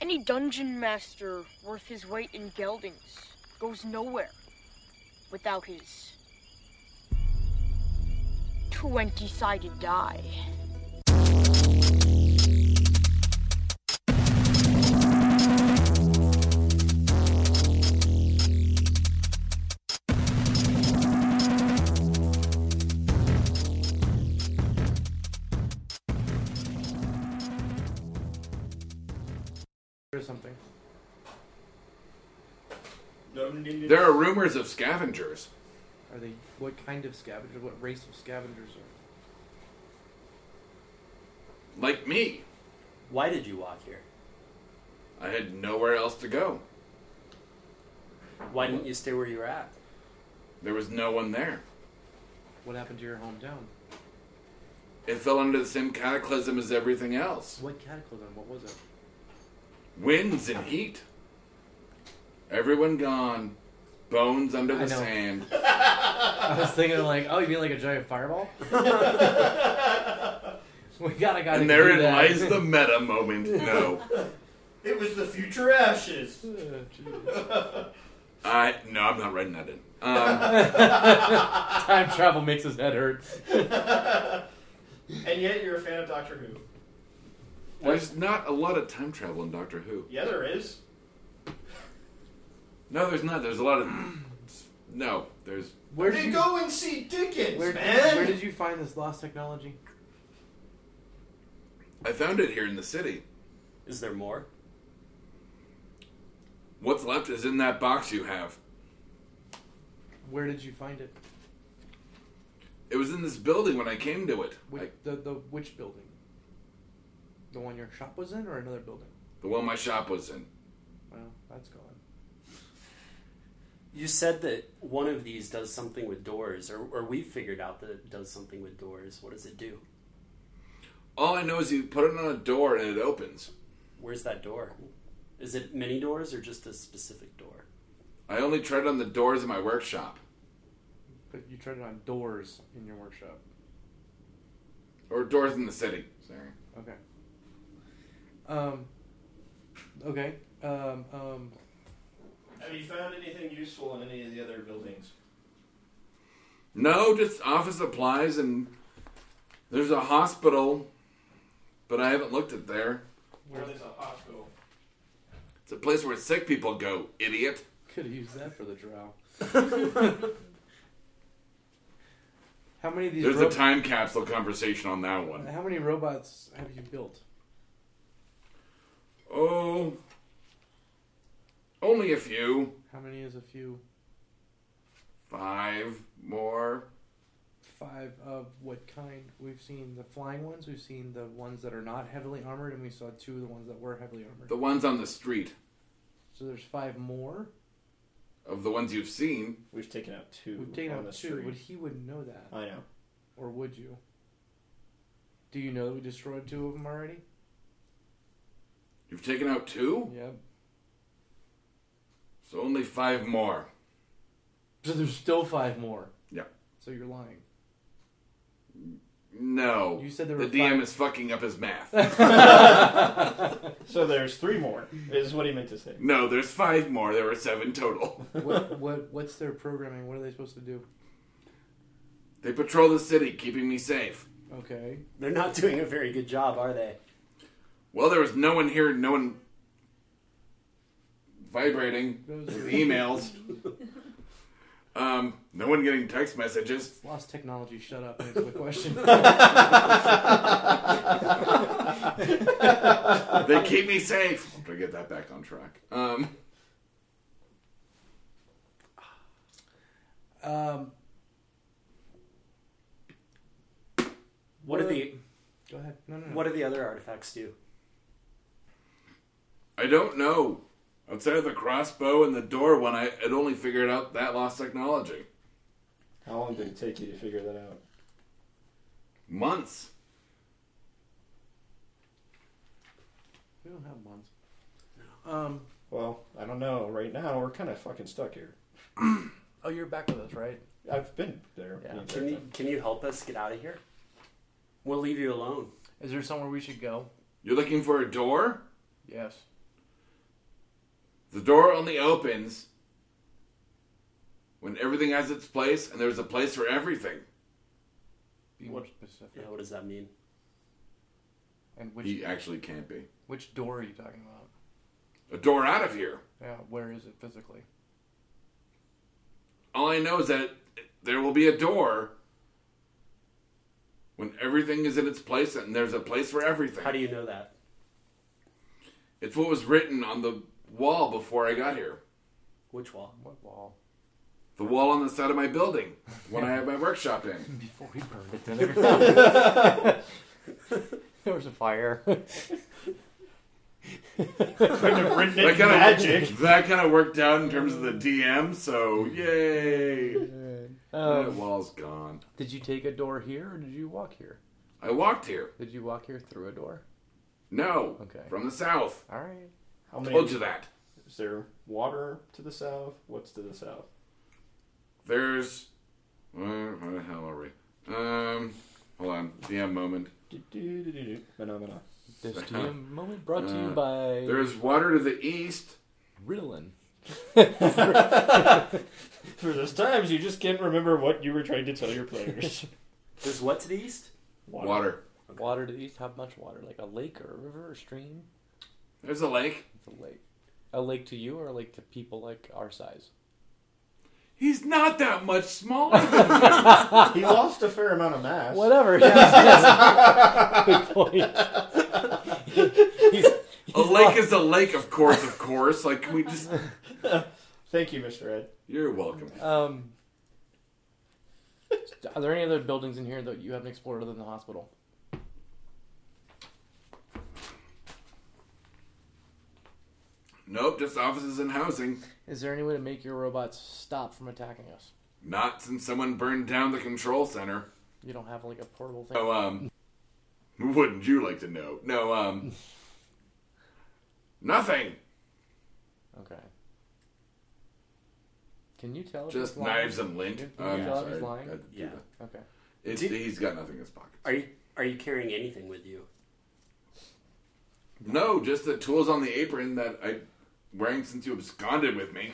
Any dungeon master worth his weight in geldings goes nowhere without his 20 sided die. or something. There are rumors of scavengers. Are they what kind of scavengers? What race of scavengers are? Like me. Why did you walk here? I had nowhere else to go. Why didn't you stay where you were at? There was no one there. What happened to your hometown? It fell under the same cataclysm as everything else What cataclysm? What was it? winds and heat. Everyone gone. Bones under I the know. sand. I was thinking like, oh, you mean like a giant fireball? we gotta gotta. And do therein that. lies the meta moment. No. It was the future ashes. Uh, geez. I no, I'm not writing that in. Um, Time travel makes his head hurt. And yet you're a fan of Doctor Who. there's not a lot of time travel in Doctor Who. Yeah, there is. No, there's not. There's a lot of no. There's Where they did you go and see Dickens, Where, man. where did you find this lost technology? I found it here in the city. Is there more? What's left is in that box you have. Where did you find it? It was in this building when I came to it. Which, I- the the which building? The one your shop was in, or another building? the one my shop was in. Well, that's gone. You said that one of these does something with doors, or, or we figured out that it does something with doors. What does it do? All I know is you put it on a door and it opens. Where's that door? Is it many doors or just a specific door? I only tried on the doors in my workshop. But you tried it on doors in your workshop. Or doors in the city. Sorry. Okay. Um. Okay. Um. Um. Have you found anything useful in any of the other buildings? No, just office supplies and there's a hospital, but I haven't looked at there. Where there's a hospital. It's a place where sick people go, idiot. Could have used that for the drow. how many of these? There's a rob- time capsule conversation on that one. How many robots have you built? Oh, only a few. How many is a few? Five more. Five of what kind? We've seen the flying ones. We've seen the ones that are not heavily armored, and we saw two of the ones that were heavily armored. The ones on the street, So there's five more. of the ones you've seen. We've taken out 2 We've taken on out the two. street. Would he would know that, I know. or would you? Do you know that we destroyed two of them already? You've taken out two? Yep. So only five more. So there's still five more. Yeah. So you're lying. No. You said there the were DM five- is fucking up his math. So there's three more, is what he meant to say. no, there's five more. There were seven total. what, what what's their programming? What are they supposed to do? They patrol the city, keeping me safe. Okay. They're not doing a very good job, are they? Well, there was no one here, no one vibrating Those with are- emails. um, no one getting text messages. Lost technology. Shut up. Answer the question. They keep me safe. I'll try to get that back on track. Um, um, What What, are are- the go ahead. No, no, no. what do the other artifacts do? I don't know. Outside of the crossbow and the door one, I had only figured out that lost technology. How long did it take you to figure that out? Months. We don't have months. Um. Well, I don't know. Right now, we're kind of fucking stuck here. Oh, you're back with us, right? I've been there. Yeah. Can you, can you help us get out of here? We'll leave you alone. Is there somewhere we should go? You're looking for a door? Yes. The door only opens when everything has its place and there's a place for everything. Be more What- specific. Yeah, what does that mean? And which He actually can't be. which door are you talking about? A door out of here. Yeah, where is it physically? All I know is that there will be a door when everything is in its place and there's a place for everything. How do you know that? it's what was written on the wall before I got here. Which wall? What wall? The wall on the side of my building, when I have my workshop in. Before we burned it down. there was a fire. Couldn't have written That it kind of magic. that kind of worked out in terms of the DM. So yay, that Um, wall's gone. did you take a door here or did you walk here? I walked here. Did you walk here through a door? No, Okay. from the south. All right. How Told many? you that. Is there water to the south? What's to the south? There's where, where the hell are we? Um, hold on. DM moment. Do, do, do, do, do. Phenomena. This Uh-huh. DM moment brought to you Uh, by There's water to the east. Ritalin. For those times you just can't remember what you were trying to tell your players. There's what to the east? Water. Water. Water to the east. How much water? Like a lake or a river or stream? There's a lake. It's a lake. A lake to you or a lake to people like our size? He's not that much smaller. He lost a fair amount of mass. Whatever. Yes, yes. Good point. He's- a lake is a lake, of course, of course. Like can we just. Thank you, Mr. Ed. You're welcome. um, are there any other buildings in here that you haven't explored other than the hospital? Nope, just offices and housing. Is there any way to make your robots stop from attacking us? Not since someone burned down the control center. You don't have like a portable thing. No, um, wouldn't you like to know? No, um, nothing. Oh. Okay. Can you tell? if Just he's lying? knives and lint. Can you I'm tell if sorry. he's lying? I didn't do Yeah. that. Okay. It's, Did- he's got nothing in his pocket. Are you are you carrying anything with you? No, just the tools on the apron that I'm wearing since you absconded with me.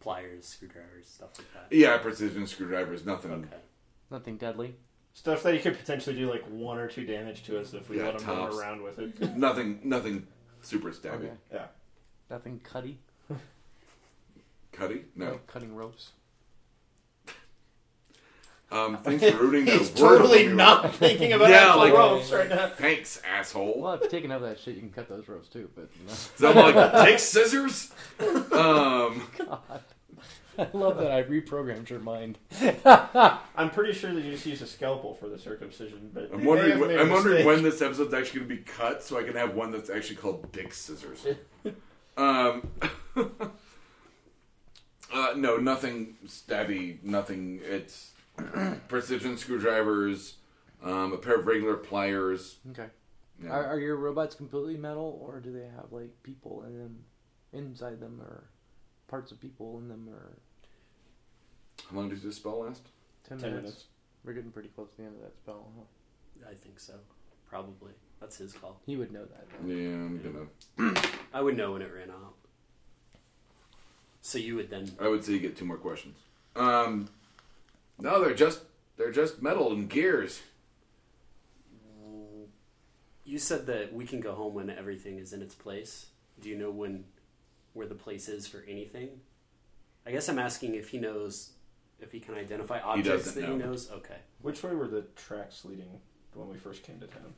Pliers, screwdrivers, stuff like that. Yeah, precision screwdrivers, nothing. Okay. Nothing deadly. Stuff that he could potentially do like one or two damage to us if we Yeah, let him tops. go around with it. Nothing, nothing super stabby. Okay. Yeah. Nothing cutty. Cuddy? No. Like cutting ropes. Um, thanks for ruining the He's word totally for me. not thinking about Yeah, actual like- ropes right now. Thanks, asshole. Well, if you take enough of that shit, you can cut those ropes too. But you know. So I'm like, take scissors? Um, I love that I reprogrammed your mind. I'm pretty sure that you just used a scalpel for the circumcision, but I'm they may wondering. have When, made a I'm wondering mistake. when this episode's actually going to be cut, so I can have one that's actually called Dick Scissors. um, uh, no, nothing stabby. Nothing. It's precision screwdrivers, um, a pair of regular pliers. Okay. yeah. Are, are your robots completely metal, or do they have like people in them, inside them, or parts of people in them, or How long does this spell last? ten, Ten minutes? minutes. We're getting pretty close to the end of that spell. Huh? I think so. Probably. That's his call. He would know that. though. Yeah, I'm gonna. I would know when it ran out. So you would then. I would say you get two more questions. Um, no, they're just they're just metal and gears. You said that we can go home when everything is in its place. Do you know when, where the place is for anything? I guess I'm asking if he knows, if he can identify objects doesn't that he know. knows. Okay. Which way were the tracks leading when we first came to town?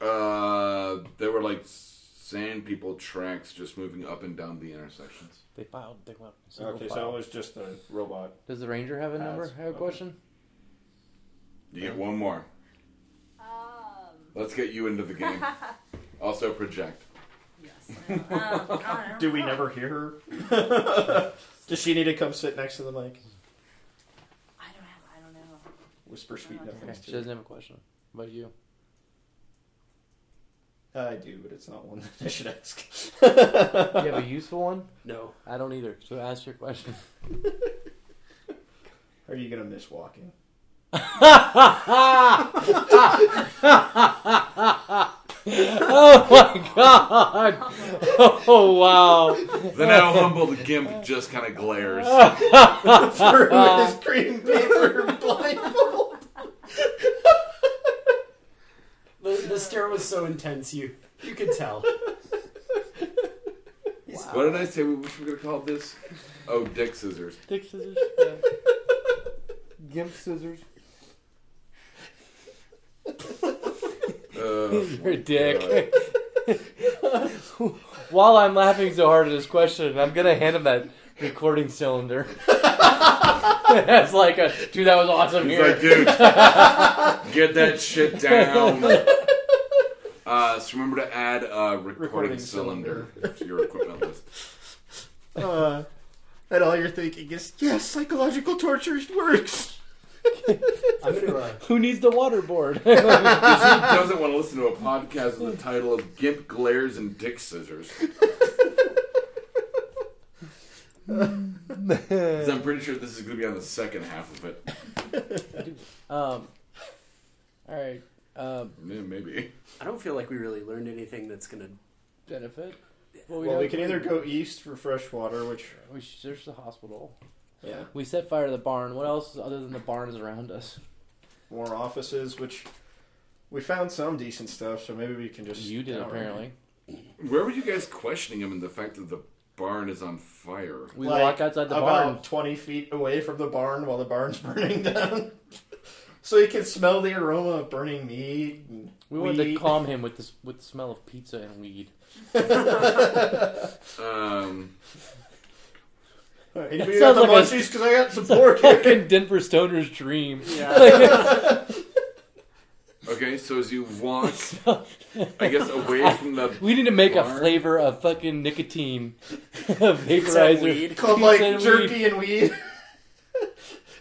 Uh, they were like sand people tracks just moving up and down the intersections. They filed. They went. in single Okay, so file. it was just the robot. Does the ranger have a Pass. number? Have a Okay. question? You get one more. Um. Let's get you into the game. also project. Yes. Um, I don't Do we know. never hear her? Does she need to come sit next to the mic? I don't have. I don't know. Whisper sweet Okay. nothings She to her. doesn't have a question. What about you? I do, but it's not one that I should ask. Do you have a useful one? No. I don't either. So ask your question. Are you gonna miss walking? Oh my god! Oh wow! The now humbled gimp just kind of glares. Through his green paper blindfold. The, the stare was so intense, you you could tell. What did I say? We wish we could have called this. Oh, dick scissors. Dick scissors. Gimp scissors. Uh, You're a dick. While I'm laughing so hard at this question, I'm gonna hand him that recording cylinder. That's like a dude. That was awesome. He's Here, like, dude, get that shit down. Uh, just remember to add a recording, Recording cylinder, to your equipment list. Uh, and all you're thinking is, yes, psychological torture works. I'm gonna. Uh, who needs the waterboard? Because who doesn't want to listen to a podcast with the title of Gimp Glares and Dick Scissors? Because I'm pretty sure this is going to be on the second half of it. um. All right. Um, Yeah, maybe. I don't feel like we really learned anything that's gonna. benefit. Well, don't- we can either go east for fresh water, which We should search the hospital. yeah, We set fire to the barn. What else other than the barn is around us? more offices, which we found some decent stuff, so maybe we can just You did outright- apparently. Where were you guys questioning him in the fact that the barn is on fire? We Like, walk outside the about barn. twenty feet away from the barn while the barn's burning down, so you can smell the aroma of burning meat. And We wanted to wheat. calm him with this with the smell of pizza and weed. Um, Anybody Sounds got the like a- munchies? Because I got some pork. Fucking Denver Stoner's dream. okay, so as you walk, I guess, away from the we need to make a Barn? flavor of fucking nicotine Is that vaporizer. weed? called He said like weed. jerky and weed.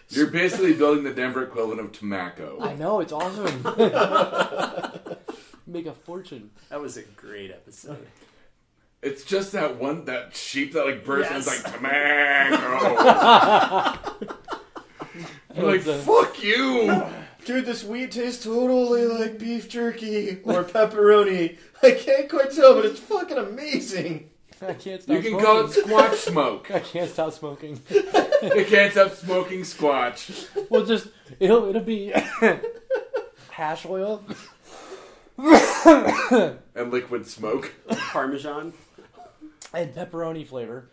You're basically building the Denver equivalent of I tobacco. know it's awesome. make a fortune. That was a great episode. It's just that one that sheep that like bursts and Yes. is like tobacco. You're like It's a- fuck you. Dude, this weed tastes totally like beef jerky or pepperoni. I can't quite tell, but it's fucking amazing. I can't stop. You can smoking. call it squatch smoke. I can't stop smoking. You can't stop smoking squatch. We'll just it'll it'll be hash oil. And liquid smoke. Parmesan. I had pepperoni flavor.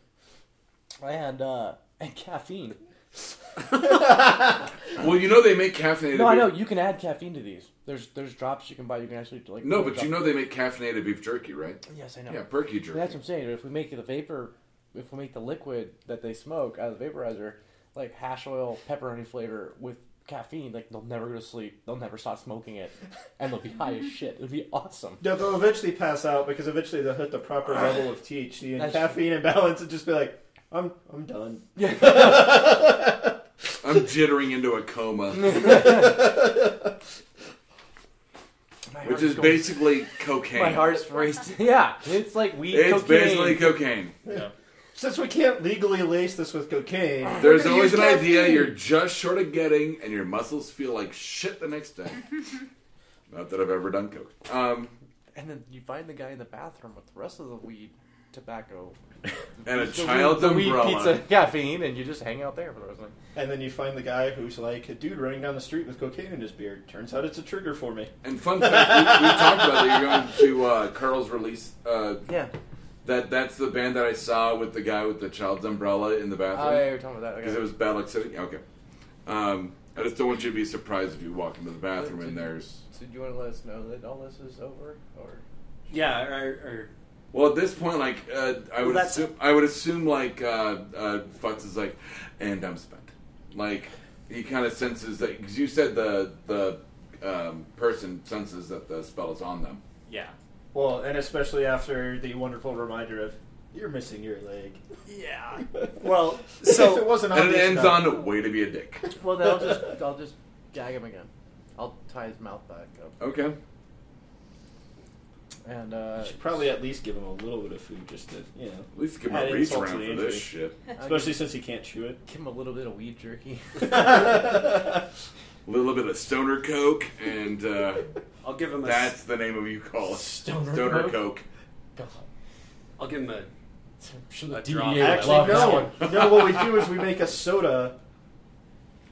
I had uh and caffeine. Well, you know they make caffeinated. No, I beef. know you can add caffeine to these. There's there's drops you can buy. You can actually like No, but you know they make caffeinated beef jerky, right? Yes, I know. Yeah, perky That's jerky. what I'm saying. If we make the vapor, if we make the liquid that they smoke out of the vaporizer, like hash oil, pepperoni flavor with caffeine, like they'll never go to sleep. They'll never stop smoking it, and they'll be high as shit. It'll be awesome. No, they'll eventually pass out because eventually they'll hit the proper level of THC and That's- caffeine imbalance and just be like, I'm I'm done. I'm jittering into a coma, which is basically cocaine. my heart's racing. Yeah, it's like weed. It's cocaine. basically cocaine. Since we can't legally lace this with cocaine, we're There's gonna always use an idea caffeine. you're just short of getting, and your muscles feel like shit the next day. Not that I've ever done coke. Um, And then you find the guy in the bathroom with the rest of the weed, tobacco, and a the weed- child's the weed, umbrella. pizza, caffeine, and you just hang out there for the rest of the And then you find the guy who's like a dude running down the street with cocaine in his beard. Turns out it's a trigger for me. And fun fact, we, we talked about that. You're going to uh, Carl's release. Uh, Yeah. that that's the band that I saw with the guy with the child's umbrella in the Oh, yeah, bathroom you were talking about that. because it Okay. was Bad Luck City. Okay. Um, I just don't want you to be surprised if you walk into the bathroom and there's. So do you want to let us know that all this is over, or Yeah, or, or Well, at this point, like uh, I would that's- assume, I would assume like uh, uh, Futz is like, and I'm spent. Like he kind of senses that because you said the the um, person senses that the spell is on them. yeah, Well, and especially after the wonderful reminder of you're missing your leg. yeah. Well, if it so wasn't And it obvious uh, ends enough- on way to be a dick. Well, then I'll just I'll just gag him again. I'll tie his mouth back up. Okay. And uh, You should probably at least give him a little bit of food, just to you know, At least give him Add a reach insult around to for the injury. this shit. especially since he can't chew it. give him a little bit of weed jerky. A little bit of stoner coke, and uh, I'll give him a. that's the name of you call it. Stoner, Stoner coke? coke. God. I'll give him a. I'm sure the A DEA drop. would Actually, love that no. one. no, what we do is we make a soda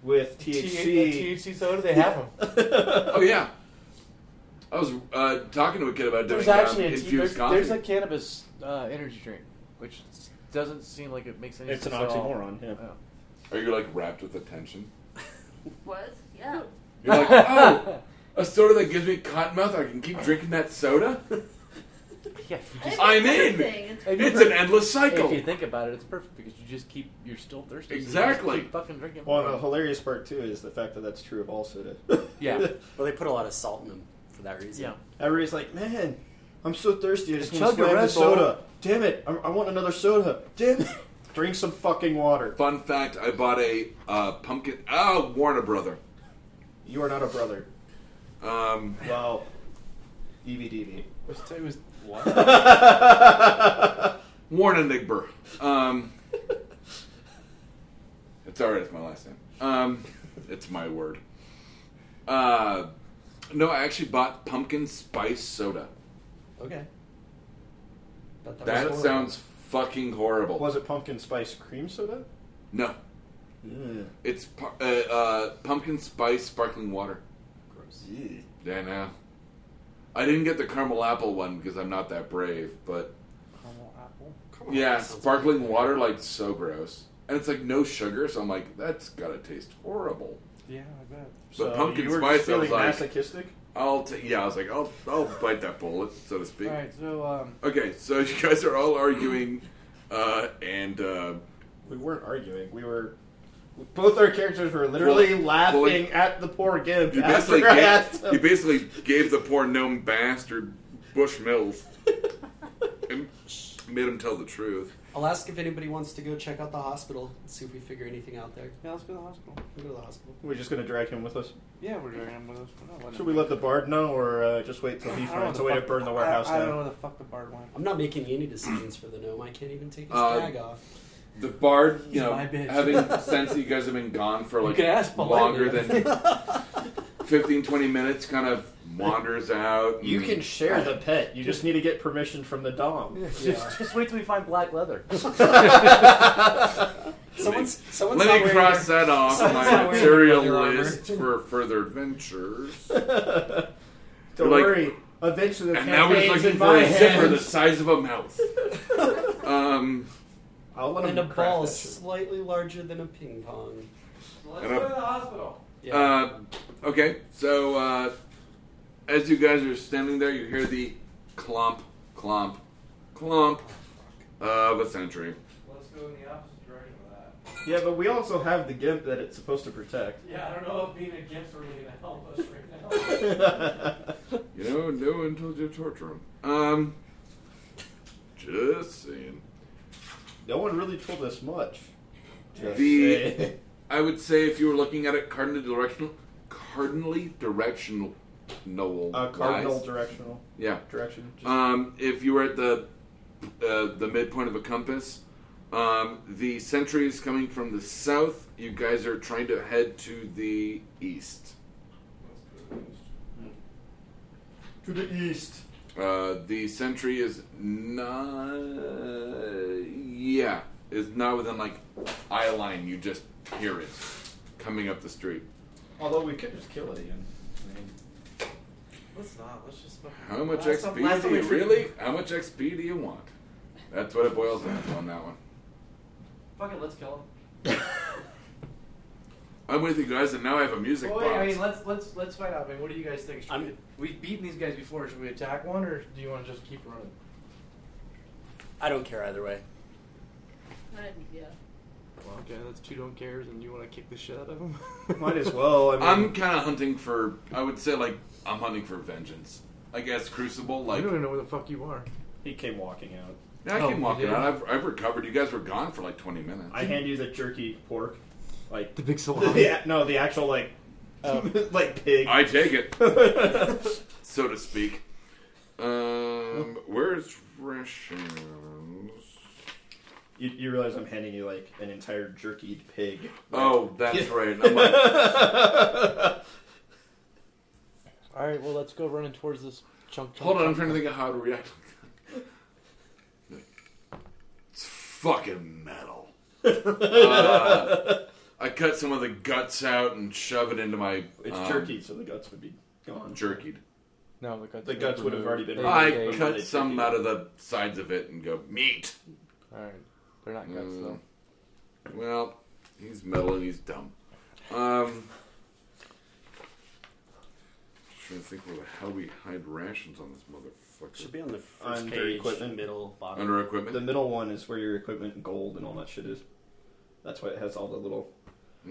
with THC. THC soda, they have them. Oh yeah. I was uh, talking to a kid about doing There's actually um, a tea, infused there's, coffee. there's a cannabis uh, energy drink, which s- doesn't seem like it makes any It's an sense. at all. oxymoron, yeah. Oh. Are you like wrapped with attention? Was? Yeah. You're like, oh, a soda that gives me cotton mouth. I can keep drinking that soda. Yeah, you just, I'm in. It's if you It's per- an endless cycle. If you think about it, it's perfect because you just keep you're still thirsty. so you just Exactly. keep fucking drinking. Well, more. the hilarious part too is the fact that that's true of all soda. Yeah. Well, they put a lot of salt in them for that reason. yeah. Everybody's like, man, I'm so thirsty. I just Chug want to your slam Red this Bull." soda. Damn it! I, I want another soda. Damn it! Drink some fucking water. Fun fact: I bought a uh, pumpkin. Oh, Warner Brother. You are not a brother. Um, Wow. E EVDV. It was Warren Enigber. Um, it's alright, it's my last name. Um, it's my word. Uh, no, I actually bought pumpkin spice soda. Okay. But that That was- sounds fucking horrible. Was it pumpkin spice cream soda? No, it's pu- uh, uh, pumpkin spice sparkling water. gross. Yeah, no. I didn't get the caramel apple one because I'm not that brave, but Caramel apple. yeah, Sounds sparkling good. water like so gross. And it's like no sugar, so I'm like, that's gotta taste horrible. Yeah, I bet. But pumpkin you were spice, just feeling I was like, masochistic. I'll ta- yeah, I was like, I'll I'll bite that bullet, so to speak. All right, so um, Okay, so you guys are all arguing, uh, and uh, We weren't arguing. We were. Both our characters were literally Well, laughing well, we- at the poor Gimp you after basically I asked gave, you him. basically gave the poor gnome bastard Bush Mills and made him tell the truth. I'll ask if anybody wants to go check out the hospital and see if we figure anything out there. yeah, let's go to the hospital. We'll go to the hospital. We're just gonna drag him with us. Yeah, we're doing it with us. We're not letting Should we let the bard know, or uh, just wait till he I don't know finds a what way to fuck- burn the warehouse I, I don't know down? where the fuck the bard went. I'm not making any decisions for the gnome. I can't even take his Uh, tag off. The bard, you He's know, my bitch. having sense that you guys have been gone for You like could ask politely. longer than 15, 20 minutes, kind of wanders out. You and- can share the pet. You just need to get permission from the dom. just, just wait till we find black leather. Someone's someone's not Let me wearing cross their- that off on Someone's my not wearing their material leather armor. list for further adventures. Don't Like- worry. Eventually, the And now we're just campaign's looking in for my a zipper the hands. size of a mouth. um, I'll let him and a craft ball that shit. slightly larger than a ping pong. Let's And a- go to the hospital. Yeah. uh, okay, so uh, as you guys are standing there, you hear the clomp, clomp, clomp of a century. Let's go in the opposite direction of that. Yeah, but we also have the gimp that it's supposed to protect. Yeah, I don't know if being a gimp's really gonna help us right now. You know, no one told you to torture him. Um, just saying. No one really told us much. Just The- saying. I would say if you were looking at it cardinally directional, cardinally directional, no, uh, cardinal directional yeah. direction. Just, Um, if you were at the uh, the midpoint of a compass, um, the sentry is coming from the south. You guys are trying to head to the east. to the east. Uh, the sentry is not. yeah, is not within like eye line. You just hear it coming up the street. Although we could just kill it again. I mean, let's not. Let's just. fucking- How much Last time- XP do last time you we treated- really? How much XP do you want? That's what it boils down to on that one. Fuck it, let's kill him. I'm with you guys, and now I have a music Well, box. wait, I mean, let's let's let's find out. I mean, what do you guys think? Should I'm- we, we've beaten these guys before. Should we attack one, or do you want to just keep running? I don't care either way. yeah. okay, that's two don't cares, and you want to kick the shit out of them. might as well. I mean, I'm kind of hunting for. I would say like I'm hunting for vengeance. I guess Crucible. I Like don't even know where the fuck you are. he came walking out. I Oh, can walk you it did? out. I've, I've recovered. You guys were gone for like 20 minutes. I hand you the jerky pork, like The big salon. the, no, the actual like um, like pig. I take it, so to speak. Um, where's rations? You, you realize I'm handing you like an entire jerkied pig. Oh, that's right. I'm like, All right, well, let's go running towards this chunk. chunk hold on, I'm chunk. trying to think of how to react. it's fucking metal. Uh, I cut some of the guts out and shove it into my. It's um, jerkied, so the guts would be gone. Jerkied. No, the guts. The were guts would have removed. already been They- removed. I they- cut some out of the sides of it and go meat. All right, they're not guts Mm. though. Well, he's metal and he's dumb. Um, trying to think where the hell we hide rations on this motherfucker. Should be on the first Under page, equipment. middle, bottom. Under equipment. The middle one is where your equipment and gold and all that shit is. That's why it has all the little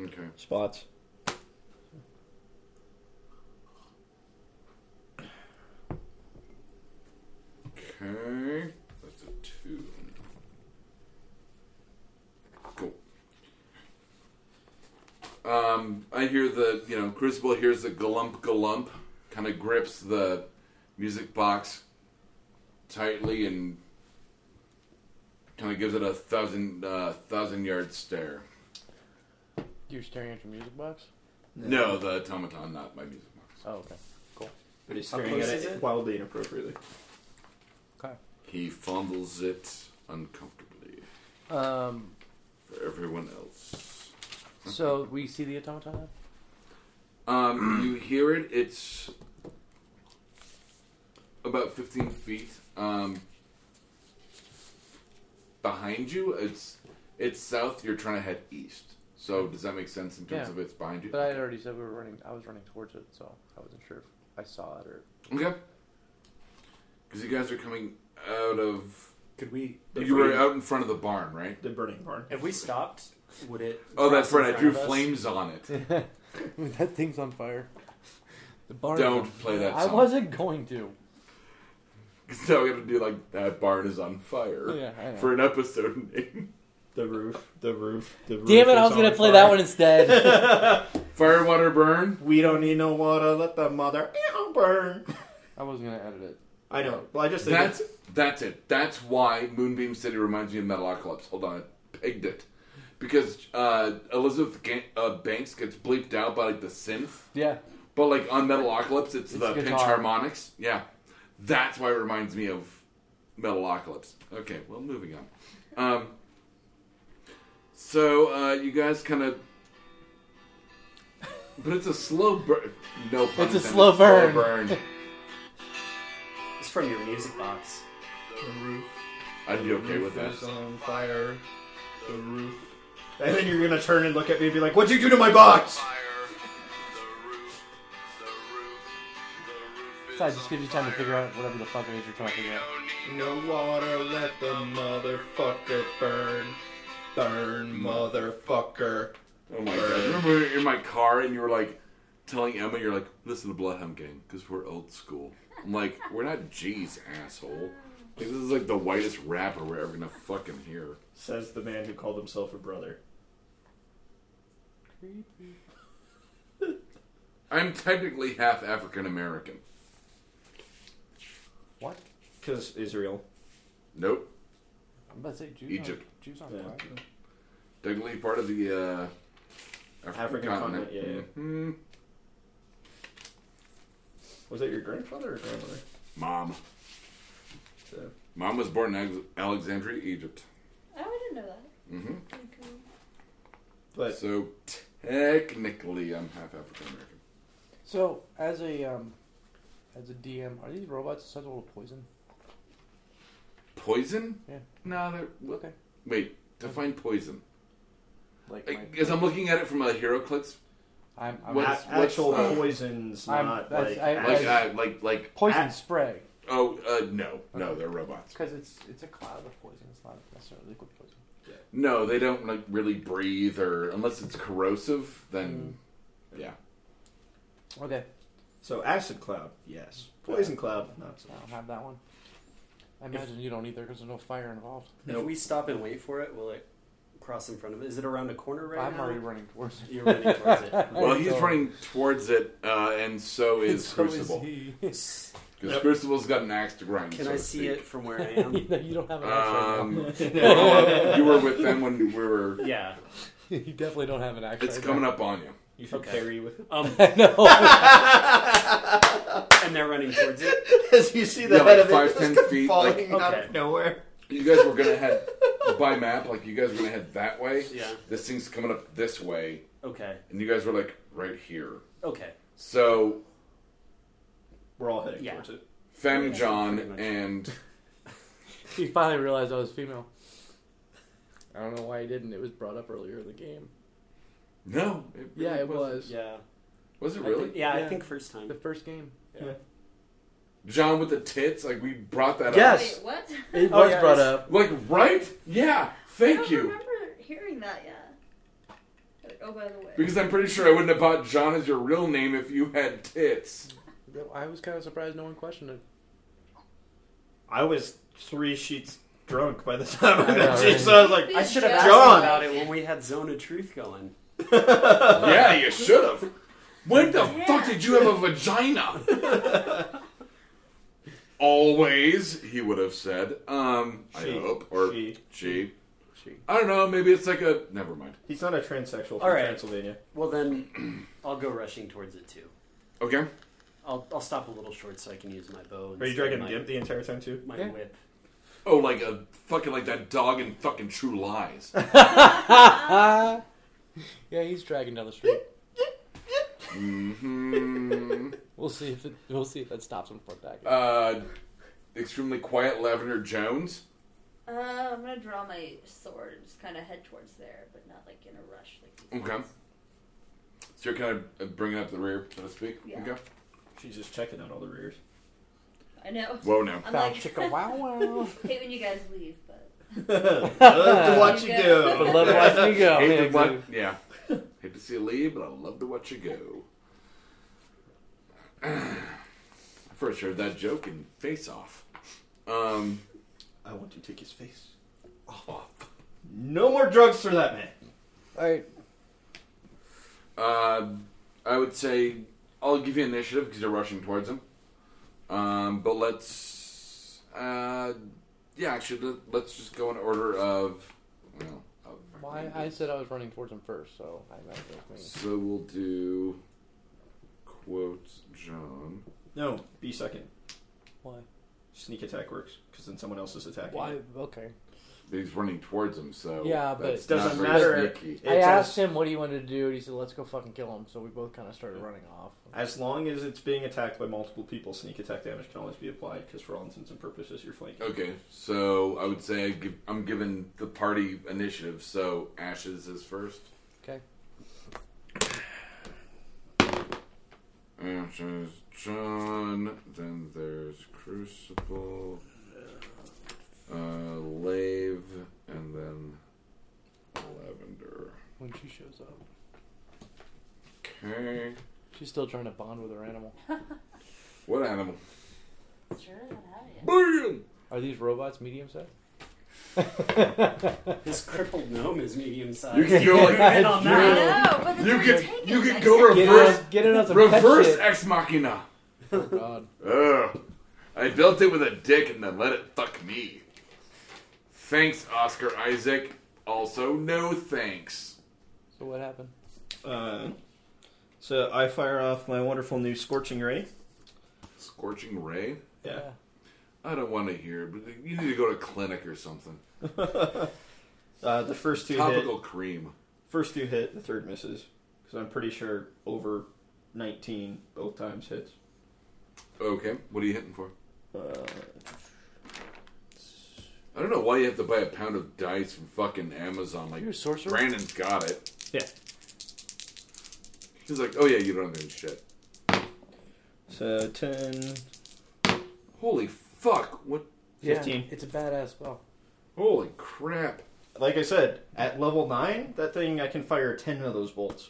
Okay. spots. Okay. That's a two. Cool. Um, I hear the, you know, Crucible hears the glump glump, kind of grips the music box tightly and kind of gives it a thousand, uh, thousand yard stare. You're staring at your music box. No, the automaton, not my music box. Oh, okay. But he's How staring close at is it, it? wildly inappropriately. He fondles it uncomfortably Um, for everyone else. so we see the automaton. Um, you hear it. It's about 15 feet um, behind you. It's it's south. You're trying to head east. So does that make sense in terms Yeah. of it's behind you? But I had already said we were running. I was running towards it, so I wasn't sure if I saw it or. okay. Because you guys are coming out of. Could we? You were out in front of the barn, right? The burning barn. If we stopped, would it? Oh, cross that's in right. I front threw of us? flames on it. that thing's on fire. The barn. Don't play that I song. wasn't going to. So we have to do like that barn is on fire Yeah, I know. for an episode name. The roof. The roof. The roof. Damn it! I is was gonna on play that fire. one instead. Fire, water, burn. We don't need no water. Let the mother burn. I wasn't gonna edit it. I know. Well, I just think That's that's it. That's why Moonbeam City reminds me of Metalocalypse. Hold on, I pegged it because uh, Elizabeth Ga- uh, Banks gets bleeped out by like the synth, Yeah. but like on Metalocalypse, it's, It's the pinch guitar. harmonics. Yeah, that's why it reminds me of Metalocalypse. Okay, well, moving on. Um, so uh, you guys kind of. But it's a slow burn. No pun It's a intended. slow burn. burn. It's from your music box. the roof. I'd be okay with that. is on fire. The roof. And then you're gonna turn and look at me and be like, "What'd you do to my box?" So it just gives you time to figure out whatever the fuck it is you're trying to figure out. No water, let the motherfucker burn. Burn, motherfucker. Oh my god! Remember when you were in my car and you were like telling Emma, you're like, "Listen to Bloodhound Gang because we're old school." I'm like, "We're not G's, asshole." Like, this is like the whitest rapper we're ever gonna fucking hear. Says the man who called himself a brother. I'm technically half African American. What? Because Israel. Nope, I'm about to say Jews. Egypt. On, Jews on Yeah. fire. technically part of the uh, African, African continent. continent, yeah, yeah. Mhm. Was that your grandfather or grandmother? Mom, So, mom was born in Alex- Alexandria, Egypt. Oh, I didn't know that. hmm Cool. but So technically, I'm half African American. So as a um, as a DM, are these robots susceptible to poison? Poison? Yeah. No, they're Okay. wait. Define poison. Like Because I'm looking at it from a hero clicks, my, I'm, I'm What- a- what's- actual uh, poisons, I'm- not that's- like. I- act- like I- uh, like like poison at- spray oh uh, no no they're robots. because it's it's a cloud of poison. It's not necessarily liquid poison. No, they don't like really breathe or unless it's corrosive. Then Hmm. yeah, Okay, so acid cloud, yes. Poison cloud, not so I don't much. have that one. I imagine you don't either because there's no fire involved. If we stop and wait for it, will it cross in front of it? Is it around a corner right I'm now? already running towards it. You're running towards it. well he's So- running towards it, uh, and so is so Crucible. he. S- Because Yep. Crucible's got an axe to grind. Can so I to see speak. it from where I am? no, you don't have an axe Um, right you were with them when we were. yeah. now. you definitely don't have an axe. It's right coming now. up on you. You should Okay. carry with it. Um, no, and they're running towards it. As you see the Yeah, head like of five, it just ten come feet, falling like- out Okay. of nowhere. You guys were gonna head by map, like you guys were gonna head that way. Yeah. This thing's coming up this way, Okay. and you guys were like right here. Okay. So We're all heading Yeah. towards it. Fem Pretty John much. and he finally realized I was female. I don't know why he didn't. It was brought up earlier in the game. no, it really Yeah, it wasn't. was Yeah. Was it I really think- yeah, I Yeah. think first time. the first game. John with the tits? Like we brought that Yes. up. Wait, what? It Oh, was yeah, brought it's- up. Like right? Yeah. I Thank don't you. remember hearing that yet. Like, oh, by the way. Because I'm pretty sure I wouldn't have bought John as your real name if you had tits. I was kind of surprised no one questioned it. I was three sheets drunk by the time I I know, met you, right? so I was like, I should have asked Just John. about it when we had Zone of Truth going. yeah, you should have. When the Yeah. fuck did you have a vagina? Always, he would have said. Um, I She. hope or she. She. She. I don't know. Maybe it's like a. Never mind. He's not a transsexual from All right. Transylvania. Well, then I'll go rushing towards it too. Okay. I'll, I'll stop a little short so I can use my bow. And Are you dragging my, Gimp the entire time too? My Yeah. whip. Oh, like a fucking like that dog in fucking True Lies. Ah. Yeah, he's dragging down the street. hmm We'll see if it, we'll see if that stops him from attacking. Uh, extremely quiet Lavender Jones. Uh, I'm gonna draw my sword and just kind of head towards there, but not like in a rush. Like Okay. So you're kind of uh, bringing up the rear, so to speak. Yeah. Okay. She's just checking out all the rears. I know. Whoa, now. I'm Bow like, chicka wow wow. hate when you guys leave, but Love to watch you Yeah. go. But Love watching me go. Hate Yeah, to wa- exactly. yeah. Hate to see you leave, but I love to watch you go. I first heard that joke in Face Off. Um, I want to take his face No more drugs for that man. All right. uh, I would say I'll give you initiative because you're rushing towards him. Um, but let's, uh, yeah, actually, let- let's just go in order of, well, of Why I said I was running towards him first, so I that was So we'll do quote John. No, be second. Why? Sneak attack works because then someone else is attacking. Why? it. Okay. He's running towards him, so Yeah, but that's it doesn't not very matter. sneaky. I It's asked as- him what he wanted to do, and he said, "Let's go fucking kill him." So we both kind of started running off. As long as it's being attacked by multiple people, sneak attack damage can always be applied because for all intents and purposes, you're flanking. Okay, so I would say I give, I'm giving the party initiative. So Ashes is first. Okay. Ashes, John. Then there's Crucible, uh, Lave, and then Lavender. When she shows up, Okay, she's still trying to bond with her animal. what animal? sure not have it. Boom! Are these robots medium size? This crippled gnome is medium sized. You can go like in on I that. know, but You that's what I'm can taking, you can like- go Get reverse it, get it on some reverse pet shit. ex machina. Oh, God. Ugh. I built it with a dick and then let it fuck me. Thanks, Oscar Isaac. Also, no thanks. So what happened? Uh, so I fire off my wonderful new scorching ray. Scorching Ray? Yeah. I don't want to hear it, but you need to go to clinic or something. Uh, the first two hit. Topical cream. First two hit. The third misses because I'm pretty sure over 19 both times hits. Okay, what are you hitting for? Uh, I don't know why you have to buy a pound of dice from fucking Amazon. Like, You're a sorcerer. Brandon's got it. Yeah. He's like, oh yeah, you don't have any shit. so 10, Holy fuck. What? Yeah, 15. it's a badass spell. Holy crap. like I said, at level nine, that thing I can fire ten of those bolts.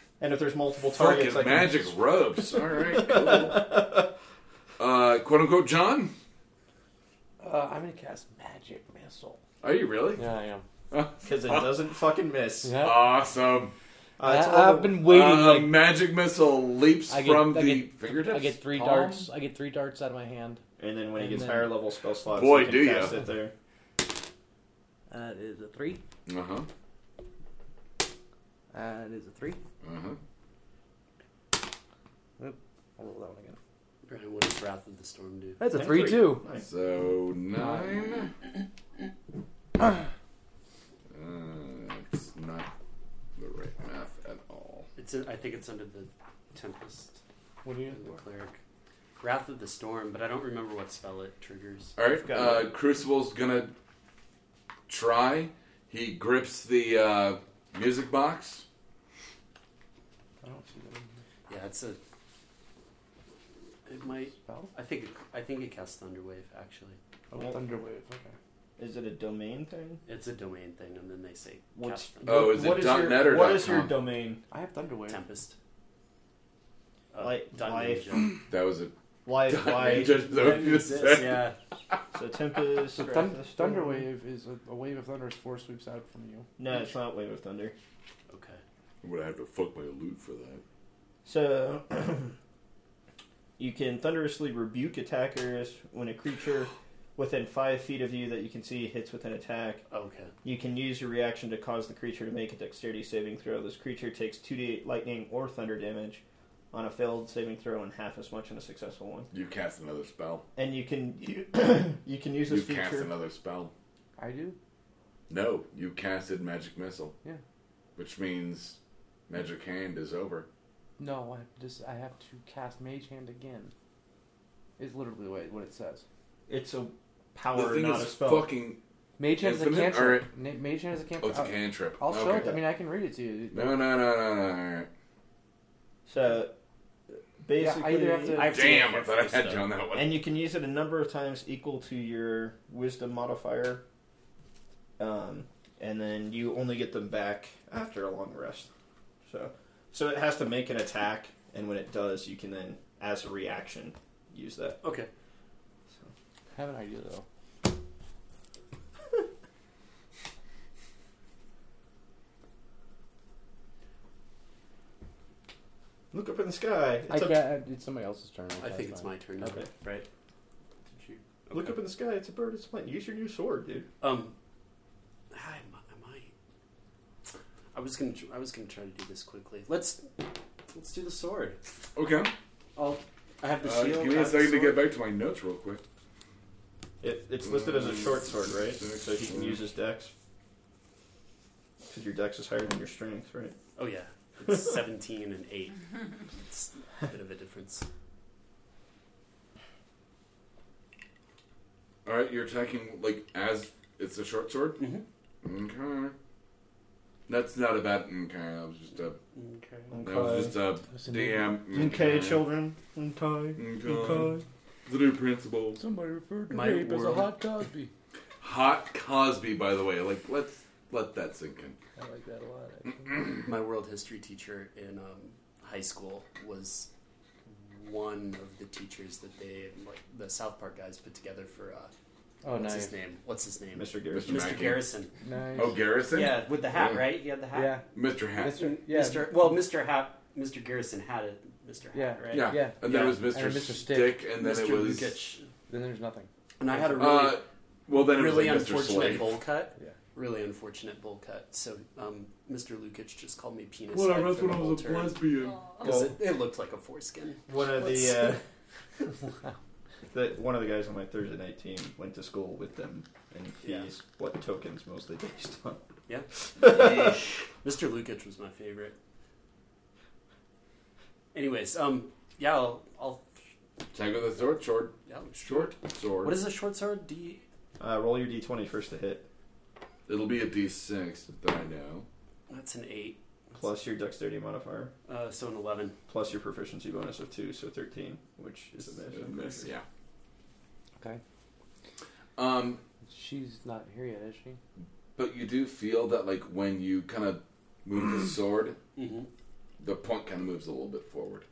and if there's multiple targets, I Fucking can magic ropes. All right, cool. Uh, quote unquote, John. Uh, I'm gonna cast magic missile. Are you really? Yeah, I am. because it doesn't fucking miss. Yeah. Awesome. Uh, it's I, all- I've been waiting. Uh, like, Mmagic missile leaps I get- from I the get- fingertips. I get three Palm? darts. I get three darts out of my hand. And then when he And gets then- higher level spell slots, Boy, he can do ya. cast it there. Uh, it is a three. Uh huh. Uh, it is a three. Uh huh. I'll roll that one again. Brian, what does Wrath of the Storm do? That's a And three, three. too. Nice. So nine. uh, it's not the right math at all. It's in, I think it's under the Tempest What do you? and the Cleric. Wrath of the Storm, but I don't remember what spell it triggers. All right. Got Uh, Crucible's gonna try. He grips the uh, music box. I don't see Yeah, it's a. It the might. spell. I think. It, I think it casts Thunderwave. Actually, Oh, Nope. Thunderwave. Okay. Is it a domain thing? it's a domain thing, and then they say What's cast Thunder- Oh, is it what dot your, net or what dot is your com? domain? I have Thunderwave. Tempest. Oh, Like, Dun life- Ninja. That was a Live, live. Ninja, is that what That you exists, said? yeah. So Tempest, So Wrath thun- of the Storm. Thunderwave is a, a wave of thunder is four sweeps out from you. No, it's not Wave of Thunder. Okay. Would I have to fuck my loot for that? So you can thunderously rebuke attackers when a creature within five feet of you that you can see hits with an attack. Okay. You can use your reaction to cause the creature to make a dexterity saving throw. This creature takes 2d8 lightning or thunder damage on a failed saving throw and half as much on a successful one. You cast another spell. And you can you, can use You this cast feature. another spell. I do. No, you casted magic missile. Yeah. Which means magic hand is over. No, I just I have to cast Mage Hand again. Is literally what it- what it says. It's a the power, thing not is a spell. fucking. Mage Hand is a Infinite, cantrip. Na- Mage Hand is a cantrip. Oh, it's a I'll- cantrip. I'll show Okay. it. I mean, I can read it to you. No, no, no, no, no, no. All So basically, I either have to- right. I've seen Damn, it I thought I first, had though. you on that one. and you can use it a number of times equal to your wisdom modifier. Um, and then you only get them back after a long rest. So, so it has to make an attack, and when it does, you can then, as a reaction, use that. Okay. So, I have an idea though. look up in the sky. It's I up can't. It's somebody else's turn. I That's think it's fine. my turn now. Okay. Right. Look up in the sky. It's a bird. It's a plane. Use your new sword, dude. Um, I, mi- I might. I was gonna. tr- I was gonna try to do this quickly. Let's. Let's do the sword. Okay. Oh, I have the Uh, shield. I give me a have the second to get sword. back to my notes real quick. It, it's listed as a short sword, right? So he can use his dex. Because your dex is higher than your strength, right? Oh yeah, it's seventeen and eight. It's a bit of a difference. All right, you're attacking like as it's a short sword. Mhm. Okay. That's not a bad. Okay, that was just a. Okay. That was just a. Listen, Damn. children. Okay. Okay. The new principal. Somebody referred to My rape as a world. hot Cosby. Hot Cosby, by the way. Like, let's let that sink in. I like that a lot. My world history teacher in um, high school was one of the teachers that they like the South Park guys put together for. Uh, Oh, what's nice. his name? What's his name? Mr. Garrison. Mr. Mackey. Garrison. Nice. Oh, Garrison. Yeah, with the hat, Yeah. right? You had the hat. Yeah. Mr. Hat. Mr. Yeah. Mr. Well, Mr. Hat, Mr. Garrison had it. Mr. Hat, Yeah. right? Yeah. Yeah. And Yeah. then it was Mr. And Mr. Stick, Stick. and then Mr. it was. Lukic. Then there's nothing. And I had a really, Uh, well, then it really was like Mr. unfortunate Slave. bowl cut. Yeah. Really unfortunate bowl cut. So um, Mr. Lukic just called me penis. Well, head I that's for when the I whole was a term. lesbian. Aw. Oh, 'Cause it, it looked like a foreskin. One of What's- the, uh, the one of the guys on my Thursday night team went to school with them, and he's Yeah. what tokens mostly based on. Mr. Lukic was my favorite. Anyways, um, yeah, I'll, I'll Attack with a sword. Short. yeah, I'll- Short sword. What is a short sword? Do you, Uh, roll your d20 first to hit, It'll be a D6 that I know. that's an eight. plus your dexterity modifier, Uh, so an eleven. plus your proficiency bonus of two, so 13, which is a miss. A miss, Yeah. Okay. Um, She's not here yet, is she? but you do feel that like when you kind of move the sword, Mm-hmm. the point kind of moves a little bit forward.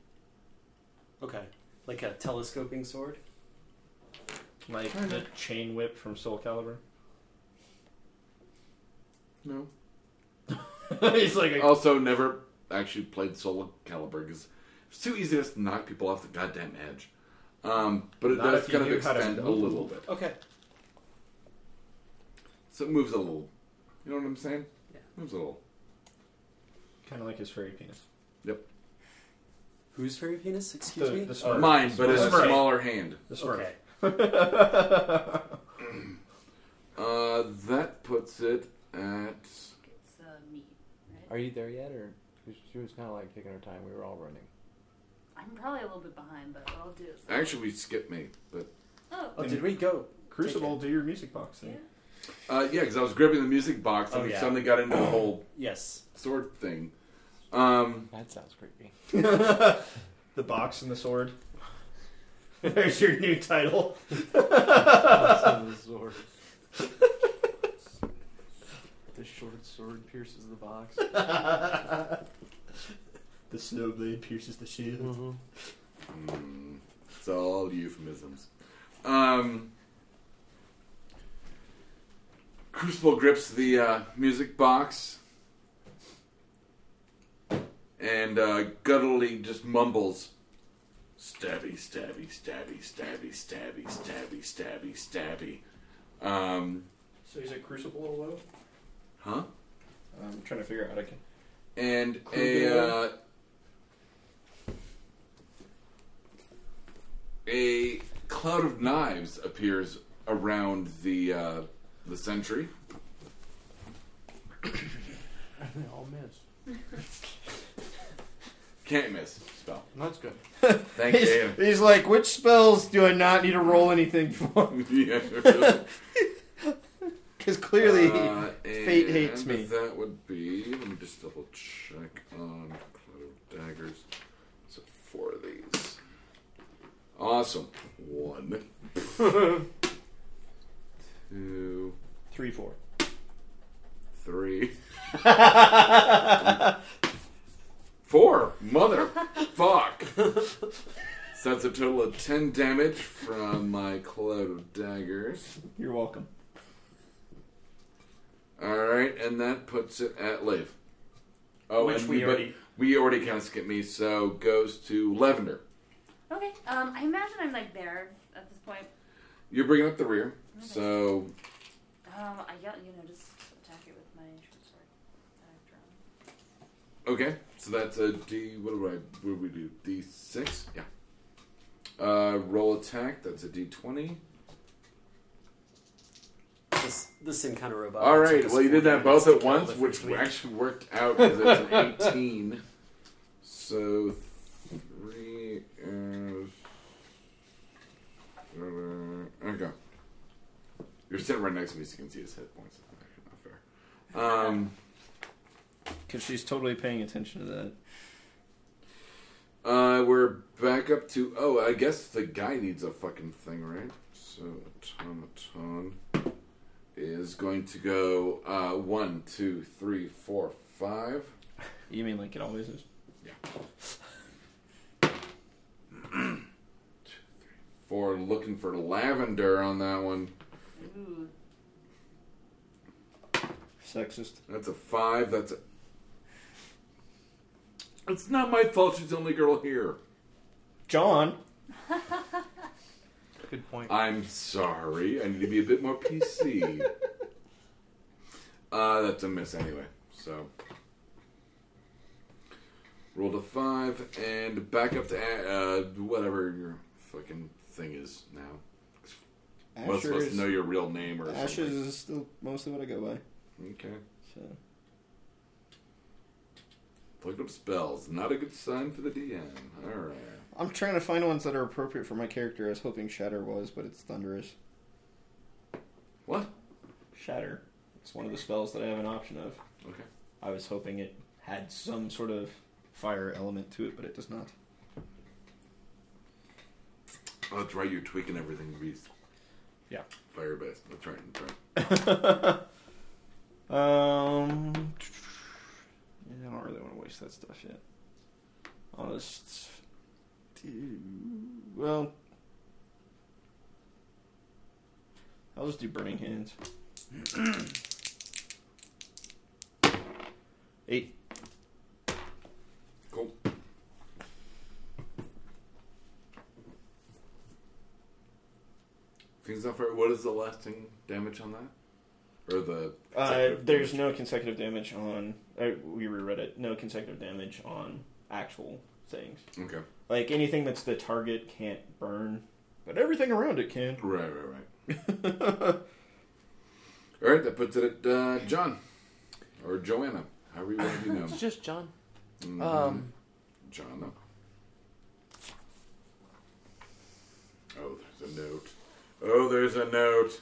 Okay, like a telescoping sword. Like the chain whip from Soul Calibur. No. he's like, Oh. Also, never actually played Soul Calibur because it's too easy to knock people off the goddamn edge. Um, but it Not does if you kind of knew how to extend a move. little bit. Okay. So it moves a little. You know what I'm saying? Yeah. Moves a little. Kind of like his fairy penis. Whose fairy penis? Excuse The- me. the smurf. Mine, but it's a Smurf. smaller hand. The Smurf. okay. Uh, that puts it at. It's uh, me, right? Are you there yet, or she was kind of like taking her time? We were all running. I'm probably a little bit behind, but what I'll do is Actually, we skipped me, but oh, Oh, did we go? Crucible, do your music box yeah. thing. uh, yeah, because I was gripping the music box and Oh, we yeah. suddenly got into the whole Yes. sword thing. Um, That sounds creepy. The box and the sword. There's your new title. The short sword pierces the box. The snow blade pierces the shield. Mm-hmm. mm, it's all euphemisms. Um, Crucible grips the uh, music box and uh, guttily just mumbles stabby, stabby, stabby, stabby, stabby, stabby, stabby, stabby. Um, So he's a crucible or what? huh? I'm trying to figure out how to. Can... and a Kruger. uh, uh, a cloud of knives appears around the uh, the sentry. they all miss. Can't miss spell. That's good. Thank He's, you. he's like, which spells do I not need to roll anything for? Yeah, really. Because clearly, Uh, fate hates and me. That would be. Let me just double check on cloud of daggers. So four of these. Awesome. One. Two. Three, four. Three. Four. Mother. Fuck. So that's a total of ten damage from my cloud of daggers. You're welcome. Alright, and that puts it at Liv. Oh, Which and we but already- we already kind of skipped me, so goes to Lavender. Okay. Um, I imagine I'm like there at this point. You're bringing up the rear, so Um, I got you know just attack it with my short sword. that I've drawn. okay. So that's a D. What do I? What do we do? D six. Yeah. Uh, roll attack. That's a D twenty. This, this encounter robot. All took right. us Well, you did four that minutes both at to kill once, the which first one. actually worked out because it's an 18. So three is. uh, Okay. You're sitting right next to me, so you can see his hit points. It's actually not fair. Um, Because she's totally paying attention to that. uh, we're back up to. Oh, I guess the guy needs a fucking thing, right? So automaton is going to go uh, one, two, three, four, five. You mean like it always is? for looking for lavender on that one. Ooh. Sexist. That's a five. That's a. It's not my fault she's the only girl here. John. Good point. I'm sorry. I need to be a bit more PC. uh, that's a miss anyway. So. Rolled a five and back up to a- uh, whatever your fucking thing is now. Most of us know your real name or Ashes is still mostly what I go by. something. Okay. So Look up spells. Not a good sign for the DM. All right. I'm trying to find ones that are appropriate for my character. I was hoping Shatter was, but it's thunderous. What? Shatter. It's one of the spells that I have an option of. Okay. I was hoping it had some sort of fire element to it, but it does not. Oh, that's right. You're tweaking everything to be Yeah. fire based. That's right. That's right. Um, yeah, I don't really want to waste that stuff yet. I'll just do well. I'll just do burning hands. Eight. Cool. Things not fair. What is the lasting damage on that? Or the Uh, consecutive there's damage? no consecutive damage on. Uh, we reread it. No consecutive damage on actual things. Okay. Like anything that's the target can't burn, but everything around it can. Right, right, right. All right, that puts it at uh, John or Joanna, however you want to be known. It's just John. Mhm. Um, John. Oh, there's a note. Oh, there's a note.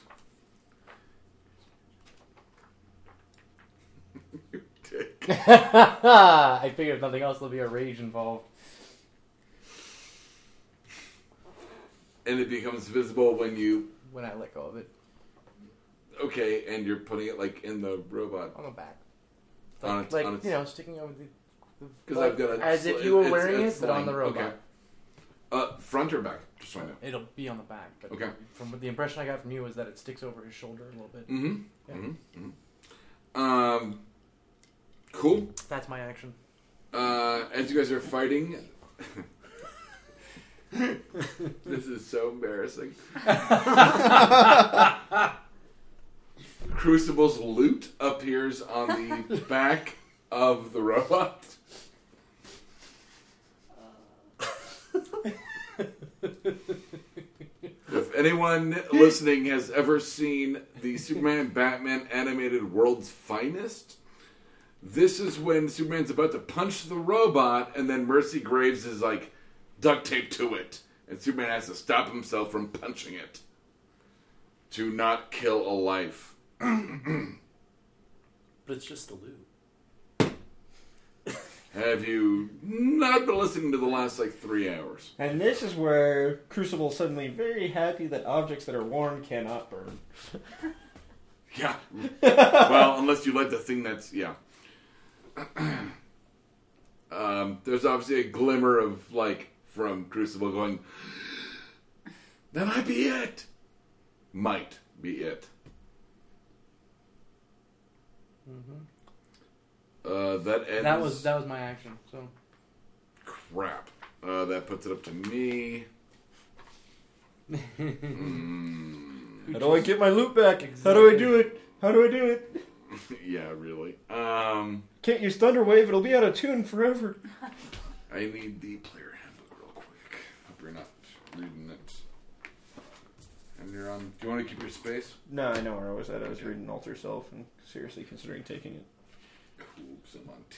You dick. I figured if nothing else, there'll be a rage involved. and it becomes visible when you when I let go of it okay, and you're putting it like in the robot on the back. Like, On its- like on its- you know, sticking over the. because I've got a, as if sli- you were it's- wearing it's it, but on sliding. the robot. Okay. Uh, front or back? Just so I know. It'll be on the back. But Okay. From what the impression I got from you is that it sticks over his shoulder a little bit. Mm-hmm. Yeah. Mm-hmm. Um, cool. That's my action. Uh, as you guys are fighting, this is so embarrassing. Crucible's loot appears on the back of the robot. If anyone listening has ever seen the Superman Batman animated World's Finest, this is when Superman's about to punch the robot, and then Mercy Graves is like duct taped to it, and Superman has to stop himself from punching it to not kill a life. But it's just a loot. Have you not been listening to the last like three hours? And this is where Crucible suddenly very happy that objects that are warm cannot burn. Yeah. well, unless you like the thing that's yeah. um, there's obviously a glimmer of like from Crucible going. That might be it. Might be it. Uh, that ends. Mm-hmm. That was that was my action. So crap. Uh, that puts it up to me. Mm, How do I get my loot back? How do I do it? How do I do it? yeah, really. Um, Can't use Thunderwave, it'll be out of tune forever. I need the player handbook real quick. Hope you're not reading it. And you're on. Do you want to keep your space? No, I know where I was at. I was reading Alter Self and seriously considering taking it. Oops, I'm on T.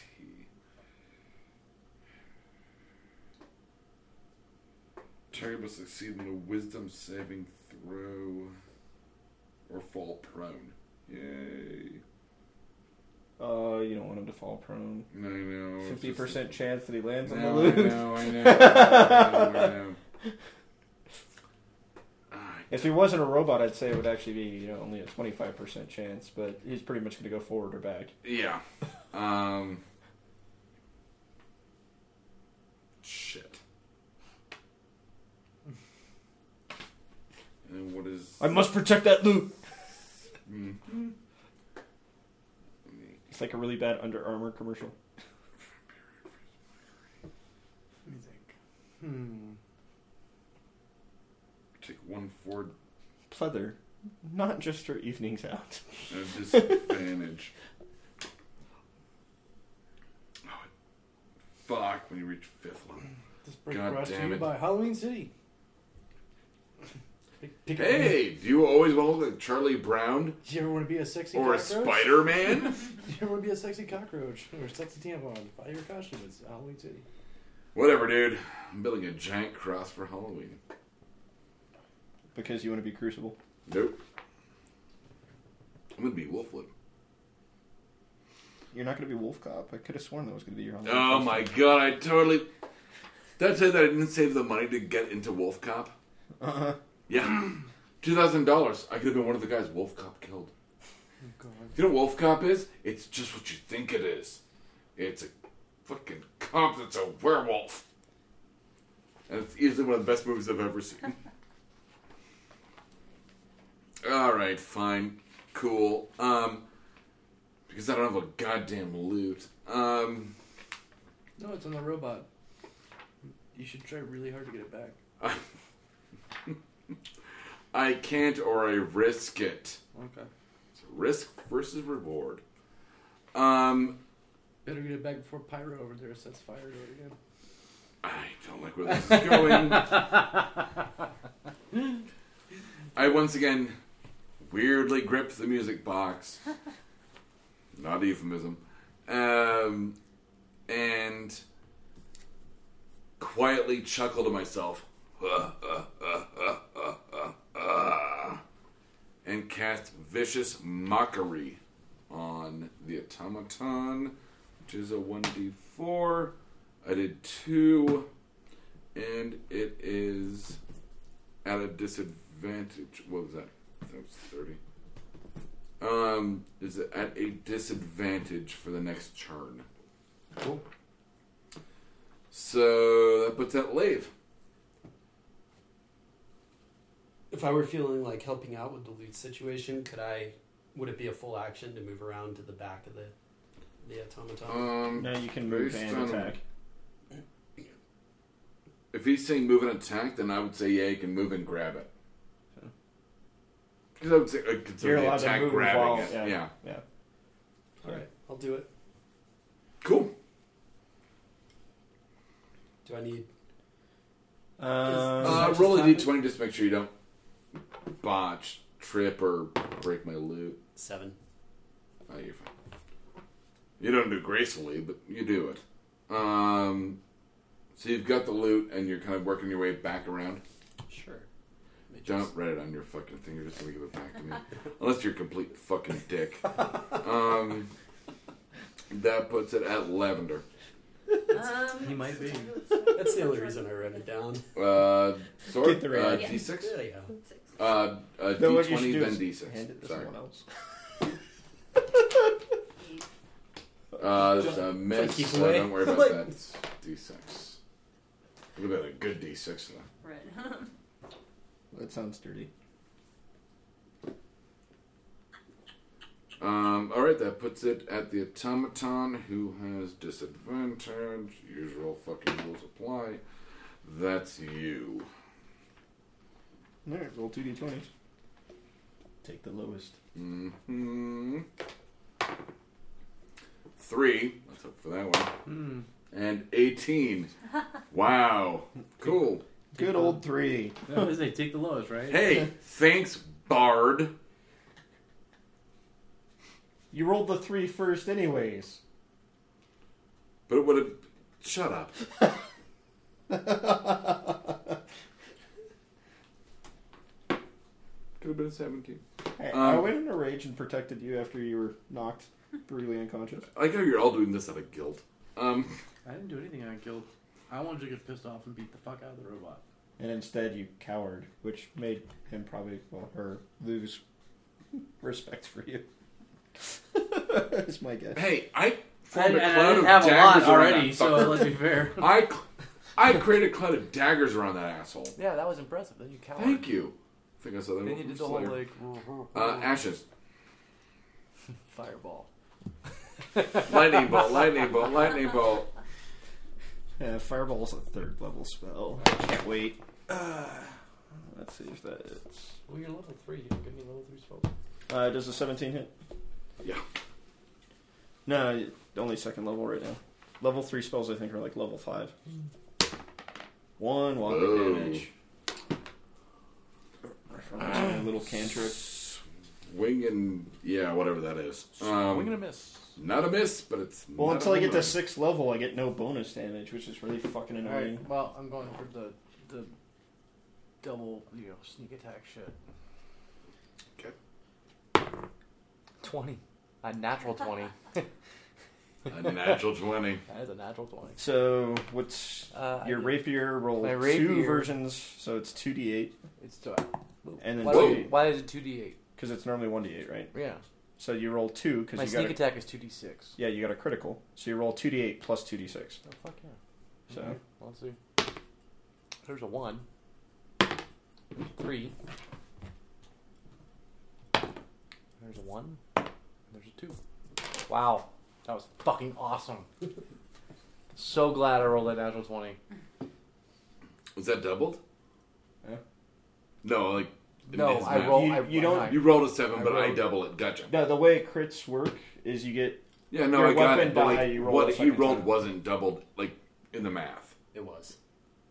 Target must succeed in a wisdom saving throw or fall prone. Yay. Uh, you don't want him to fall prone. I know. it's Fifty just- percent chance that he lands on the No, I loot. know, I know. I know, I know. Ah, If he wasn't a robot, I'd say it would actually be you know only a twenty five percent chance, but he's pretty much going to go forward or back. Yeah. Um. Shit. And what is? I must protect that loot. Mm. It's like a really bad Under Armour commercial. Let me think. Hmm. Take one forward Pleather, not just for evenings out. at disadvantage. oh, fuck! When you reach fifth level. This break God brought to damn you it. by Halloween City. Pick- pick- Hey, do you always want to look like Charlie Brown Do you ever want to be a sexy or a cockroach? Spider Man? Do you ever want to be a sexy cockroach or a sexy tampon? Buy your costume. It's Halloween City. Whatever, dude. I'm building a giant cross for Halloween. Because you want to be Crucible. Nope. I'm gonna be Wolfwood. You're not going to be Wolf Cop. I could have sworn that was going to be your. Halloween Oh costume. my god, I totally. Did I tell you that I didn't save the money to get into Wolf Cop? Uh huh. Yeah. $2,000. I could have been one of the guys Wolf Cop killed. Oh, You know what Wolf Cop is? It's just what you think it is. It's a fucking cop that's a werewolf. And it's easily one of the best movies I've ever seen. Alright, fine. Cool. Um, because I don't have a goddamn loot. Um, No, it's on the robot. You should try really hard to get it back. I can't or I risk it. Okay. It's risk versus reward. Um, Better get it back before Pyro over there sets fire to it again. I don't like where this is going. I once again weirdly grip the music box. Not a euphemism. Um, and quietly chuckle to myself. and cast vicious mockery on the automaton, which is a 1d4. I did two, and it is at a disadvantage. What was that? That was 30. Um, is it at a disadvantage for the next turn? Cool. So that puts that Lave. If I were feeling like helping out with the loot situation, could I? Would it be a full action to move around to the back of the the automaton? Um, Now you can move Based and on- attack. If he's saying move and attack, then I would say yeah, you can move and grab it. Because I would say uh, consider You're the allowed to attack move grabbing while- it. yeah. yeah. All right, I'll do it. Cool. Do I need? Um, Uh, that roll a just d20 just to make sure you don't botch, trip, or break my loot. Seven. Oh, you're fine. You don't do gracefully, but you do it. Um, so you've got the loot, and you're kind of working your way back around. Sure. Let me Don't just- write it on your fucking thing. You're just gonna give it back to me, unless you're a complete fucking dick. Um, that puts it at lavender. Um, He might be. That's the only reason I wrote it down. Uh, sword. Get the uh, red. Yeah. D6. There you go. Uh, uh, No, what you should D20 do then is hand it D6. to Sorry. someone else. Uh, it's a miss. keep so away. don't worry about Like- that. It's D6. Look at that, a good D6 though. Right. That sounds dirty. Um, all right, that puts it at the automaton, who has disadvantage. Usual fucking rules apply. That's you. Alright, roll 2d20s. Take the lowest. hmm Three. Let's hope for that one. Hmm. And eighteen. Wow. Cool. Good old 3. No, what is it? Take the lowest, right? Hey, thanks, Bard. You rolled the 3 first, anyways. But it would have. Shut up. Could have been a seventeen. Hey, Um, I went in a rage and protected you after you were knocked brutally unconscious. I like how you're all doing this out of guilt. Um. I didn't do anything on Guild. I wanted to get pissed off and beat the fuck out of the robot. And instead you cowered, which made him probably, well, her lose respect for you. That's my guess. Hey, I And, formed a and cloud I didn't of have a lot daggers around already, that so fucker. let's be fair. I, cl- I created a cloud of daggers around that asshole. Yeah, that was impressive. Then you cowered. Thank you. I think I saw that. Then you one from did the whole Slayer. like Uh, ashes, fireball. lightning bolt, lightning bolt, lightning bolt. Yeah, Fireball's a third level spell. I can't wait. Uh, let's see if that is. Well, you're level three. You don't get any level three spells. Uh, does a 17 hit? Yeah. No, only second level right now. Level 3 spells, I think, are like level 5. One water Whoa. damage. From my little cantrip. Wing and yeah, whatever that is. Um, We're gonna miss. Not a miss, but it's Well, not until a I get to miss. 6th level, I get no bonus damage, which is really fucking All annoying. right. Well, I'm going for the the double you know sneak attack shit. 'Kay. Twenty. A natural twenty. a natural twenty. that is a natural twenty. So, what's Uh, I your get- rapier? Roll My two rapier- versions, so it's 2d8, It's two. and then Why, Whoa. did, 2d8. why is it two d eight? Because it's normally 1d8, right? Yeah. So you roll two because My you got sneak a, attack is two d six. yeah you got a critical. So you roll two d eight plus two d six. Oh fuck yeah. So Mhm. Let's see. There's a one. Three. There's a one. There's a two. Wow. That was fucking awesome. So glad I rolled that natural 20. Was that doubled? Yeah. No, like No, it's I not. roll. You- I, you don't- I- You rolled a seven, I but I rolled- double it. Gotcha. No, the way crits work is you get Yeah, no, Your I got weapon it. But die, like, you roll what a he second rolled time. wasn't doubled, like in the math. It was.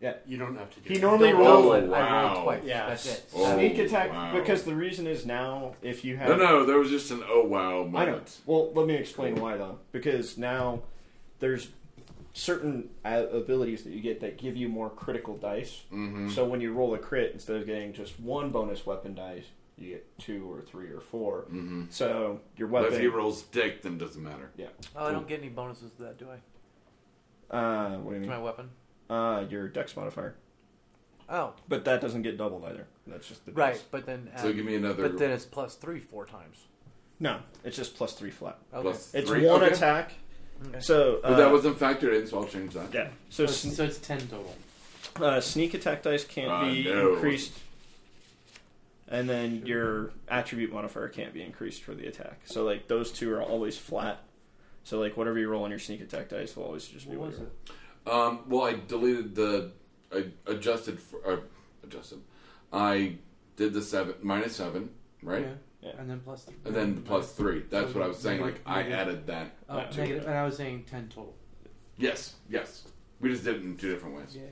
Yeah. You don't have to do He that. normally Don't rolls double it. I wow. rolled twice. Yeah. That's it. Oh, sneak attack wow. because the reason is now if you have No, no, there was just an oh wow I know. moment. Well, let me explain why though, because now there's certain uh, abilities that you get that give you more critical dice. Mm-hmm. So when you roll a crit, instead of getting just one bonus weapon dice, you get two or three or four. mm-hmm. So your But if he weapon. rolls dick, then it doesn't matter. Oh, I don't get any bonuses to that, do I? Uh, what do To you my mean? weapon. Uh, your dex modifier. Oh, But that doesn't get doubled either. That's just the right. dice. But then. So add- give me another Uh, But then it's plus three four times. No, it's just plus three flat. Okay. Mm-hmm. plus It's three. one Okay. attack. Okay. So uh, But that wasn't factored in, so I'll change that. yeah. So So it's, sn- so it's ten total. uh, sneak attack dice can't Uh, be no. increased, and then your attribute modifier can't be increased for the attack. So like those two are always flat. So like whatever you roll on your sneak attack dice will always just be What what was you it? Um, well, I deleted the. I adjusted. For, uh, adjusted. I did the seven minus seven, right? Yeah. Yeah. And then plus three. And then the plus three. That's what I was saying. Like I Negative. added that. Oh, Not two. negative- And I was saying ten total. Yes, yes. We just did it in two different ways. Yeah.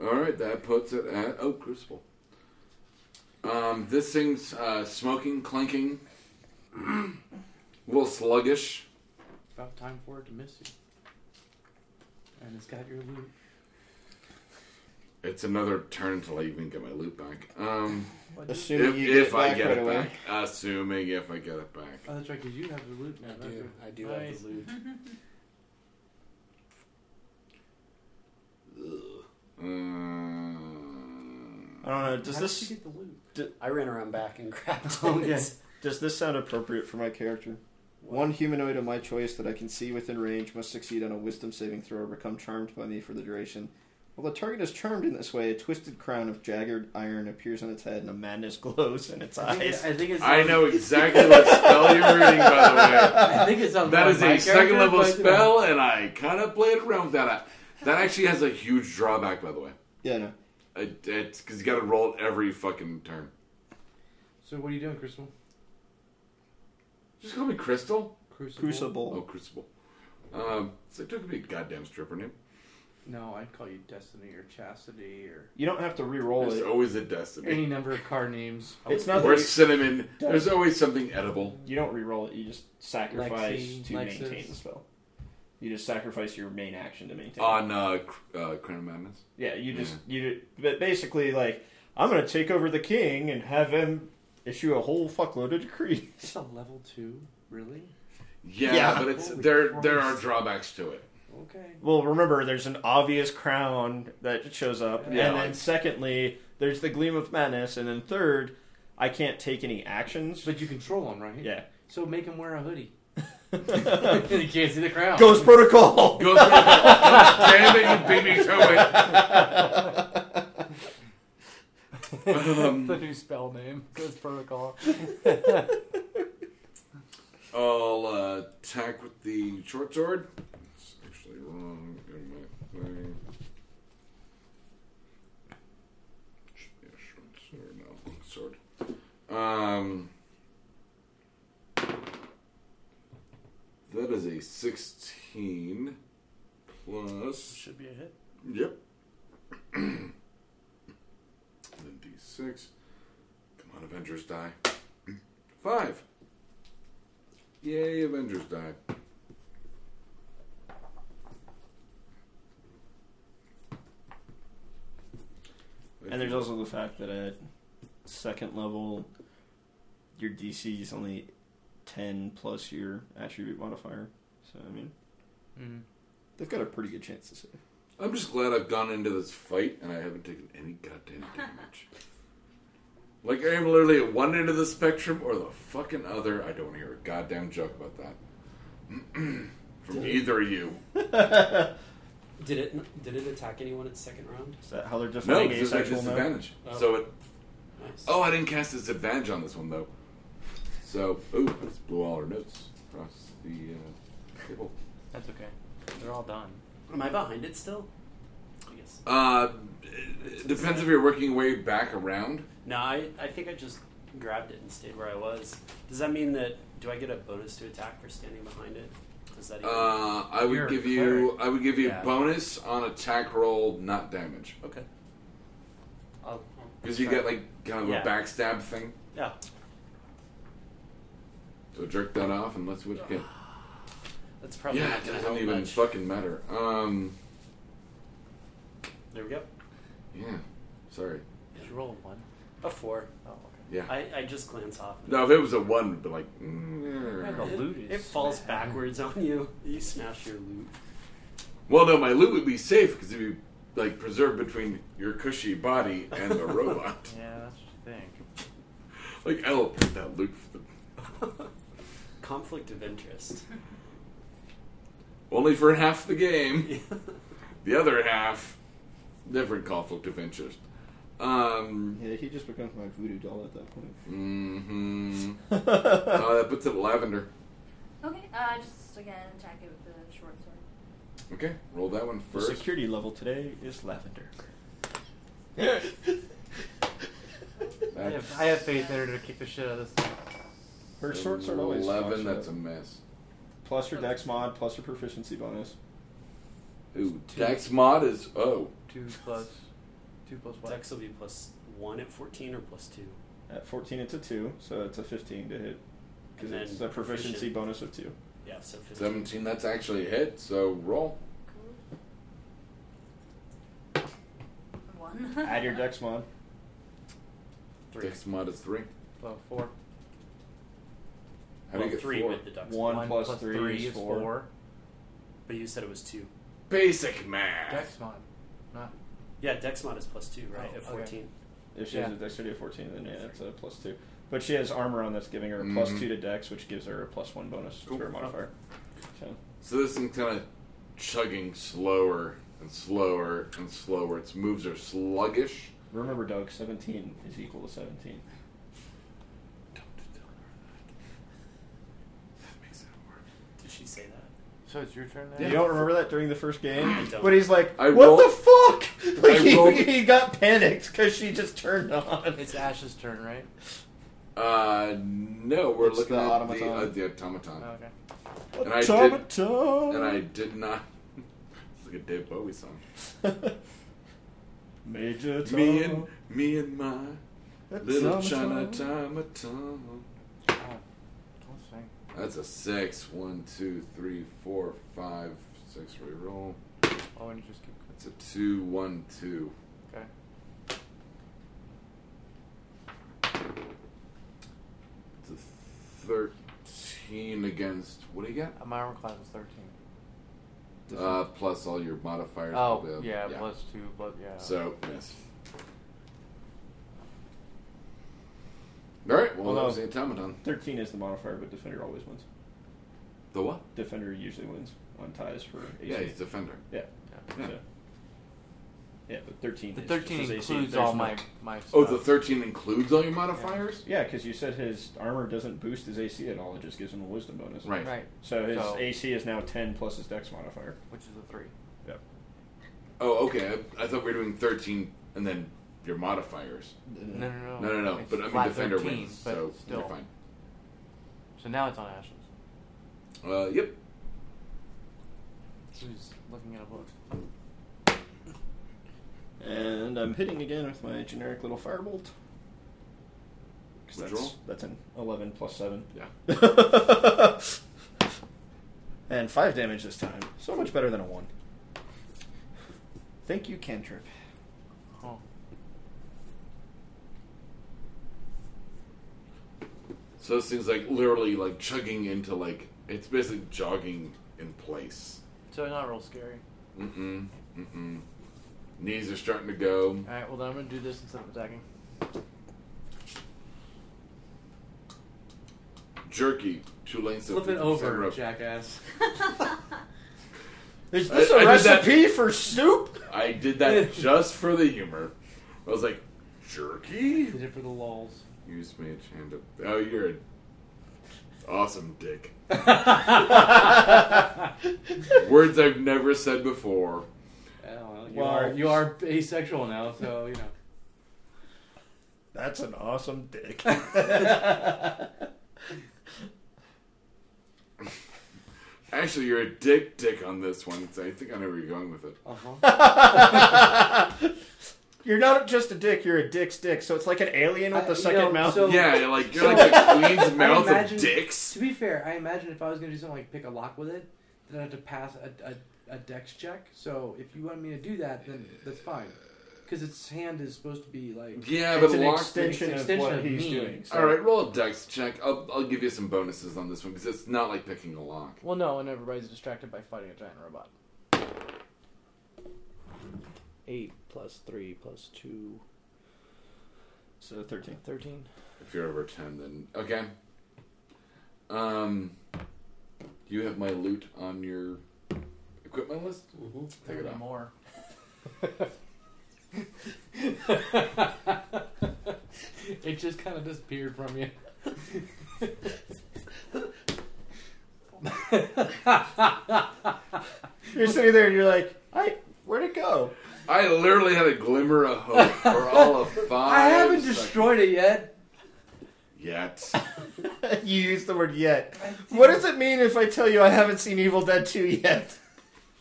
All right, that puts it at oh crucible. Um, this thing's uh, smoking, clanking, a little sluggish. About time for it to miss you. And it's got your loot. It's another turn till I even get my loot back. Um, What if roll. did- Assuming you get if it I back get right it away. back, assuming if I get it back. Oh, that's right, because you have the loot now. I that's do. right. I do Nice. have the loot. Um, I don't know. Does How this Did you get the loot? I ran around back and grabbed Oh, it. yeah. does this sound appropriate for my character? One humanoid of my choice that I can see within range must succeed on a wisdom saving throw or become charmed by me for the duration. While the target is charmed in this way, a twisted crown of jagged iron appears on its head and a madness glows in its I think, eyes. it- I think it's. I know exactly what spell you're reading, by I think it's the way. on That my- is my a second character, level but, you know. spell, and I kind of played around with that. That actually has a huge drawback, by the way. Yeah, no. It, it's because you got to roll it every fucking turn. So what are you doing, Crystal? Just call me Crystal. Crucible. Oh, Crucible. Crucible. Um, so it took me a goddamn stripper name. No, I'd call you Destiny or Chastity or You don't have to re-roll There's it. always a destiny. any number of car names. It's not Or that cinnamon. There's always something edible. you, you don't re-roll it. You just sacrifice Lexi, to Lexus. maintain the spell. You just sacrifice your main action to maintain. On uh, Cr- uh, Crown of Madness. Yeah, you just Mm. you. But basically, like I'm gonna take over the king and have him issue a whole fuckload of decrees. It's a level two, really? Yeah, Yeah. but it's Holy there. There are Christ. drawbacks to it. Okay. Well, remember, there's an obvious crown that shows up, Yeah, and like- then secondly, there's the gleam of madness, and then third, I can't take any actions. But you control him, right? yeah, So make him wear a hoodie. you can't see the crown. Ghost Protocol. Go through God damn it! You beat me to it. the Um, new spell name. Ghost Protocol. I'll uh, attack with the short sword. It's actually wrong in my thing. Should be a short sword, no long sword. Um, that is a sixteen plus. Should be a hit. Um, Yep. then D6. Come on, Avengers die. Five. Yay, Avengers die. And there's also the fact that at second level, your DC is only ten plus your attribute modifier. So I mean, Mm. they've got a pretty good chance to save. I'm just glad I've gone into this fight and I haven't taken any goddamn damage. like, I am literally at one end of the spectrum or the fucking other. I don't want to hear a goddamn joke about that. From either of you. Did it? Did it attack anyone at second round? Is that how they're No, defining because it's at asexual mode? disadvantage. Oh. So it Nice. Oh, I didn't cast disadvantage on this one though. So, ooh, I just blew all our notes. across the uh, table. That's okay. They're all done. Am I behind it still? I guess. Uh, it depends if you're working your way back around. No, I, I think I just grabbed it and stayed where I was. Does that mean that do I get a bonus to attack for standing behind it? Does that even Uh, I would You're a give you I would give you Yeah. bonus on attack roll, not damage, Okay. I'll, because you get like kind of Yeah. a backstab thing. yeah. So jerk that off and let's what you get. That's probably Yeah, not it gonna doesn't help even much. fucking matter. Um, There we go. yeah, sorry. Did you roll a one? A four. Oh, okay. Yeah. I, I just glance off. Now, if it was a one, it'd be like, Yeah, mm. the loot It, is it falls backwards on you. You smash your loot. well, no, my loot would be safe because it'd be like preserved between your cushy body and the robot. Yeah, that's the thing. Like, I'll put that loot. For the, Conflict of interest. only for half the game. The other half, different conflict of interest. Um, Yeah, he just becomes my voodoo doll at that point. hmm uh, that puts it at lavender. Okay, uh, just again attack it with the short sword. Okay, roll that one The first. security level today is lavender. I That's have, I have faith in her to kick the shit out of this thing. Her shorts are always eleven. fucked That's a up. mess. plus her dex mod plus her proficiency bonus. Ooh, Dex mod is oh. Two plus, two plus what? Dex will be plus one at fourteen or plus two. At 14, it's a 2, so it's a 15 to hit. Because And it's then a proficiency proficient. bonus of 2. Yeah, so fifteen. Seventeen. That's actually a hit. So roll. One. Add your dex mod. Three. Dex mod is three. Well, four. How well, do you get three four? with the dex. One. plus three is four. But you said it was two. Basic math. Dex mod, not Yeah, dex mod is plus two, right? Oh, at okay. fourteen. If she has Yeah. a dexterity of 14, then yeah, it's a plus 2. But she has armor on that's giving her a plus Mhm. 2 to dex, which gives her a plus 1 bonus Ooh. to her modifier. So, So this thing's kind of chugging slower and slower and slower. Its moves are sluggish. remember, Doug, 17 is equal to 17. Don't tell her that. That makes it work. Did she say that? So it's your turn You then. don't remember that during the first game? I don't. But he's like, I what rolled- the fuck? Like, I rolled- he, he got panicked because she just turned on. It's Ash's turn, right? Uh, no, we're It's looking the at automaton. the uh, the automaton, Oh, okay. and I did- Automaton. and I did not. It's like a Dave Bowie song. Major Tom. Me and me and my little China Automaton. automaton. Oh, let's see. That's a six. One, two, three, four, five, six. Reroll. Oh, and you just keep. That's a two, one, two. Okay. It's a thirteen against. What do you get? Uh, My armor class is thirteen. Uh, plus all your modifiers. Oh, probably. yeah, plus two, but yeah. So yes. All right. Well, Well, that no. was the automaton. 13 is the modifier, but defender always wins. The what? Defender usually wins on ties for AC. Yeah, he's defender. yeah. Yeah. So- yeah, but 13 the is thirteen just his AC. includes There's all no- my my. Stuff. Oh, the thirteen includes all your modifiers. Yeah, because you said his armor doesn't boost his AC at all, it just gives him a wisdom bonus. Right. Right, So his So- AC is now 10 plus his dex modifier. which is a three. Yep. Oh, okay. I, I thought we were doing thirteen and then your modifiers. No, no, no, Mm-hmm. No, no, no. It's but I mean, flat defender 13, wins, but so still. you're fine. So now it's on Ash's. Uh, yep. Who's looking at a book? And I'm hitting again with my generic little firebolt. Which 'Cause that's, roll? That's an 11 plus 7. Yeah. and 5 damage this time. So much better than a 1. Thank you, cantrip. Oh, So this thing's like literally like chugging into like it's basically jogging in place. so not real scary. Mm mm mm mm. Knees are starting to go. All right, well then I'm gonna do this instead of attacking. Jerky. Two lengths of Flip 50% it over, rope. jackass. Is this I- a I did that- recipe for soup? I did that just for the humor. I was like, jerky? Did it for the lulls. Use mage hand up. Oh, you're a Awesome dick. Words I've never said before. well, you Well- are you are asexual now, so you know. That's an awesome dick. Actually, you're a dick dick on this one. So I think I know where you're going with it. Uh-huh. you're not just a dick, you're a dick's dick. So it's like an alien with I- the you second know, mouth. so- Yeah, you're like you're like the queen's mouth imagine- of dicks. to be fair, I imagine if I was gonna do something like pick a lock with it, then I'd have to pass a, a, a dex check. So if you want me to do that, then that's fine, because its hand is supposed to be like. Yeah, it's but an lock. extension, it's an of what extension of he's me. doing. So. All right, roll a dex check. I'll, I'll give you some bonuses on this one because it's not like picking a lock. Well, no, and everybody's distracted by fighting a giant robot. Eight plus three plus two, So 13. thirteen. If you're over ten, then okay. Um, do you have my loot on your equipment list? Mm-hmm. Take it off. more. It just kind of disappeared from you. You're sitting there and you're like, I, where'd it go? I literally had a glimmer of hope for all of five. I haven't seconds. destroyed it yet. yet. you used the word yet. What does it mean if I tell you I haven't seen Evil Dead 2 yet?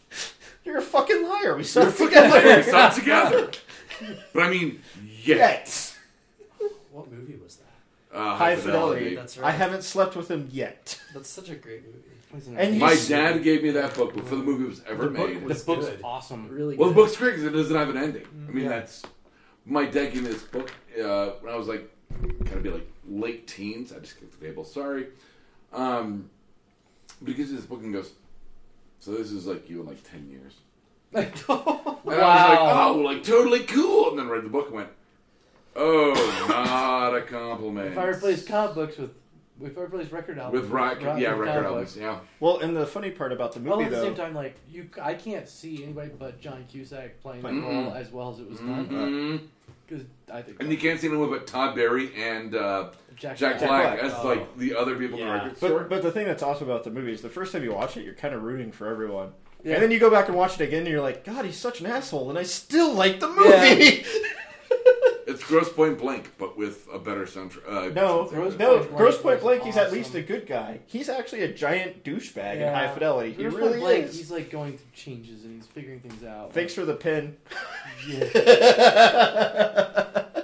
You're a fucking liar. We saw it it's together. not together. But I mean, yet. yet. What movie was that? Uh, High Fidelity. That's I right. haven't slept with him yet. That's such a great movie. And My he's, dad gave me that book before the movie was ever made. The book's good. awesome. Really well, the good. book's great because it doesn't have an ending. I mean, Yeah. that's my dad gave me this book uh, when I was like, kind of be like late teens. I just kicked the table. Sorry. Um, but he gives me this book and goes, "So this is like you in like ten years." And I was like, "Oh, like totally cool." And then read the book and went, "Oh, not a compliment." If I replace comic books with, if I replace record albums with rock, rock yeah, with record comic albums, yeah. well, and the funny part about the Well, movie, at the though, same time, like you, c- I can't see anybody but John Cusack playing the Playing- role as well as it was done hmm because I think And you can't see anyone but Todd Berry and uh, Jack, Jack, Jack Black, Black. as Oh. like the other people in the Yeah. record store. but, but the thing that's awesome about the movie is the first time you watch it, you're kind of rooting for everyone. Yeah. And then you go back and watch it again, and you're like, God, he's such an asshole, and I still like the Yeah. movie. It's Gross Point Blank, but with a better soundtrack. Uh, no, Gross no, Point Blank Gross Point was Blank, he's at least a awesome. good guy. He's actually a giant douchebag in Yeah. High Fidelity. He Here's really Blake, is. He's like going through changes and he's figuring things out. Thanks for the pin. Yeah.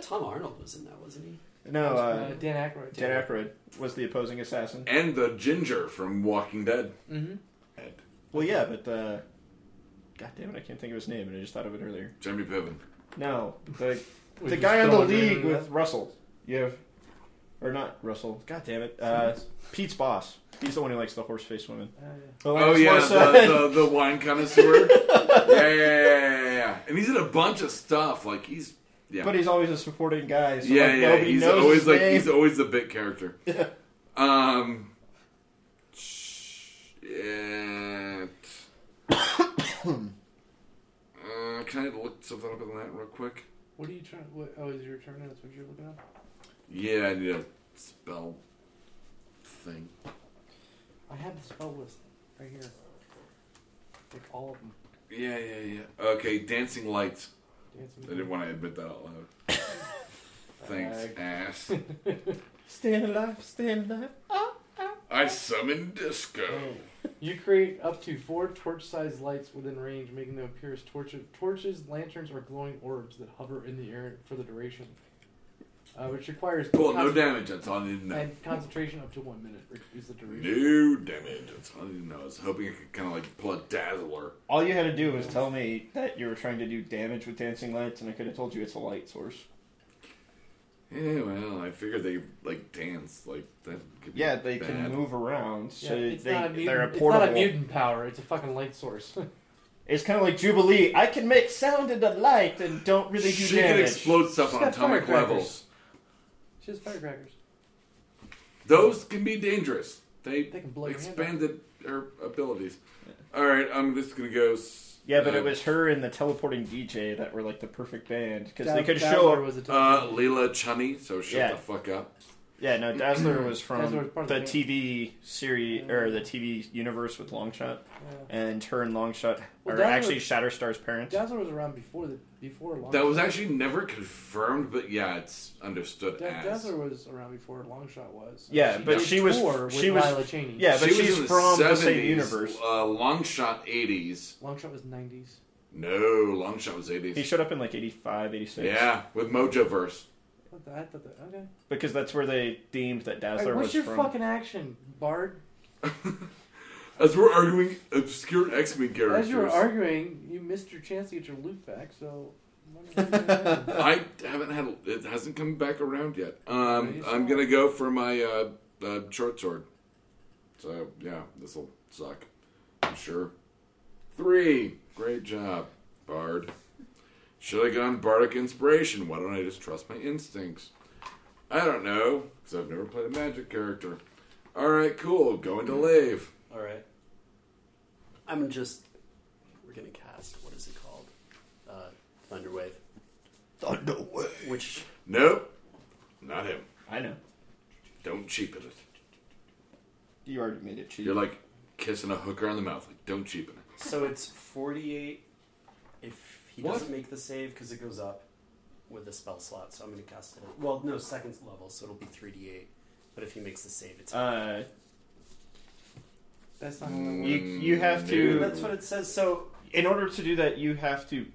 Tom Arnold was in that, wasn't he? No, Uh, uh, Dan Aykroyd. Dan Aykroyd was the opposing assassin. and the ginger from Walking Dead. Mm-hmm. Well, yeah, but uh, God damn it, I can't think of his name, and I just thought of it earlier. Jeremy Piven. No, the We the just guy on the don't agree league with with Russell. You have, or not Russell? God damn it, uh, Pete's boss. He's the one who likes the horse face women. Uh, Oh, yeah, the, the, the wine connoisseur. yeah, yeah, yeah, yeah, yeah. And he's in a bunch of stuff. Like, he's. Yeah. But he's always a supporting guy. So yeah, like, yeah. Nobody He's knows always his like name. he's always the bit character. Um. Shit. uh, can I look something up on that real quick? what are you trying? What, oh, is your turn? That's what you're looking at. Yeah, I need a spell thing. I have the spell list right here. Like all of them. Yeah, yeah, yeah. Okay, dancing lights. Dancing. I didn't want to admit that out loud. Thanks, Ag. ass. Stand alive, stand alive. I summoned disco. You create up to four torch-sized lights within range, making them appear as torches, torches, lanterns, or glowing orbs that hover in the air for the duration, uh, which requires Cool, no concent- damage. That's all I need to know. and concentration up to one minute. Reduce the duration. No damage. That's all I need to know. I was hoping I could kind of like pull a dazzler. All you had to do was tell me that you were trying to do damage with dancing lights, and I could have told you it's a light source. Yeah, well, I figured they like dance like that. Could be Yeah, they bad. can move around, so Yeah, it's they not they're a mutant, a it's not a portable. mutant power. It's a fucking light source. It's kind of like Jubilee. I can make sound into light and don't really do She can damage. explode stuff She's on got atomic firecrackers. levels. she has firecrackers. Those can be dangerous. They, They can blow your hand expanded her abilities. All right, I'm just gonna go. s- Yeah, but uh, it was her and the teleporting DJ that were like the perfect band because Daz- they could Dazzler show up. was a uh, Leela Chunny. Uh, So shut Yeah. the fuck up. Yeah, no, Dazzler was from Dazzler was part of the the band. TV series or the TV universe with Longshot, Yeah. and her and Longshot Well, are Dazzler- actually Shatterstar's parents. Dazzler was around before the before Longshot. That was actually never confirmed, but yeah, it's understood Da- as. Dazzler was around before Longshot was. Yeah, but did she was- tour with she was- Lila Cheney. Yeah, but She was she's in the from the 70s, same universe. Uh, long shot 80s. Longshot was nineties. No, long shot was He 80s. showed up in like 85, 86. Yeah, with Mojoverse. I thought that. Okay. because that's where they deemed that Hey, Dazzler what's was your from. fucking action, Bard? As we're arguing obscure X Men characters, As you were arguing, you missed your chance to get your loot back. So. what are you doing? I haven't had it hasn't come back around yet. Um, you I'm sure? gonna go for my uh, uh, short sword. So yeah, this will suck. I'm sure. Three, great job, Bard. Should have gone bardic inspiration. Why don't I just trust my instincts? I don't know because I've never played a magic character. All right, cool. Going to lave. All right. I'm just. We're gonna cast. What is it called? Uh, Thunderwave. Thunderwave. Which Nope, not him. I know. Don't cheapen it. You already made it cheap. You're like kissing a hooker on the mouth. Like don't cheapen it. so it's 48. If he What? doesn't make the save, because it goes up with a spell slot, so I'm gonna cast it. At, well, no, second level, so it'll be 3d8. But if he makes the save, it's. uh, That's not. how that works. You- you have Mm, to- that's what it says. So in order to do that, you have to k-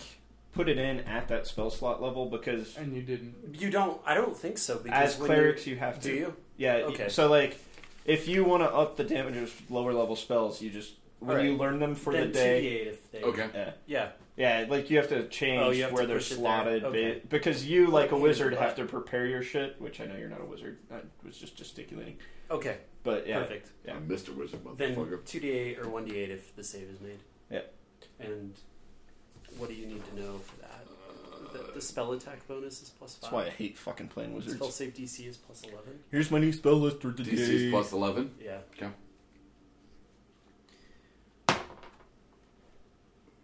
put it in at that spell slot level because And you didn't. you don't. I don't think so. Because as when clerics you have you, to. do you? Yeah. Okay. Okay. So like, if you want to up the damage of lower level spells, you just when Alright. you learn them for Then the day. 2d8 if they. Okay. Yeah. Yeah, like you have to change Oh, you have where to they're push it there. slotted Okay. ba- because you, like a Like, wizard, yeah. have to prepare your shit. Which I know you're not a wizard. I was just gesticulating, Okay. but yeah, Perfect. Yeah. Mr. Wizard Then motherfucker. two d eight or one d eight if the save is made. Yeah. And what do you need to know for that? The, the spell attack bonus is plus five. that's why I hate fucking playing wizards. Spell save DC is plus eleven. Here's my new spell list for today. DC is plus 11. Yeah.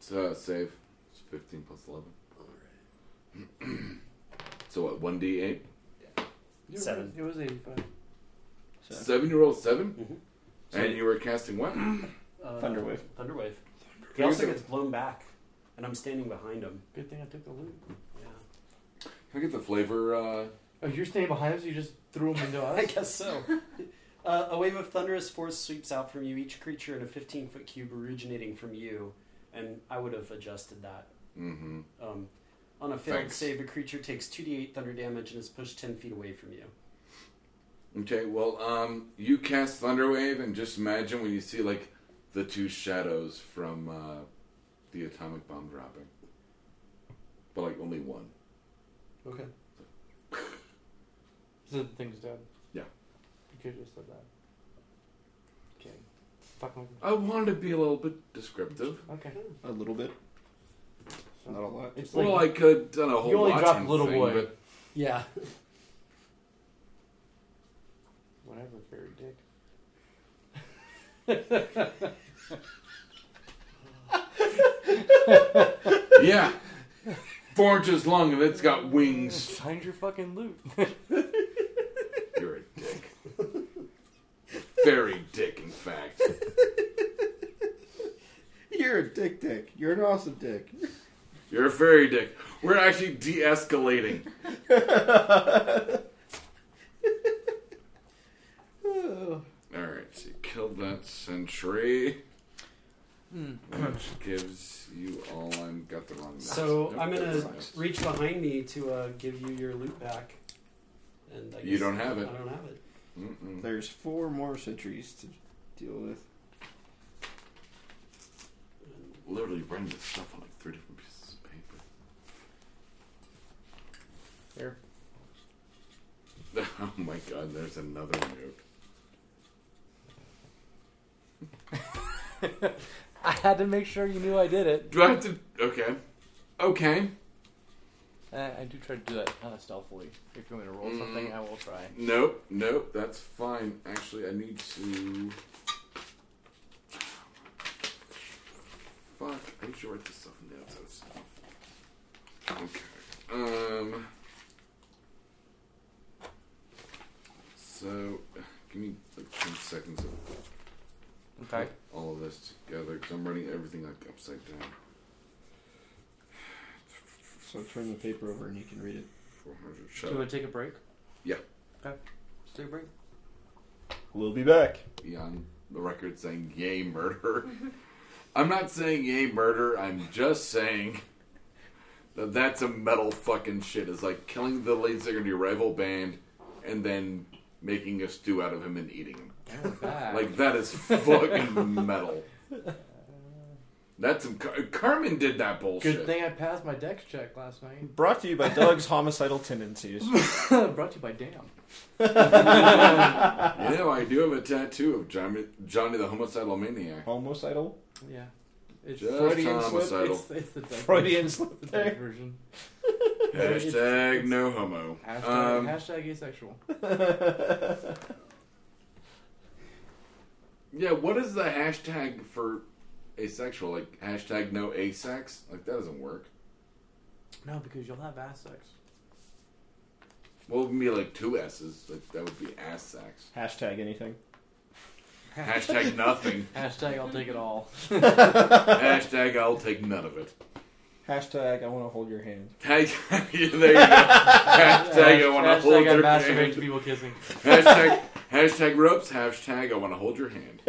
So uh, save. It's 15 plus 11. All right. So what, 1d8? You were Seven. right. It was eighty-five. So, Seven year old seven? Mm-hmm. Mhm. And you were casting what? Uh, Thunderwave. Thunderwave. He also gets blown back, and I'm standing behind him. Good thing I took the loot. Yeah. Can I get the flavor? Uh, Oh, you're staying behind us. You just threw them into us. I guess so. Uh, a wave of thunderous force sweeps out from you, each creature in a 15 foot cube originating from you, and I would have adjusted that. mm-hmm. Um, on a failed Thanks. save, a creature takes 2d8 thunder damage and is pushed 10 feet away from you. Okay, well, um, you cast Thunderwave, and just imagine when you see, like, the two shadows from uh, the atomic bomb dropping. But, like, only one. Okay. so the thing's dead. Yeah. You could have just said that. Okay. Fuck my. I wanted to be a little bit descriptive. Okay. a little bit, So- not a lot. It's like Well, I could have done a whole You only Watchmen dropped Little thing, Boy. but Yeah. whatever, fairy dick. yeah. Four inches long and it's got wings. Find your fucking loot. You're a dick. A Very dick, in fact. You're a dick, dick. You're an awesome dick. You're a fairy dick. We're actually de escalating. Alright, so you killed that sentry. Which gives you all I'm got the wrong dice. So Nope, I'm going that's to fine. reach behind me to uh, give you your loot back. And I You guess don't have I it. don't have it. Mm-mm. There's four more sentries to deal with. Literally run this stuff on like three different pieces of paper. Here. Oh my god, there's another nuke. I had to make sure you knew I did it. Do I have to Okay. Okay. Uh, I do try to do that kind of stealthily. If you want me to roll Mm. something, I will try. Nope, nope, that's fine. Actually, I need to. Fuck, I need to write this stuff down. That stuff. Okay. Um. 10 seconds of Okay. all of this together because I'm running everything like upside down. So turn the paper over and you can read it. 400 Do you shot. want to take a break? Yeah. Okay. Let's take a break. We'll be back. Beyond the record saying yay murder. I'm not saying yay murder, I'm just saying that that's a metal fucking shit. It's like killing the lead singer of your rival band and then making a stew out of him and eating him. Like that is fucking metal. That's some Car- Carmen did that bullshit. Good thing I passed my dex check last night. Brought to you by Doug's homicidal tendencies. Brought to you by Damn. You know, I do have a tattoo of Johnny, Johnny the homicidal maniac. homicidal? Yeah. It's Just Freudian slip. homicidal. It's, it's the dex Freudian slip the there. dex version. Hashtag no homo. Hashtag, Um, hashtag asexual. yeah, what is the hashtag for asexual? Like hashtag no asex? Like that doesn't work. No, because you'll have ass sex. Well, it would be like two S's. Like that would be ass sex. Hashtag anything. Hashtag nothing. Hashtag I'll take it all. hashtag I'll take none of it. Hashtag I want to hold your hand. Has- there you go. Hashtag I want to Hashtag hold I your masturbate to hand. people kissing. Hashtag, hashtag ropes. Hashtag I want to hold your hand.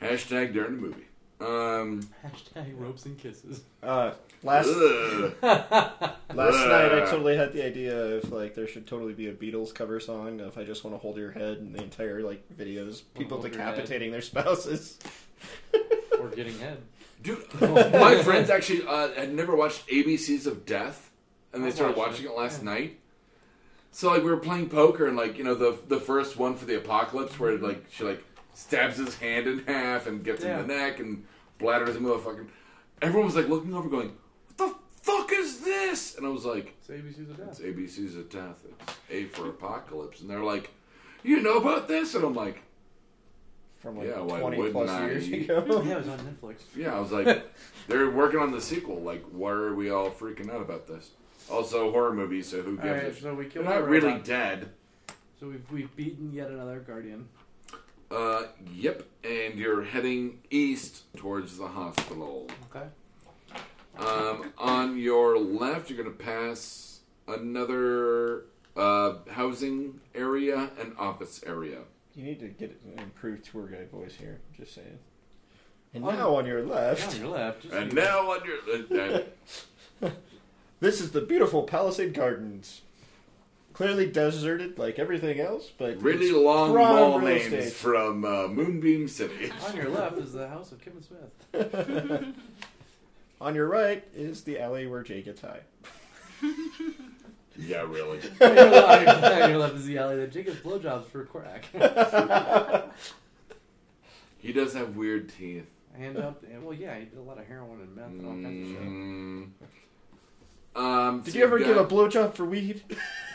hashtag during the movie. Um, Hashtag ropes and kisses. Uh, last ugh. last Ugh. night, I totally had the idea of like there should totally be a Beatles cover song of "I Just Want to Hold Your Head" and the entire like videos people Hold Your Head. decapitating their spouses. Or getting head. Dude, my friends actually uh, had never watched ABCs of Death, and they I started watched watching it, it last yeah. night. So like we were playing poker, and like you know the the first one for the apocalypse, where Mm-hmm. like she like stabs his hand in half and gets Yeah. him in the neck and bladders him with a fucking. Everyone was like looking over, going, "What the fuck is this?" And I was like, It's ABC's of "It's death. ABCs of Death. It's A for apocalypse." And they're like, "You know about this?" And I'm like, From like Yeah, why twenty wouldn't plus I? years ago. Yeah, it was on Netflix. Yeah, I was like, they're working on the sequel. Like, why are we all freaking out about this? Also, horror movie, so who gives a Alright, shit? so we They're killed the not really robot. dead. So we've, we've beaten yet another guardian. Uh, yep, and you're heading east towards the hospital. Okay. Um, on your left, you're going to pass another uh, housing area and office area. you need to get an improved tour guide voice here. Just saying. And Oh. now on your Yeah, left. on your left. Just And you. now on your. Uh, uh, This is the beautiful Palisade Gardens. Clearly deserted like everything else, but really it's long prime mall real names estate. from uh, Moonbeam City. On your left is the house of Kevin Smith. On your right is the alley where Jay gets high. yeah, really. on, your left, on your left is the alley that Jake gets blowjobs for crack. He does have weird teeth. and up, and, well, yeah, he did a lot of heroin and meth and all kinds of shit. Mm. Um, Did so you ever you've give a got- blowjob for weed?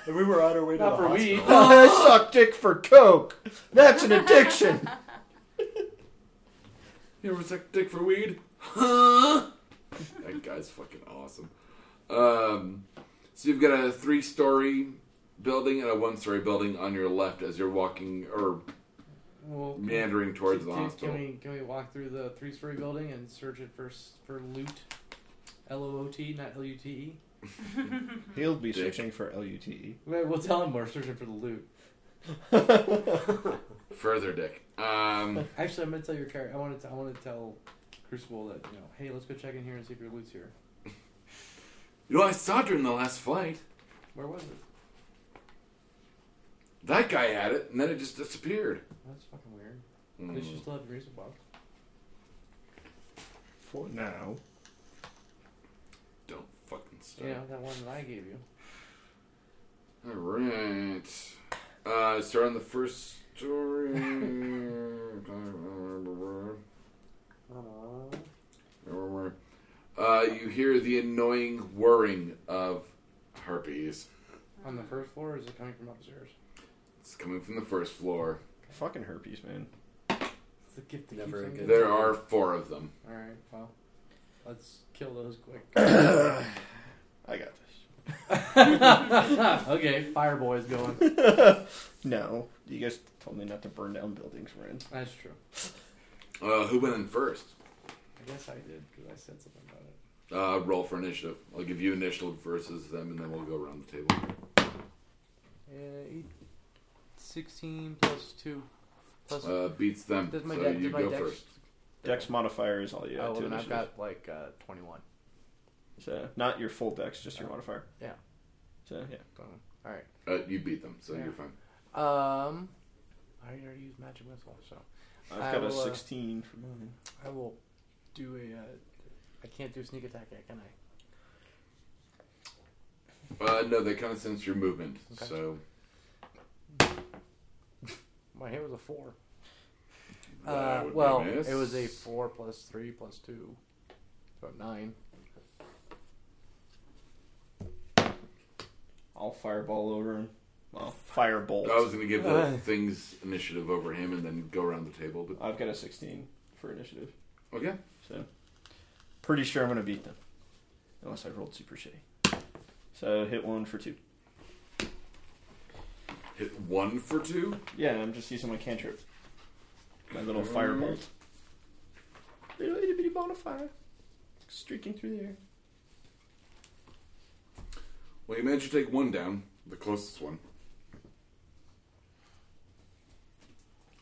we were on our way Not for weed. I suck dick for coke. That's an addiction. You ever suck dick for weed? Huh? that guy's fucking awesome. Um, so you've got a three-story building and a one-story building on your left as you're walking or Well, can- meandering towards the can- hospital. Can we, can we walk through the three story building and search it for, s- for loot? L O O T, not L U T E? He'll be Dick. searching for L-U-T-E. Wait, We'll tell him we're searching for the loot. Further dick. Um, Actually, I'm gonna tell your character. I want to. I want to tell Crucible that you know. Hey, let's go check in here and see if your loot's here. you know, I saw during the last flight Where was it? that guy had it, and then it just disappeared. That's fucking weird. Mm. They should still have your music box. For now. Mm, Don't fucking start. You know that one that I gave you. All right. Uh, start on the first story. Uh-huh. uh, you hear the annoying whirring of harpies. On the first floor, or is it coming from upstairs? It's coming from the first floor. Fucking herpes, man. It's the gift that Never keeps a on good- There are four of them. giving. All right. Well, let's kill those quick. I got this. Ah, okay, fire boy's going. No, you guys told me not to burn down buildings, Ren. That's true. Uh, who went in first? I guess I did because I said something about it. Uh, roll for initiative. I'll give you initiative versus them, and then we'll go around the table. Uh, eight, 16 plus two plus. Uh, beats them, does my so dex- you does my go dex- first. Dex modifier is all you oh, have well, to then I've initiative. got like uh, 21. So not your full dex, just your modifier. Oh. Yeah. So yeah. All right. Uh, you beat them, so Yeah. you're fine. Um, I already used magic missile, so I've I got will, a uh, sixteen for mine. I will do a. Uh, I can't do sneak attack yet, can I? Uh, no, they kind of sense your movement, Okay. so My hit was a four. That Uh, would be well, miss. it was a four plus three plus two, so nine. I'll fireball over him. Well, firebolt. I was going to give the Uh. things initiative over him, and then go around the table. But oh I've got a sixteen for initiative. okay, So pretty sure I'm gonna beat them, unless I rolled super shitty. So hit one for two. hit one for two. Yeah, I'm just using my cantrip. My little firebolt. Little itty bitty ball of fire. Streaking through the air. Well, you managed to take one down, the closest one.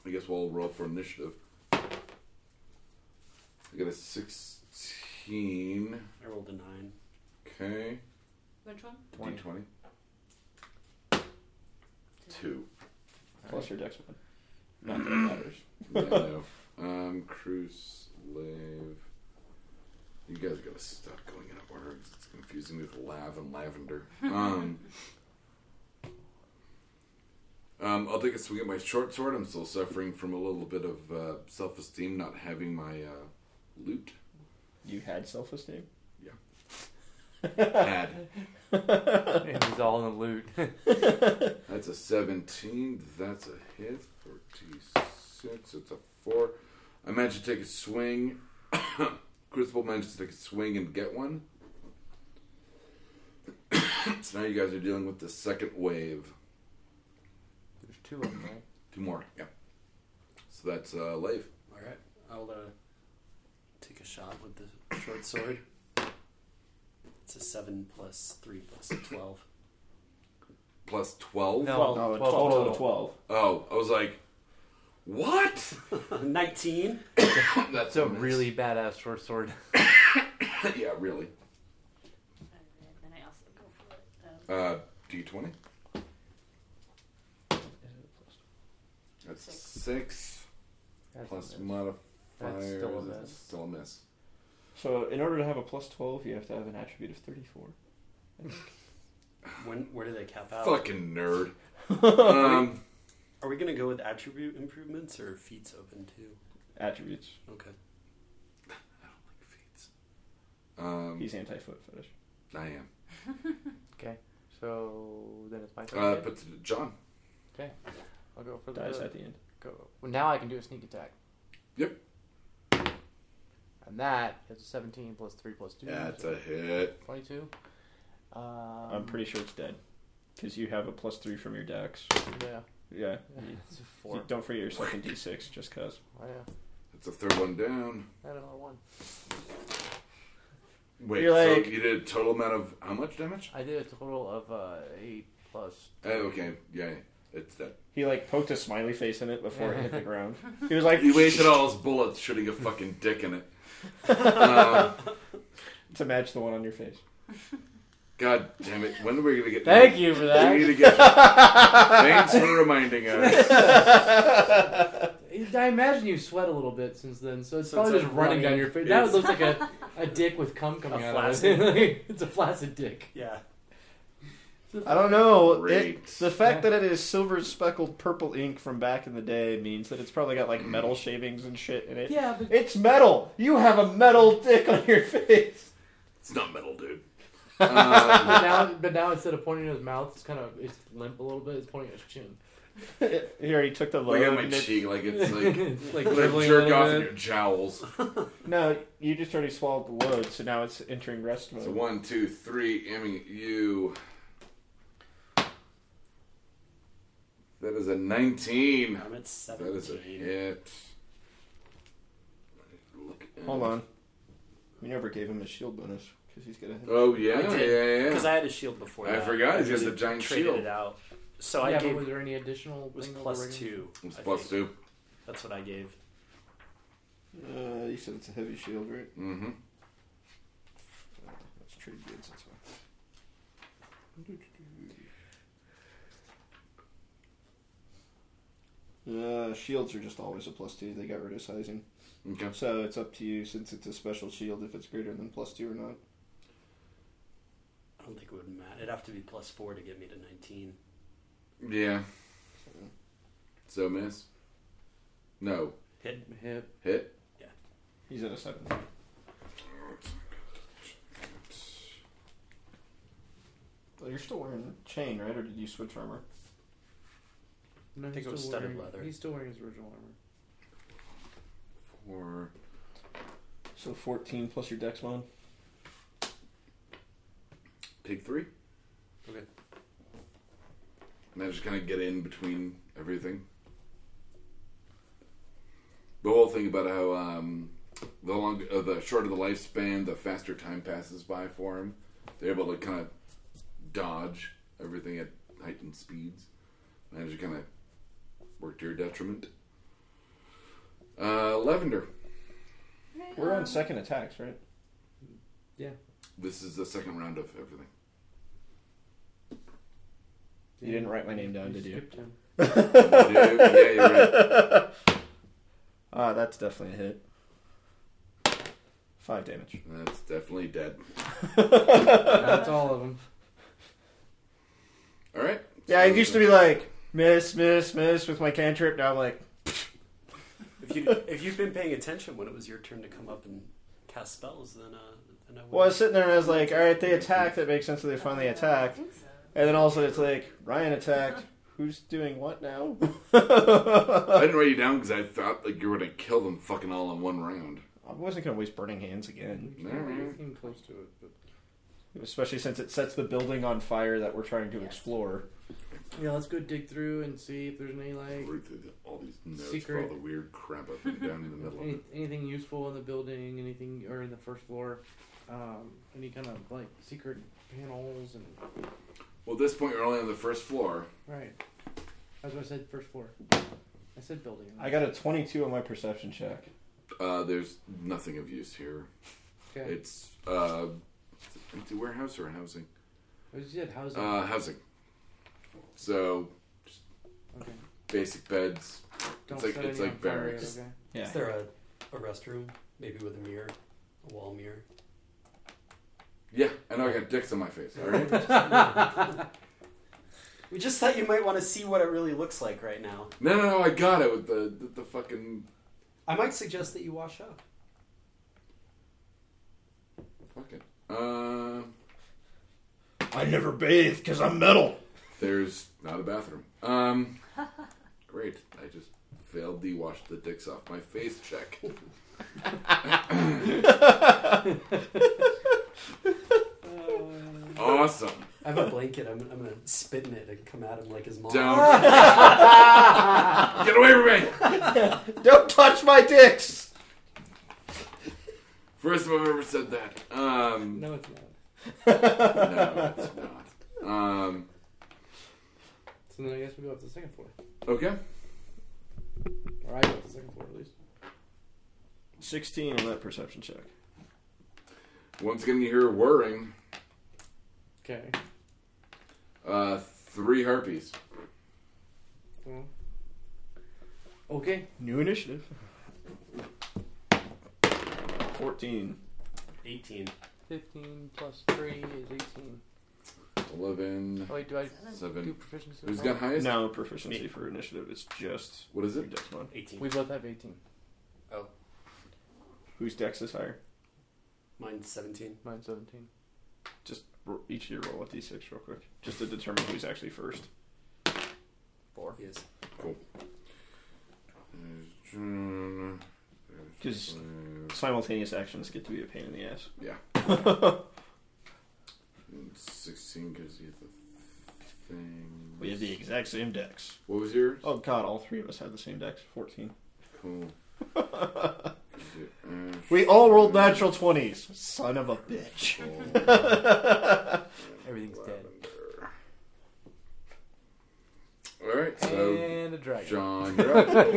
I guess we'll roll for initiative. I got a sixteen. I rolled a nine. Okay. Which one? D twenty. Two. Plus your dex one. Not that it matters. Yeah, no. Um, cruise lave. You guys gotta stop going in order. It's it's confusing me with lav and lavender. Um, um, I'll take a swing at my short sword. I'm still suffering from a little bit of uh, self-esteem not having my uh, loot. You had self esteem? Had and he's all in the loot. that's a 17. That's a hit. 46. It's a four. I managed to take a swing. Crucible managed to take a swing and get one. so now you guys are dealing with the second wave. There's two of them, right? Two more. Yeah. So that's uh, Lave. All right, I'll uh, take a shot with the short sword. It's a seven plus three plus a twelve. Plus 12. No, no, twelve 12 total. total. 12. Oh, I was like, what? Nineteen. that's It's a miss. really badass short sword. yeah, really. And Uh, then I also go for it. Um, Uh, D20. That's Six. six. That's plus amazing. modifier. That's still a miss. Still a miss. So in order to have a plus 12, you have to have an attribute of 34. When where do they cap Oh. out? Fucking nerd. um, Are we gonna go with attribute improvements or feats open too? Attributes. Okay. um, He's anti foot fetish. I am. So then it's my turn. Uh, again? but John, I'll go for the Dies at the end. go. Well, now I can do a sneak attack. Yep. And that is a 17 plus 3 plus 2. that's so a hit. 22. Um, I'm pretty sure it's dead. Because you have a plus 3 from your dex. Yeah. Yeah. It's a 4. Don't forget your second d6, just because. Oh, yeah. That's a third one down. Add another 1. Wait, You're like- so you did a total amount of how much damage? I did a total of uh, 8 plus. Oh, okay, yeah, it's that. He like poked a smiley face in it before it hit the ground. He was like, He wasted all his bullets shooting a fucking dick in it. Um, to match the one on your face. God damn it! When are we gonna get? Thank you for We need that. to get. Thanks for reminding us. I imagine you sweat a little bit since then, so it's So probably it's just like running down running- your face. Now it it's- looks like a, a dick with cum coming A out of flaccid- it. it's a flaccid dick. Yeah. I don't know. It, Great. the fact that it is silver speckled purple ink from back in the day means that it's probably got like metal shavings and shit in it. Yeah, but It's metal. You have a metal dick on your face. It's not metal, dude. Um, but now, but now instead of pointing at his mouth, it's kind of it's limp a little bit. It's pointing at his chin. he already took the like load. on my and it- cheek, like it's like. It's like Like dribbling a jerk little off bit. in your jowls. No, you just already swallowed the load, so now it's entering rest mode. So one, two, three, aiming at you. That is a 19. I'm at seventeen. That is a hit. Look at- Hold on. We never gave him his shield bonus because he's gonna. Hit. Oh, yeah, I did yeah, because yeah. I had a shield before. I that. forgot, I he has just a giant traded shield. it out. So yeah, I but gave was it there any additional? was thing over plus regular? two. It's I plus think. two. That's what I gave. Uh, you said it's a heavy shield, right? Mm-hmm. Uh, That's trade goods. That's fine. Uh, shields are just always a plus two. They got rid of sizing, Okay. so it's up to you since it's a special shield if it's greater than plus two or not. I don't think it would matter. It'd have to be plus four to get me to nineteen. Yeah. So miss? No. Hit. Hit. Hit? He's at a seven. Well, Oh, you're still wearing chain, right? Or did you switch armor? No, I think he's it was still studded wearing- leather. He's still wearing his original armor. Four. So 14 plus your dex mod. Take three? Okay. And I just kind of get in between everything. The whole thing about how um, the long, uh, the shorter the lifespan, the faster time passes by for him. They're able to kind of dodge everything at heightened speeds. And I just kind of work to your detriment. Uh, Lavender. We're on second attacks, right? This is the second round of everything. You didn't write my name down, did you? skipped him. yeah, you're right. Ah, that's definitely a hit. Five damage. That's definitely dead. That's all of them. All right. Yeah, I used to be like, miss, miss, miss with my cantrip. Now I'm like, If you if you've been paying attention when it was your turn to come up and cast spells, then uh, then I would. well, I was sitting there and I was like, alright, they attack. That makes sense that they finally attack. And then all of a sudden it's like, Ryan attacked. Who's doing what now? I I didn't write you down because I thought like you were gonna kill them fucking all in one round. wasn't going to waste burning hands again. We can't really seem close to it, but Especially since it sets the building on fire that we're trying to explore. yeah, let's go dig through and see if there's any like Read through the- all these notes for Secret. all the weird crap I put down in the middle of any, it. anything useful in the building, anything or in the first floor, um, any kind of like secret panels and Well, at this point, you're only on the first floor. right. That's what I said. First floor. I said building. I got a 22 on my perception check. Uh, there's nothing of use here. okay. It's uh, it's an empty warehouse or housing? I was said housing. Uh, housing. So okay. basic beds. Don't like- set it's any like on fire yet, barracks. okay? Yeah. Is there a, a restroom? Maybe with a mirror, a wall mirror. Yeah, I know I got dicks on my face. All right. We just thought you might want to see what it really looks like right now. no, no, no. I got it with the the, the fucking I might suggest that you wash up. fucking. Uh, I never bathe because I'm metal. There's not a bathroom. Um, great. I just failed the wash the dicks off my face check. awesome. I have a blanket. I'm, I'm gonna spit in it and come at him like his mom. Don't get away from me. Don't touch my dicks! First time I've ever said that. Um, No, it's not. no, it's not. Um, So then I guess we go up to the second floor, okay. or I go up to the second floor at least. 16 on that perception check. Once again, you hear whirring. Okay. Uh, three harpies. Well. Okay. New initiative. 14. 18. 15 plus 3 is 18. Eleven. Oh, wait, do I do Seven. proficiency? Who's got highest? No proficiency Me. for initiative. It's just What is your it? dex mod. 18. We both have 18. Whose dex is higher? Mine's 17. Mine's 17. Just ro- each of you roll a d6 real quick, just to determine who's actually first. Four. Yes. Because simultaneous actions get to be a pain in the ass. Yeah. 16 gives you the thing. Well, you had the exact same decks. What was yours? Oh god, all three of us had the same decks. Fourteen. Cool. We all rolled natural twenties. Son of a bitch. Everything's dead. All right, so And a dragon. John, you're up.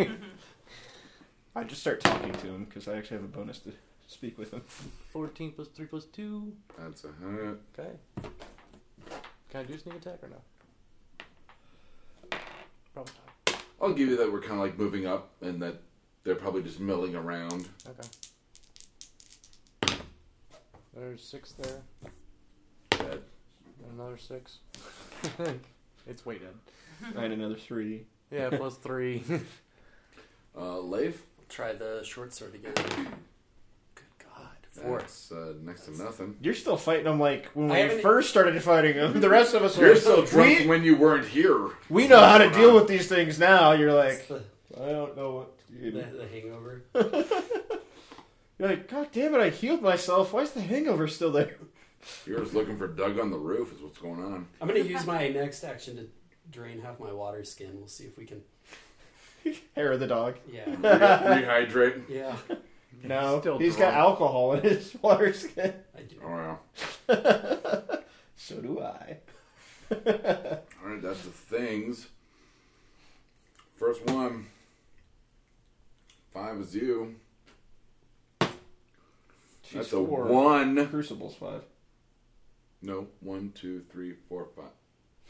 I just start talking to him because I actually have a bonus to speak with him. 14 plus 3 plus 2. That's a hundred. Okay. Can I do sneak attack or no? Probably not. I'll give you that we're kind of like moving up, and that they're probably just milling around. Okay. There's 6 there. Dead. and Another 6. it's way dead. I had another three. Yeah, plus 3. Uh, Lave. Try the short sword again. Good God. Four. That's uh, next to nothing. You're still fighting him like when I we haven't- first started fighting him. The rest of us were You're so drunk We, when you weren't here. we know how to deal with these things now. You're like, I don't know what to The, do. the hangover. You're like, God damn it, I healed myself. Why is the hangover still there? You're just looking for Doug on the roof. Is what's going on. I'm going to use my next action to drain half my water skin. We'll see if we can. Hair of the dog. Yeah. Re- rehydrate. Yeah. No, Still he's got drunk. alcohol in his water skin. I do. Oh wow. So do I. All right, that's the things. First one. Five is you. She's That's a four. one. Crucible's five. No, one, two, three, four, five.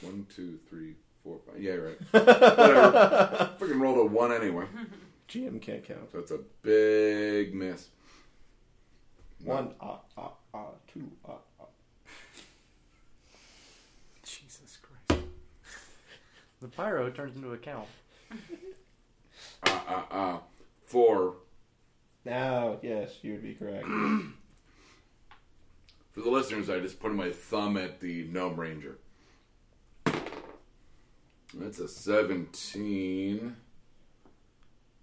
One, two, three, four, five. Yeah, you're right. Whatever. Freaking rolled a one anyway. GM can't count. So it's a big miss. One, ah, ah, ah, two, ah, ah. Jesus Christ. The pyro turns into a cow. Ah, ah, ah. Four. Now, yes, you would be correct. For the listeners, I just put my thumb at the Gnome Ranger. That's a 17.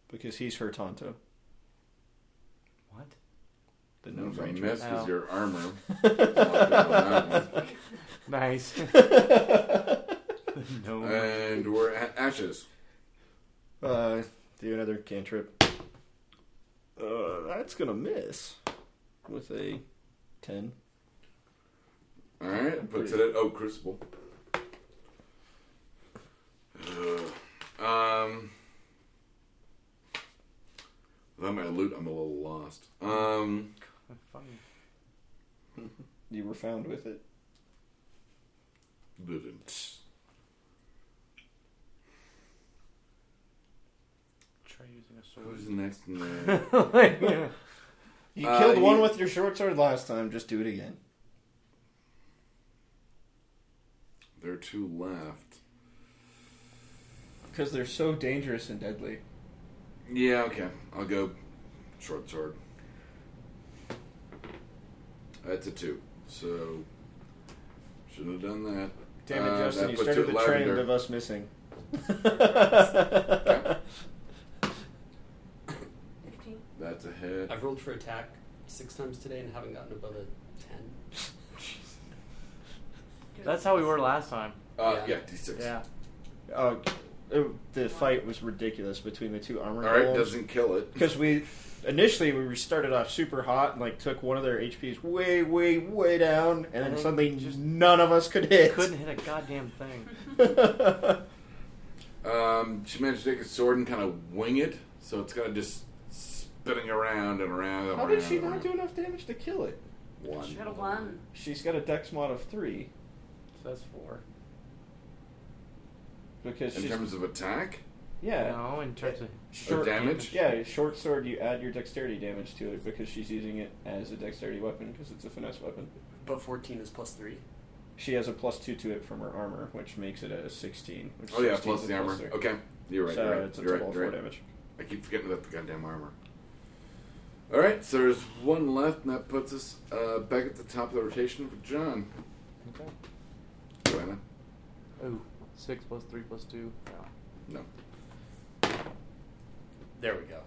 because he's her Tonto. What? The No, gnome I ranger. missed Ow. with your armor. and Nice. no. we're at ashes. Uh, do another cantrip. Uh, that's gonna miss with a ten. All right, puts it at oh crucible. Ugh. um, without my loot, I'm a little lost. Um, Funny. You were found with it. didn't. Try using a Who's sword. the next? one? yeah. You Uh, killed one you- with your short sword last time. Just do it again. there are two left. Because they're so dangerous and deadly. Yeah, okay. I'll go short sword. That's a two. So should have done that. Damn it, Uh, Justin! that You puts started it the lavender. trend of us missing. Fifteen. That's a hit. I've rolled for attack six times today and haven't gotten above a 10. That's how we were last time. Uh, Yeah. yeah, D six. Yeah. Uh, it- the fight was ridiculous between the two armor. All right, golem. doesn't kill it. because we initially we started off super hot and like took one of their HPs way, way, way down, and then And suddenly just none of us could hit. Couldn't hit a goddamn thing. Um, she managed to take a sword and kind of wing it, so it's kind of just spinning around and around. And How around did she and not around. do enough damage to kill it? One. She got a one. She's got a dex mod of three So that's four. because In she's terms of attack, yeah No, in terms of short damage? Yeah, short sword. You add your dexterity damage to it because she's using it as a dexterity weapon because it's a finesse weapon. But 14 is plus 3. She has a plus two to it from her armor, which makes it a sixteen. Which oh yeah, 16 plus is a the armor. three. Okay, you're right. so you're right. it's a you're total right. of You're four right. damage. I keep forgetting about the goddamn armor. All right, so there's one left, and that puts us uh, back at the top of the rotation for John. Okay. Joanna, Ooh. Six plus three plus two. No. no. There we go.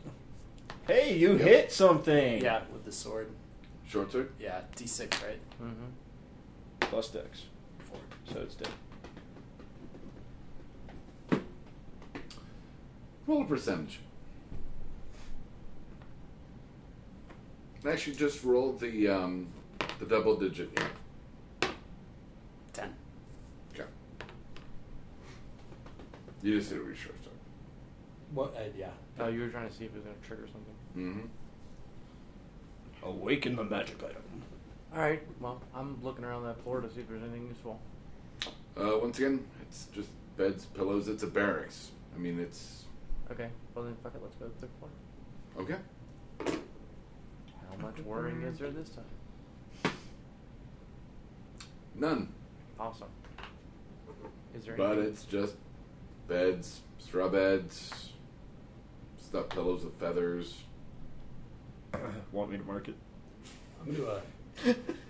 Hey, you hit something. Yeah, with the sword. Short sword. Yeah, d6, right? Mm-hmm. plus dex, Four. so it's dead. Roll a percentage. Actually, just roll the um, the double digit. here. Ten. Okay. You just did a research. What? Uh, yeah. Oh, you were trying to see if it was going to trigger something. Mm-hmm. Awaken the magic item. All right. Well, I'm looking around that floor to see if there's anything useful. Uh, once again, it's just beds, pillows. It's a barracks. I mean, it's Okay. Well then, fuck it. Let's go to the third floor. okay. How much worrying is there this time? None. Awesome. Is there? But anything- it's just beds, straw beds, stuffed pillows with feathers. Want me to mark it? I'm gonna. Uh,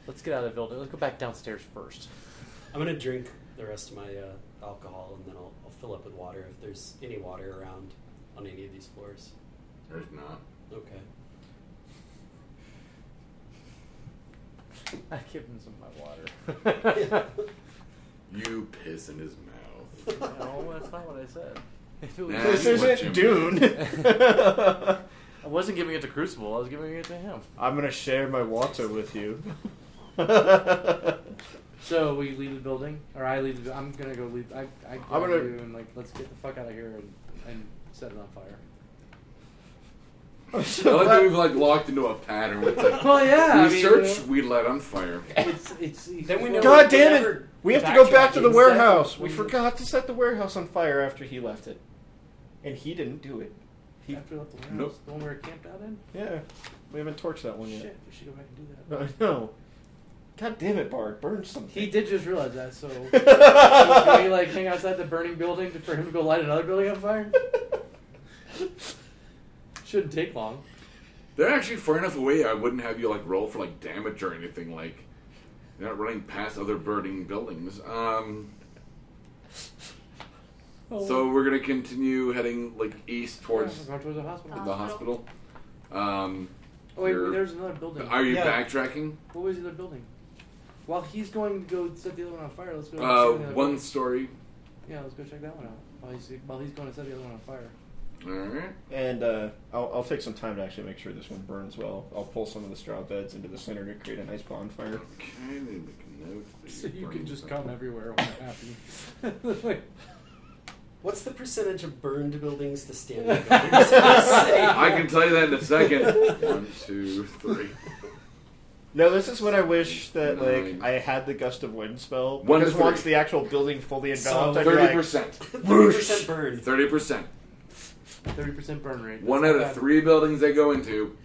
Let's get out of the building. Let's go back downstairs first. I'm gonna drink the rest of my uh, alcohol, and then I'll, I'll fill up with water if there's any water around on any of these floors. There's not. Okay. I give him some of my water. You piss in his mouth. no, that's not what I said. If it was- Nah, This you watch isn't him. Dune. I wasn't giving it to Crucible. I was giving it to him. I'm gonna share my water with you. So we leave the building, or I leave. The, I'm gonna go leave. I, I grab gonna- you and like let's get the fuck out of here and, and set it on fire. I'm I so like that glad- we've like locked into a pattern with the Well, yeah. we search, we light on fire. It's, it's, Then we know- God damn it! Whatever We have to go backtrack back to the is, warehouse. that- We forgot to set the warehouse on fire after he left it, and he didn't do it. He, After we left the warehouse, Nope. Oh, the one we were camped out in. yeah, we haven't torched that one yet. Shit, we should go back and do that. I know. God damn it, Bard! Burn something. He did just realize that, so can we like hang outside the burning building to- for him to go light another building on fire? Shouldn't take long. They're actually far enough away. I wouldn't have you like roll for like damage or anything. Like you're not running past other burning buildings. Um, Oh. so we're gonna continue heading like east towards Going towards the hospital. the hospital. Hospital. Um, Oh wait, you're- there's another building. are you Yeah. backtracking? What was the other building? While he's going to go set the other one on fire, let's go. check Uh, the other one story. Yeah, let's go check that one out. While he's, while he's going to set the other one on fire. All right. And uh, I'll, I'll take some time to actually make sure this one burns well. I'll pull some of the straw beds into the center to create a nice bonfire. Okay, then make a note. that So you're you can burning just something. come everywhere when it What's the percentage of burned buildings to standing buildings? I I can tell you that in a second. One, two, three. No, this is what I wish that Nine. like I had the gust of wind spell One to because once three. the actual building fully So, enveloped, I'd be Thirty like, percent. Thirty percent burned. Thirty percent. Thirty percent burn rate. One That's out not of bad. three buildings they go into,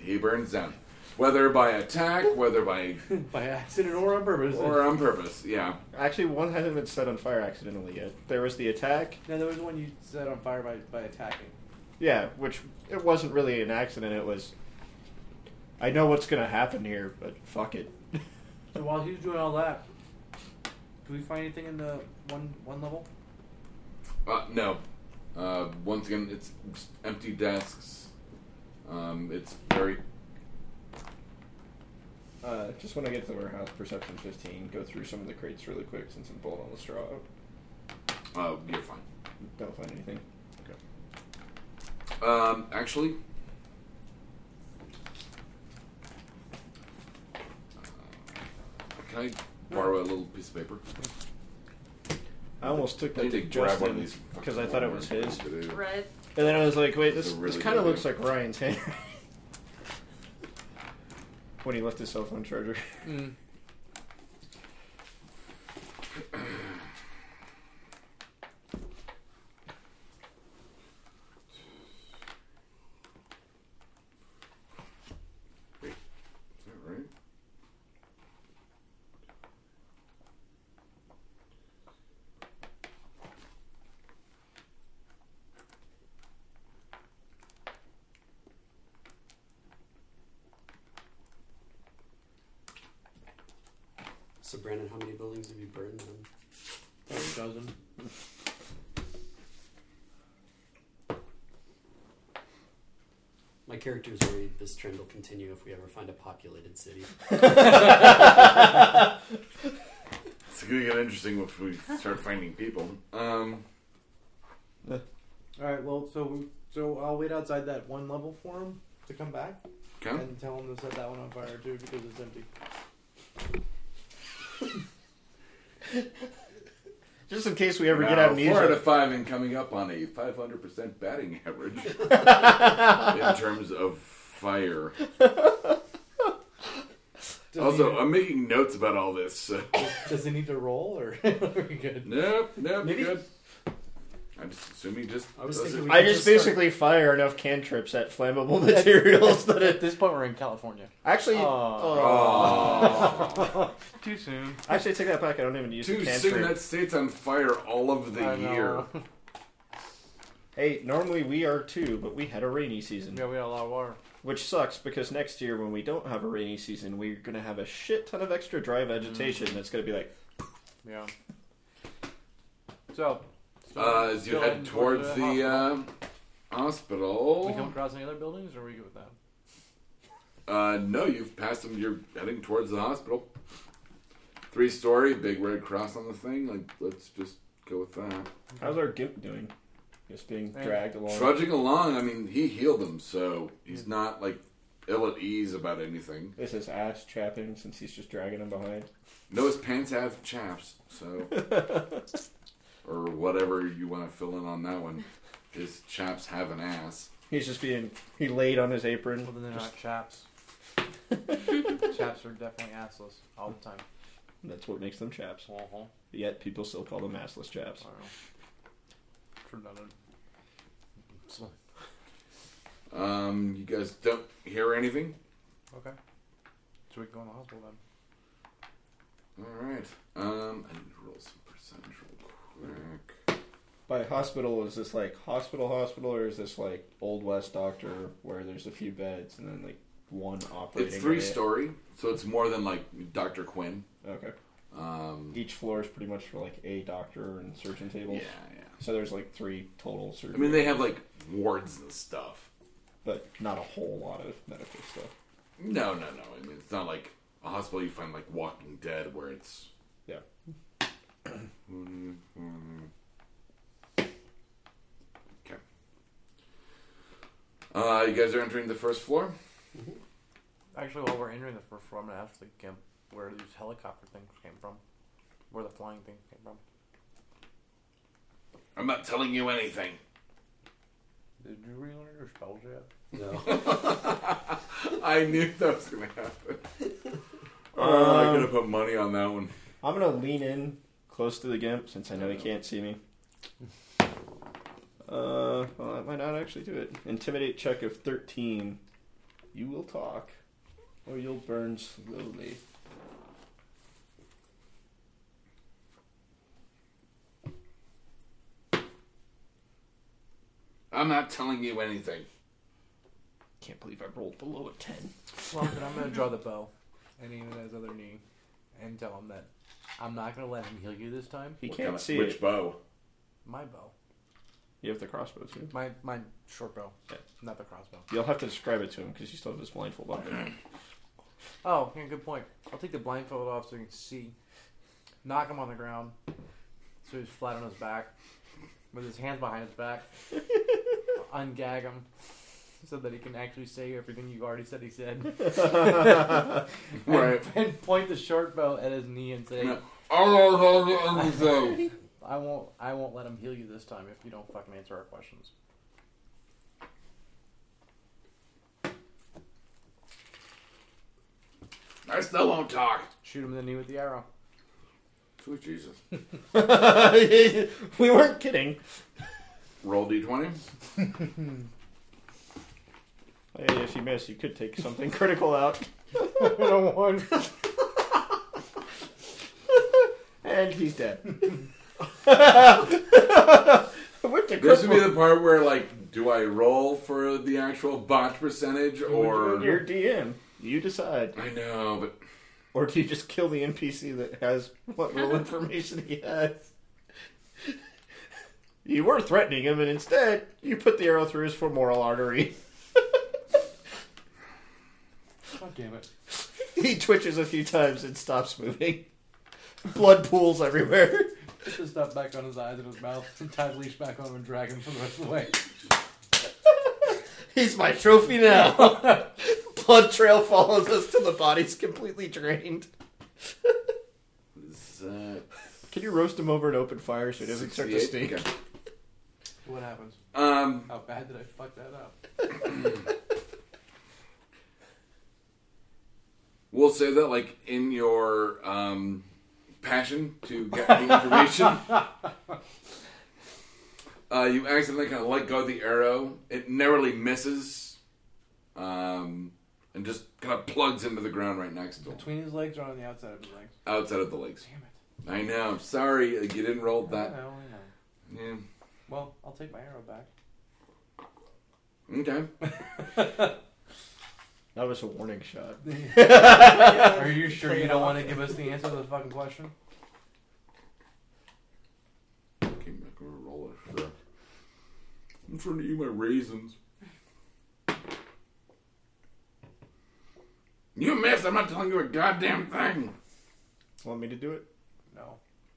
he burns down. Whether by attack, whether by by accident or on purpose. or on purpose, yeah. Actually, one hasn't been set on fire accidentally yet. There was the attack, no, there was one you set on fire by, by attacking. yeah, which it wasn't really an accident. It was, I know what's gonna happen here, but fuck it. So while he was doing all that, do we find anything in the one one level? Uh, no. Uh, once again, it's just empty desks. Um, it's very Uh, just when I get to the warehouse, perception fifteen. Go through some of the crates really quick since I'm pulling on the straw. uh, you're fine. Don't find anything. Um, actually, can I borrow a little piece of paper? I almost took I that need to to grab one of Justin these because I thought it was his. Right. And then I was like, wait, this, It's a really this kind of good looks idea. like Ryan's hand when he left his cell phone charger. Is that right? So Brandon, how many buildings have you burned? Then? dozen. My character is worried this trend will continue if we ever find a populated city. It's gonna get interesting if we start finding people. Um, All right. Well, so we, so I'll wait outside that one level for him to come back Okay. and tell him to set that one on fire too because it's empty. Just in case we ever get Now, Four out amnesia. of five and coming up on a 500% batting average in terms of fire. Does Also, he, I'm making notes about all this. So. does he need to roll or are we good? Nope, nope, Maybe- good. I'm just assuming just. I was does thinking it- we I could just start- basically fire enough cantrips at flammable materials that At it this point, we're in California. actually. Aw. Aw. Too soon. Actually, take that back. I don't even use Two the cantrip. Signet states on fire all of the I know. year. Hey, normally we are too, but we had a rainy season, Yeah, we got a lot of water. which sucks because next year when we don't have a rainy season, we're gonna have a shit ton of extra dry vegetation. Mm. That's gonna be like Yeah. So, so Uh, as you still head heading towards the hospital. uh, we come hospital, across any other buildings, or are we good with that? uh, no, you've passed them. You're heading towards the hospital. Three story, big red cross on the thing. Like, let's just go with that. How's our gimp doing? Just being Yeah. dragged along. Trudging along. I mean, he healed him, so he's not like ill at ease about anything. This is ass chapping since he's just dragging him behind. No, his pants have chaps, so. or whatever you want to fill in on that one. His chaps have an ass. He's just being he laid on his apron. Well, then they're Just- not chaps. chaps are definitely assless all the time. that's what makes them chaps. Uh-huh. Yet people still call them assless chaps. Redundant. So, Um, you guys don't hear anything? okay. Should we go in the hospital then? Alright. Um, I need to roll some percentage real quick. By hospital, is this like hospital hospital, or is this like old west doctor where there's a few beds and then like one operating? It's three area? story, so it's more than like Dr. Quinn. Okay. Um, Each floor is pretty much for like a doctor and surgeon yeah, tables. yeah. So there's like three total surgery. I mean, they have like wards and stuff. but not a whole lot of medical stuff. No, no, no. I mean, it's not like a hospital you find like Walking Dead where it's. Yeah. Okay. Uh, you guys are entering the first floor. Actually, while we're entering the first floor, I'm gonna ask the camp where these helicopter things came from, where the flying things came from. I'm not telling you anything. Did you relearn your spells yet? No. I knew that was gonna happen. Oh, Um, I'm gonna put money on that one. I'm gonna lean in close to the gimp since I know he can't see me. Uh, well, that might not actually do it. Intimidate check of 13. You will talk, or you'll burn slowly. I'm not telling you anything. Can't believe I rolled below a 10. Well, then I'm gonna draw the bow, and aim at his other knee, and tell him that I'm not gonna let him heal you this time. He What can't kind of- see which it. bow. My bow, You have the crossbow too. my my short bow, Yeah. not the crossbow. You'll have to describe it to him because you still have this blindfold on. Oh, yeah, good point. I'll take the blindfold off so you can see. Knock him on the ground, so he's flat on his back, with his hands behind his back. Ungag him, so that he can actually say everything you already said he said. And- Right. And, point the short bow at his knee and say, No. I'm not telling you anything. "I won't, I won't let him heal you this time if you don't fucking answer our questions." I still won't talk. Shoot him in the knee with the arrow. Sweet Jesus. we weren't kidding. Roll d20. Hey, if you miss, you could take something critical out. and he's dead. This would With the be critical- the part where, like, do I roll for the actual botch percentage Your or. DM. You decide. I know, but Or do you just kill the NPC that has what little information he has? You were threatening him, and instead, you put the arrow through his femoral artery. God damn it! He twitches a few times and stops moving. Blood pools everywhere. This his stuff back on his eyes and his mouth and tie the leash back on him and drag him for the rest of the way. He's my trophy now. Blood trail follows us till the body's completely drained. Is, uh, Can you roast him over an open fire so he doesn't start to 68? stink? Okay. What happens? Um, How bad did I fuck that up? we'll say that like in your um, passion to get the information. Uh, you accidentally kind of let go of the arrow. It narrowly misses, um, and just kind of plugs into the ground right next to him, Between his legs or on the outside of his legs? outside of the legs. Damn it. I know. I'm sorry, like, you didn't roll I that. know, I know. Yeah. Well, I'll take my arrow back. Okay. That was a warning shot. Are you sure you don't want to give us the answer to the fucking question? Came back over roll it. Sure. I'm trying to eat my raisins. You missed. I'm not telling you a goddamn thing. Want me to do it? No,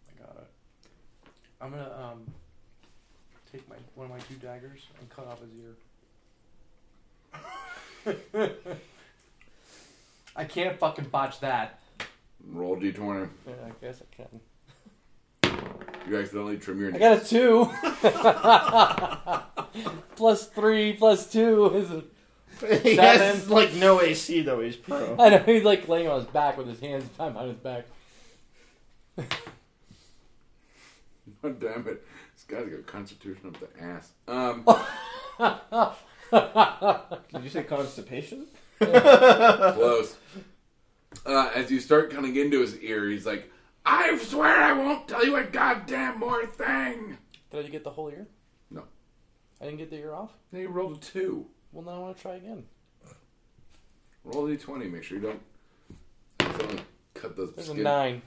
I got it. I'm gonna um take my one of my two daggers and cut off his ear. I can't fucking botch that. Roll d20. Yeah, I guess I can. You accidentally trim your. I got a two. plus three, plus two is. A, he has like no AC though. He's pro. I know he's like laying on his back with his hands behind his back. God damn it! This guy's got a constitution up the ass. Um, Did you say constipation? close. Uh, as you start cutting into his ear, he's like, "I swear I won't tell you a goddamn more thing." Did I get the whole ear? No. I didn't get the ear off? Then you rolled a two. Well, now I want to try again. Roll a d20. Make sure you don't accidentally cut the There's skin. a nine.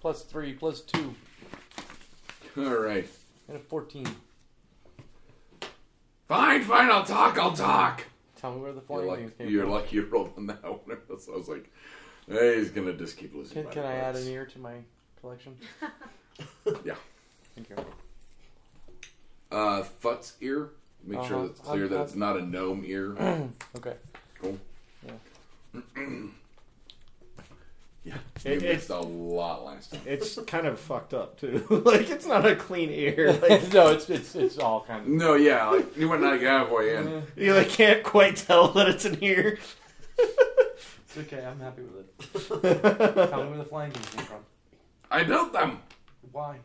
Plus three, plus two, All right. and a 14. Fine, fine. I'll talk. I'll talk. Tell me where the You're, flying like, things came you're from. lucky you rolled on that one. so I was like, hey, he's gonna just keep losing. Can, by can the I add bucks. an ear to my collection? Yeah. Thank you. Uh, Fut's ear. Make sure Uh-huh. that's clear I'm- that I'm- it's not a gnome ear. Okay. cool. Yeah. yeah. You It- it- missed a lot last time. It's kind of fucked up too. like it's not a clean ear. Like no, it's, it's it's all kind No, yeah, like, you went like halfway of. in. you like can't quite tell that it's an ear. It's okay. I'm happy with it. Tell me where the flying things came from. I built them Why?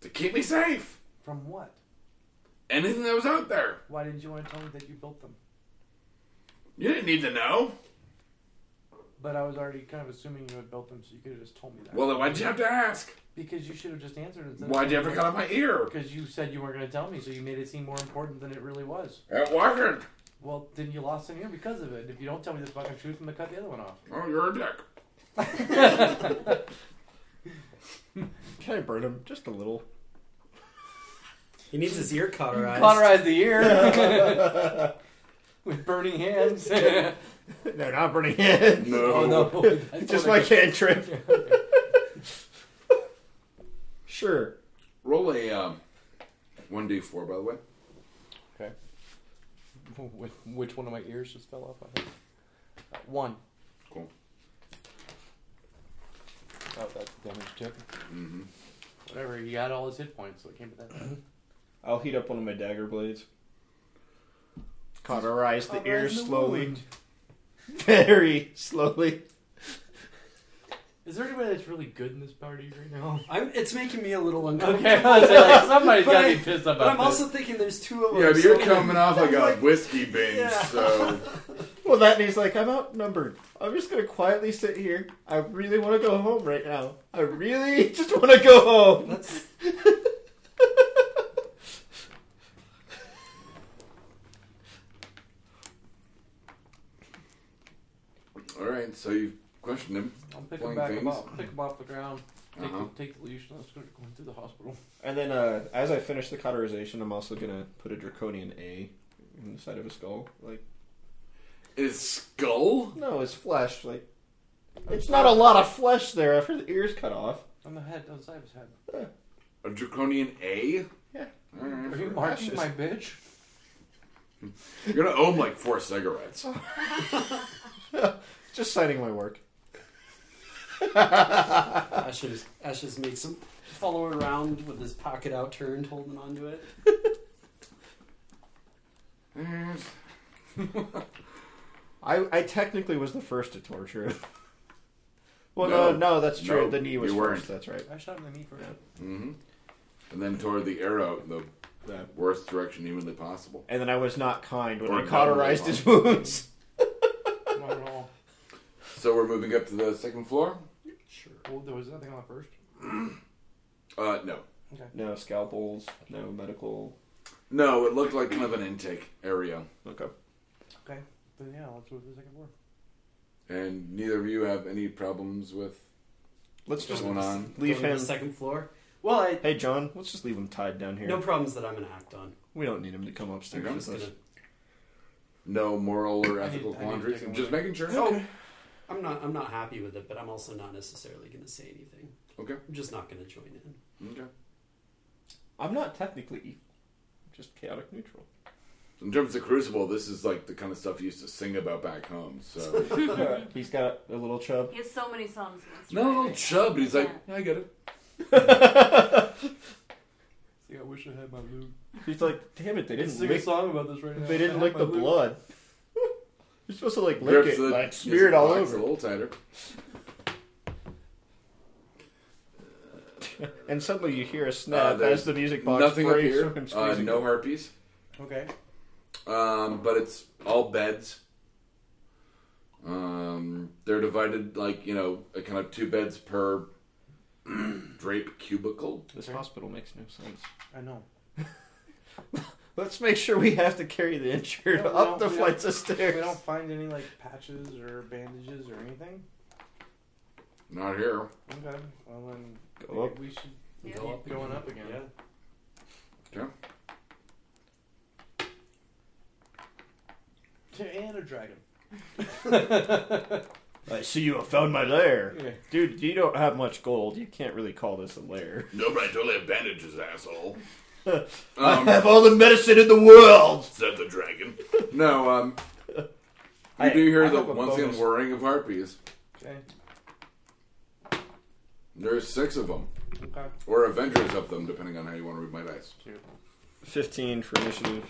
to keep me safe. From what? Anything that was out there, Why didn't you want to tell me that you built them? you didn't need to know. But I was already kind of assuming you had built them, so you could have just told me that. Well, then why'd you have to ask? because you should have just answered instead. Why'd you have to cut off my ear? Because you said you weren't going to tell me, so you made it seem more important than it really was. It wasn't. Well, then you lost an ear because of it. And if you don't tell me the fucking truth, I'm gonna cut the other one off. Oh, you're a dick. Can I burn him just a little? He needs his ear cauterized. Cauterize the ear with burning hands. oh No, not burning him. Oh, No. no, That's just what I my cantrip. sure. Roll a um, 1d4, by the way. Which, which one of my ears just fell off? My head? Uh, One. Cool. Oh, that's the damage tip. Mm-hmm. got. Whatever. He had all his hit points, so it came to that. I'll heat up one of my dagger blades. Cauterize the ear Cauterize the slowly. wound. Very slowly. Is there anybody that's really good in this party right now? I'm, it's making me a little uncomfortable. Okay, I was like, somebody's But gotta I- be pissed But about I'm this. also thinking there's two of them. Yeah, but you're Oh, so- coming off like a like- whiskey binge, Yeah. so Well, that means like I'm outnumbered. I'm just gonna quietly sit here. I really want to go home right now. I really just want to go home. That's, all right. So you've questioned him. I'll pick him Flying back things. up, pick him off the ground, take, Uh-huh. the, take the leash, and let's go going to the hospital. And then uh, as I finish the cauterization, I'm also gonna put a draconian A in the side of his skull. Like Is skull? no, it's flesh. Like it's not a lot of flesh there after the ears cut off. On the head, on the side of his head. A draconian A? Yeah. All right. Are you marching ashes. my bitch? You're gonna own like four cigarettes. Just citing my work. Ashes, Ashes makes him follow around with his pocket outturned, holding onto it. I, I technically was the first to torture him. Well, No. no, no, that's true. No, the knee was you weren't. first. That's right. I shot him in the knee first. hmm And then toward the arrow, the That. worst direction humanly possible. And then I was not kind when Or I cauterized not really his wounds. Not at all. So we're moving up to the second floor? Sure. Well, there was nothing on the first. Uh, no. No scalpels. No medical. No, it looked like kind of an intake area. Okay. Then yeah, let's move to the second floor. And neither of you have any problems with Let's just going on. leave Go to him. the second floor. Well, I Hey, John. Let's just leave him tied down here. no problems that I'm gonna act on. We don't need him to come upstairs I'm with just us. gonna. No moral or I need- ethical I need to quandaries. take a I'm just look. making sure. Oh, I'm not. I'm not happy with it, but I'm also not necessarily gonna say anything. Okay. I'm just not gonna join in. Okay. I'm not technically evil. I'm just chaotic neutral. In terms of Crucible, this is like the kind of stuff you used to sing about back home. So He's got a little chub. He has so many songs. in his no, repertoire. little chub, but he's like, yeah, I get it. See, I wish I had my loot. He's like, damn it, they Let's didn't sing a lick, song about this right now. they didn't lick the blood. You're supposed to like lick Grips it, the- like his smear it all box over, A little tighter. and suddenly you hear a snap Uh, there's as the music box Nothing up breaks here. from him Uh, squeezing. no harpies. Okay. Um, but it's all beds. Um, they're divided like you know, a kind of two beds per drape cubicle. This hospital makes no sense. I know. Let's make sure we have to carry the injured No, up we don't- the we flights don't- of We stairs. don't find any like patches or bandages or anything. Not here. Okay. Well then, Go I up. think we should. Yeah. Go up Going up again. Yeah. And a dragon. I see you have found my lair, Yeah. dude. You don't have much gold. You can't really call this a lair. Nobody totally have bandages, asshole. I um, have all the medicine in the world. said the dragon. No, um, you Hey, do hear I the have a once again bonus. whirring of harpies. Okay. There's six of them, Okay. or Avengers of them, depending on how you want to read my dice. Fifteen for initiative.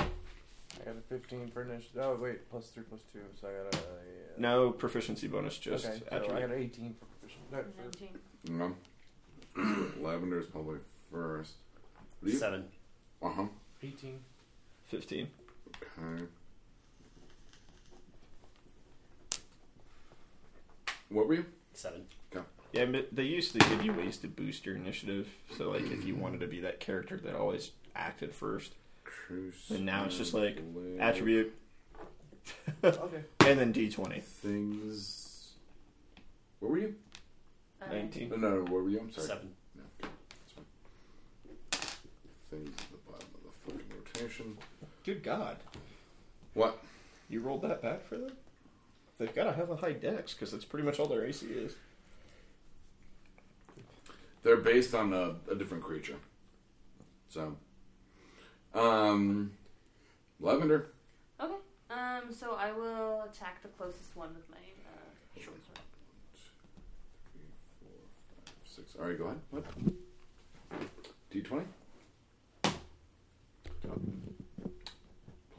I got a 15 for initiative. Oh wait, plus three, plus two. So I got a. Yeah. No proficiency bonus, just okay. So I attribute. got an 18 for proficient. No, for- Nineteen. You know? Lavender's probably first. Seven. Uh huh. 18. fifteen. Okay. What were you? Seven. Yeah, but they used to give you ways to boost your initiative. So, like, if you wanted to be that character that always acted first, Cruise. And now it's just like Blade, attribute, Okay. and then D20. things. What were you? Uh, No, 19. no, what were you? I'm sorry. Seven. Things at the bottom of the fucking rotation. Good God. What? You rolled that back for them? They've got to have a high dex because that's pretty much all their AC is. They're based on a, a different creature. So, um, Lavender. Okay. Um. So I will attack the closest one with my uh, short sword. Six. All right, go ahead. What? D20.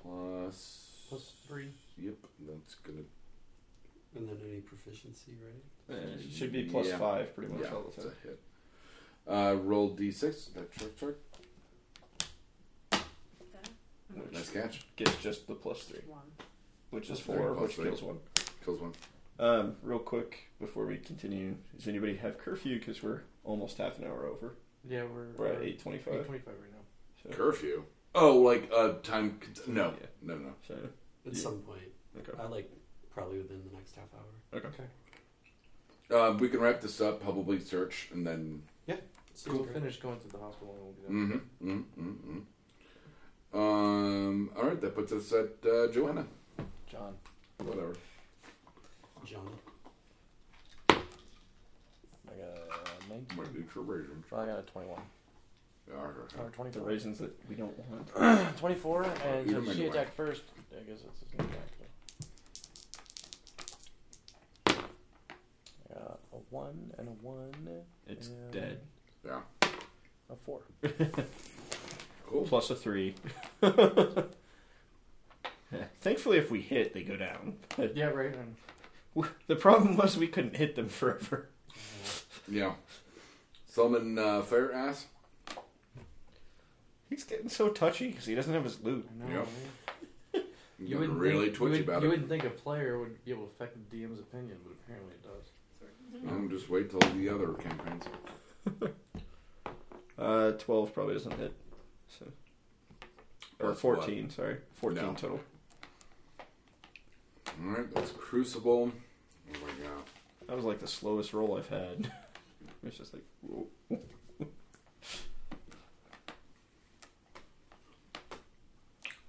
Plus. Plus three. Yep, that's gonna. And then any proficiency, right? Uh, it should be plus Yeah. 5 pretty much yeah, all the it's time. a hit. Uh, roll D6. That short sword. Nice catch. Gets just the plus 3, One. which is Plus three, 4, plus which three. kills 1. Kills one. Um, real quick, before we continue, does anybody have curfew? Because we're almost half an hour over. Yeah, we're. We're at we're 825. 825 right now. So, Curfew. Oh, like uh, time. cont- No, Yeah. no, no. so, At Yeah. some point, okay. I like probably within the next half hour. Um, we can wrap this up. Probably search and then. So we'll finish going to the hospital and we'll be done. Mm-hmm. Mm-hmm. Mm-hmm. Um. All right, that puts us at uh, Joanna. John. Whatever. John. I got extra raisin. Well, I got a 21. Or Arr. The 24. raisins that we don't want. 24, and Eat so 'em she anyway. attacked first. I guess it's his new attack. so. I got Uh, a 1 and a 1. It's and dead. Yeah. A 4. Cool. Plus a three. Thankfully, if we hit, they go down. But Yeah, right. the problem was we couldn't hit them forever. Yeah. Summon uh, fair ass. He's getting so touchy because he doesn't have his loot. I know, Yep. right? You wouldn't really think- you twitchy would- about You it. wouldn't think a player would be able to affect the DM's opinion, but apparently it does. I'm just wait till the other campaigns. Uh, twelve probably doesn't hit. So. Or That's fourteen, sorry, fourteen No. total. All right, that's Crucible. Oh my god. That was like the slowest roll I've had. it's just like, whoa.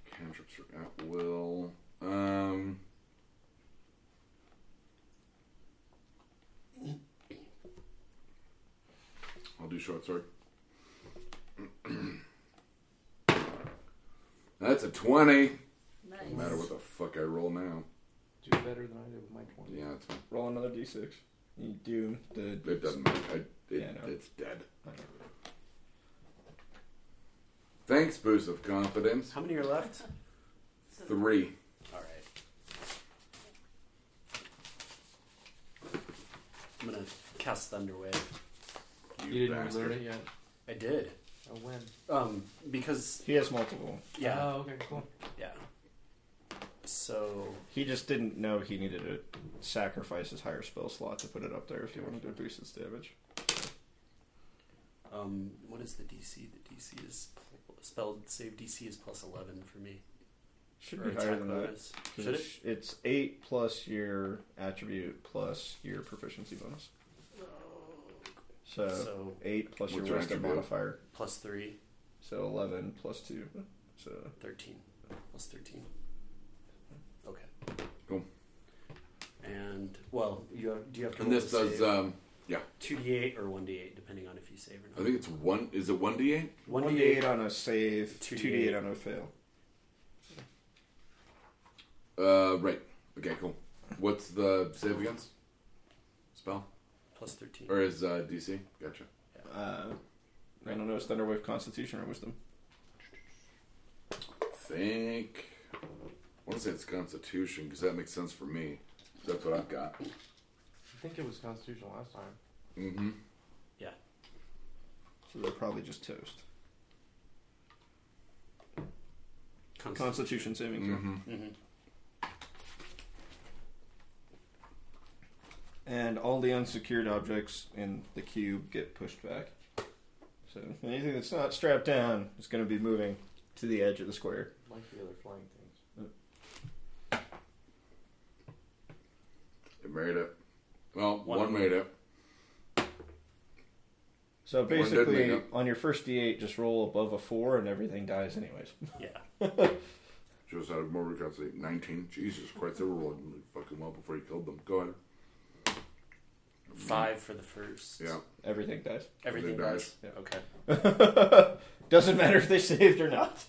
Cantrips are at will. Um. I'll do short sword. That's a 20. Nice. No matter what the fuck I roll now. Do better than I did with my 20. Yeah, it's, roll another d6. You do the. it doesn't matter. I, it, Yeah, no. It's dead. I know. Thanks, boost of confidence. How many are left? Three. All right. I'm gonna cast Thunderwave. You, You didn't learn bastard. it yet. I did. A win. Um, because He has multiple. yeah, Oh, okay, cool. yeah. So He just didn't know he needed to sacrifice his higher spell slot to put it up there if he wanted to boost its damage. Um, what is the DC? The DC is pl- spelled save DC is plus eleven for me. Should Or be higher attack than that. bonus. 'cause Should it? it's- It's eight plus your attribute plus your proficiency bonus. So, Oh, So eight plus What's your your wisdom attribute? modifier. plus three, So eleven plus two. So 13. Plus thirteen. Okay. Cool. And well, you have, do you have to And roll this to does, save um, two d eight or one d eight depending on if you save or not. I think it's one, is it 1d8? one one d d eight uh, eight. on a save, two 2d8. d eight on a fail. Uh, right. Okay, cool. What's the save against? Spell? Plus thirteen. Or is uh, DC? Gotcha. Uh, I don't know. It's Thunderwave Constitution or Wisdom. think. I want to say it's Constitution because that makes sense for me. That's what I've got. I think it was constitutional last time. Mm-hmm. So they're probably just toast. Const- Constitution saving throw. Mm-hmm. Mhm. and all the unsecured objects in the cube get pushed back. So anything that's not strapped down is going to be moving to the edge of the square. Like the other flying things. It made it. Well, One one, of them. made it. So Or did make basically, up. on your first d8, just roll above a four, and everything dies anyways. Yeah. Just had more recovery. save. 19. Jesus Christ, they were rolling like fucking well before you killed them. Go ahead. Five for the first. Yeah. Everything dies. Everything Everything dies. dies. Yeah. Okay. Doesn't matter if they saved or not.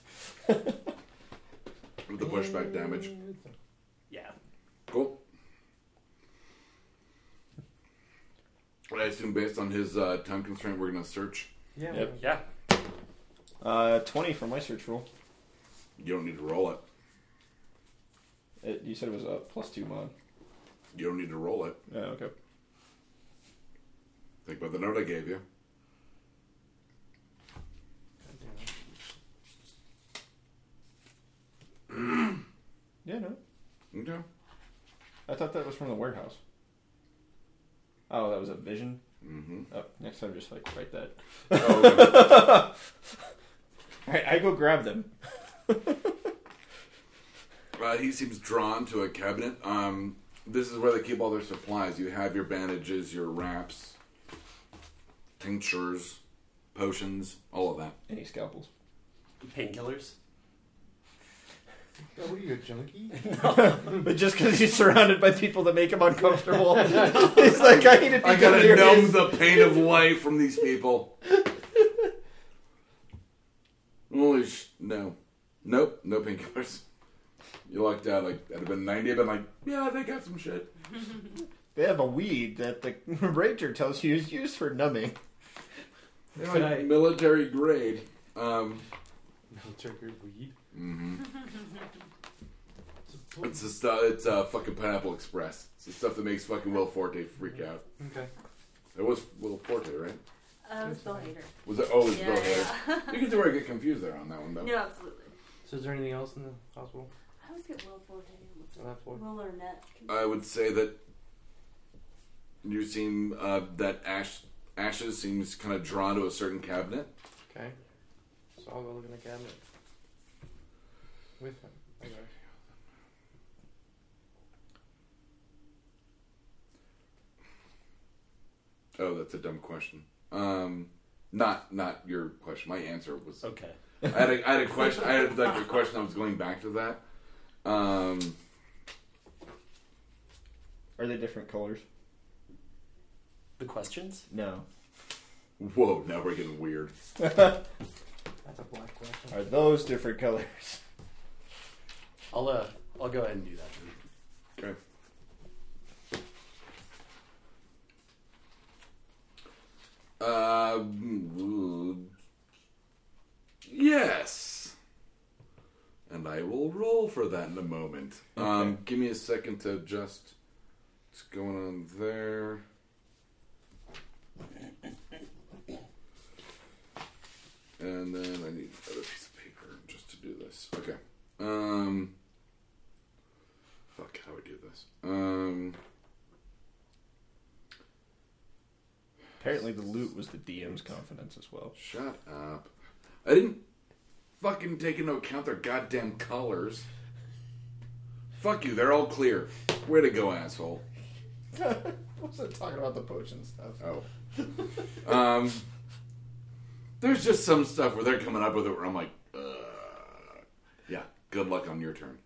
With the pushback damage. Yeah. Cool. I assume based on his uh, time constraint, we're going to search. Yeah. Yep. yeah. Yeah. Uh, Twenty for my search roll. You don't need to roll it. It, you said it was a plus two mod. You don't need to roll it. Oh, okay. Think about the note I gave you. God damn it. Yeah, no. Okay. I thought that was from the warehouse. Oh, that was a vision. Mm-hmm. Oh, next time, just like write that. Oh, okay. All right, I go grab them. uh, he seems drawn to a cabinet. Um, this is where they keep all their supplies. You have your bandages, your wraps, tinctures, potions, all of that. Any scalpels? Painkillers. Oh, what are you, a junkie? But just because he's surrounded by people that make him uncomfortable, he's like, I need to be I gotta delirious." numb the pain of life from these people. Holy sh- no. Nope, no painkillers. You lucked out. Like, that'd have been 90. I'd been like, yeah, they got some shit. They have a weed that the ranger tells you is used for numbing. They're Could like I- military grade. Um, No, trigger weed. mhm. It's a pl- It's the stuff. It's uh, fucking Pineapple Express. It's the stuff that makes fucking Will Forte freak out. Okay. It was Will Forte, right? Uh, it was Bill Hader. Was it always Yeah, Bill Hader? yeah. You can see where I get confused there on that one though. no, absolutely. So is there anything else in the hospital I always get Will Forte. and what's- on that floor? Will Arnett. I would say that you seem uh, that ash ashes seems kind of drawn to a certain cabinet. Okay. So I'll go look in the cabinet. With him. Okay. Oh, that's a dumb question. Um, not not your question. My answer was Okay. I had a, I had a question. I had like a question. I was going back to that. Um, Are they different colors? The questions? No. whoa, now we're getting weird. That's a black question. Are those different colors? I'll uh, I'll go ahead and do that. Then. Okay. Uh, mm, yes. And I will roll for that in a moment. Um, give me a second to adjust what's going on there. And then I need another piece of paper just to do this. Okay. Um. Fuck, how do I do this? Um, Apparently, the loot was the DM's confidence as well. shut up. I didn't fucking take into account their goddamn colors. Fuck you, they're all clear. Way to go, asshole. Wasn't talking about the potion stuff. Oh. Um, there's just some stuff where they're coming up with it where I'm like, uh, yeah, good luck on your turn.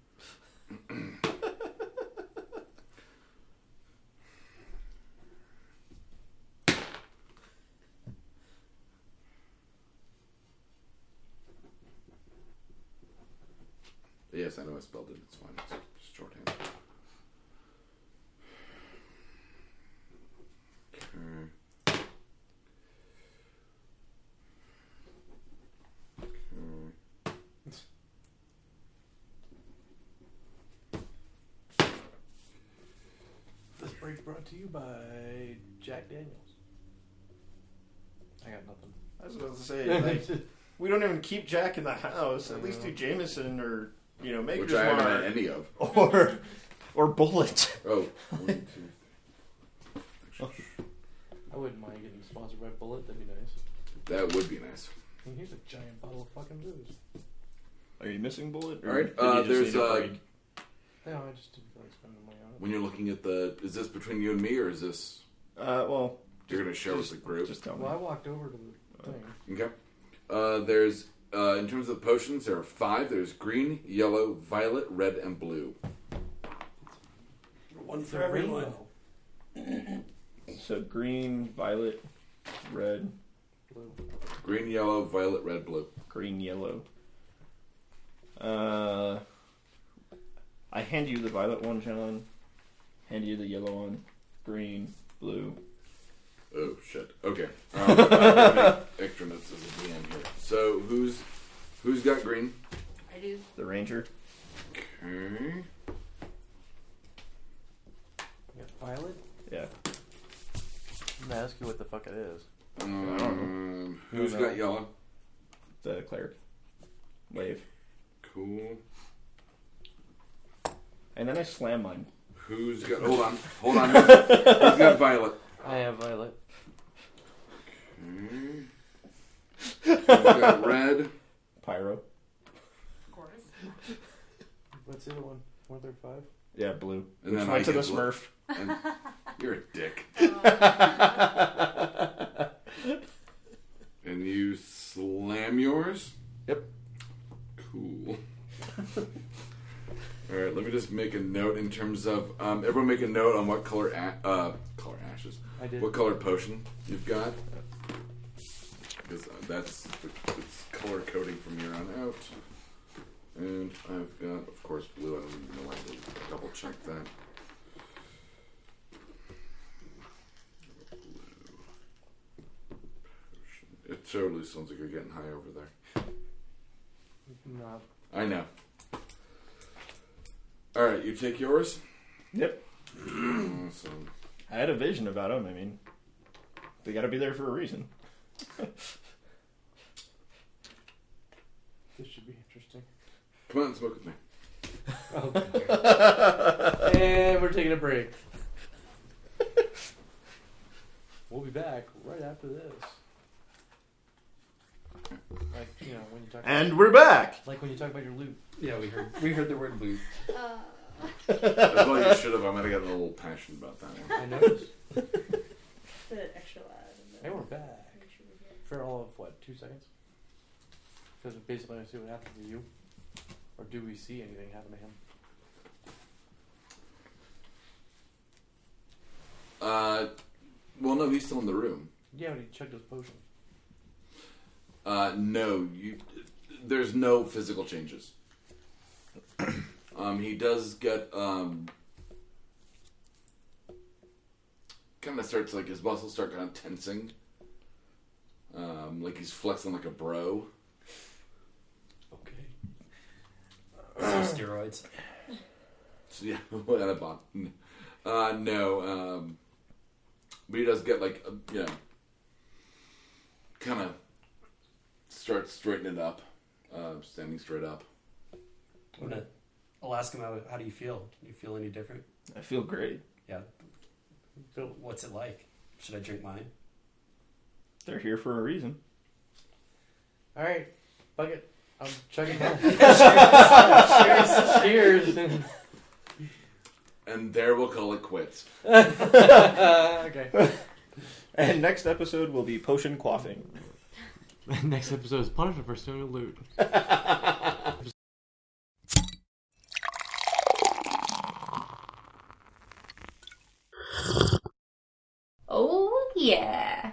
Yes, I know I spelled it. It's fine. It's shorthand. Okay. This break brought to you by Jack Daniels. I got nothing. I was about to say, like, we don't even keep Jack in the house. At least do Jameson or you know, Which Maker's I haven't had Mark any of. or or Bullet. Oh, one, two, three. I wouldn't mind getting sponsored by Bullet. That'd be nice. That would be nice. And here's a giant bottle of fucking booze. Are you missing Bullet? All right, uh, there's, uh, No, I just didn't feel like spending money on it. When you're looking at the, is this between you and me, or is this uh, well, you're gonna share with the group? Just tell me. Well, I walked over to the thing. okay. Uh, there's uh, in terms of potions, there are five. There's green, yellow, violet, red, and blue. One It's a rainbow. So green, violet, red, Blue. Green, yellow, violet, red, blue. green, yellow. Uh, I hand you the violet one, John. Hand you the yellow one. Green, blue. Oh shit. Okay. Um, I'll make extra notes as a DM here. So who's who's got green? I do. The ranger. Okay. You got violet? Yeah. I'm gonna ask you what the fuck it is. Um, who's got yellow? The cleric. Wave. Cool. And then I slam mine. Who's got? Hold on. Hold on. Who's, who's got violet? Oh. I have violet. Okay. Who's got red? Pyro. Of course. What's the other one? One through five? Yeah, blue. And Which then I went to the get blue. Smurf. And- you're a dick. Um, and you slam yours? Yep. Cool. just make a note in terms of um, everyone make a note on what color a- uh, color ashes, I did. what color potion you've got. Because uh, that's it's color coding from here on out. And I've got, of course, blue. I don't even know why I didn't double check that. It totally sounds like you're getting high over there. No. I know. All right, you take yours. Yep. awesome. I had a vision about him. I mean, they got to be there for a reason. This should be interesting. Come on and smoke with me. and we're taking a break. we'll be back right after this. Like you know when you talk. And we're back. like when you talk about your loot. Yeah, we heard we heard the word loot. Uh, As well you should have. I might have gotten a little passionate about that one. I noticed. it's an extra loud. in the- Hey, we're back. Make sure we get- For all of what, two seconds? Because basically I see what happens to you. Or do we see anything happen to him? Uh, well, no, he's still in the room. Yeah, but he chugged his potion. Uh, no, you. There's no physical changes. um, he does get um. Kind of starts like his muscles start kind of tensing. Um, like he's flexing like a bro. Okay. So steroids. So, yeah, what a bomb. Uh, no, um, but he does get like a, you know, kind of starts straightening up, uh, standing straight up. I'm gonna. I'll ask him how, how do you feel? Do you feel any different? I feel great. Yeah. Phil. What's it like? Should I drink mine? They're here for a reason. Alright, fuck it. I'm chugging mine. Cheers. Cheers. And, And there we'll call it quits. Uh, okay. And next episode will be potion quaffing. Next episode is punishment for stealing loot. Oh, yeah.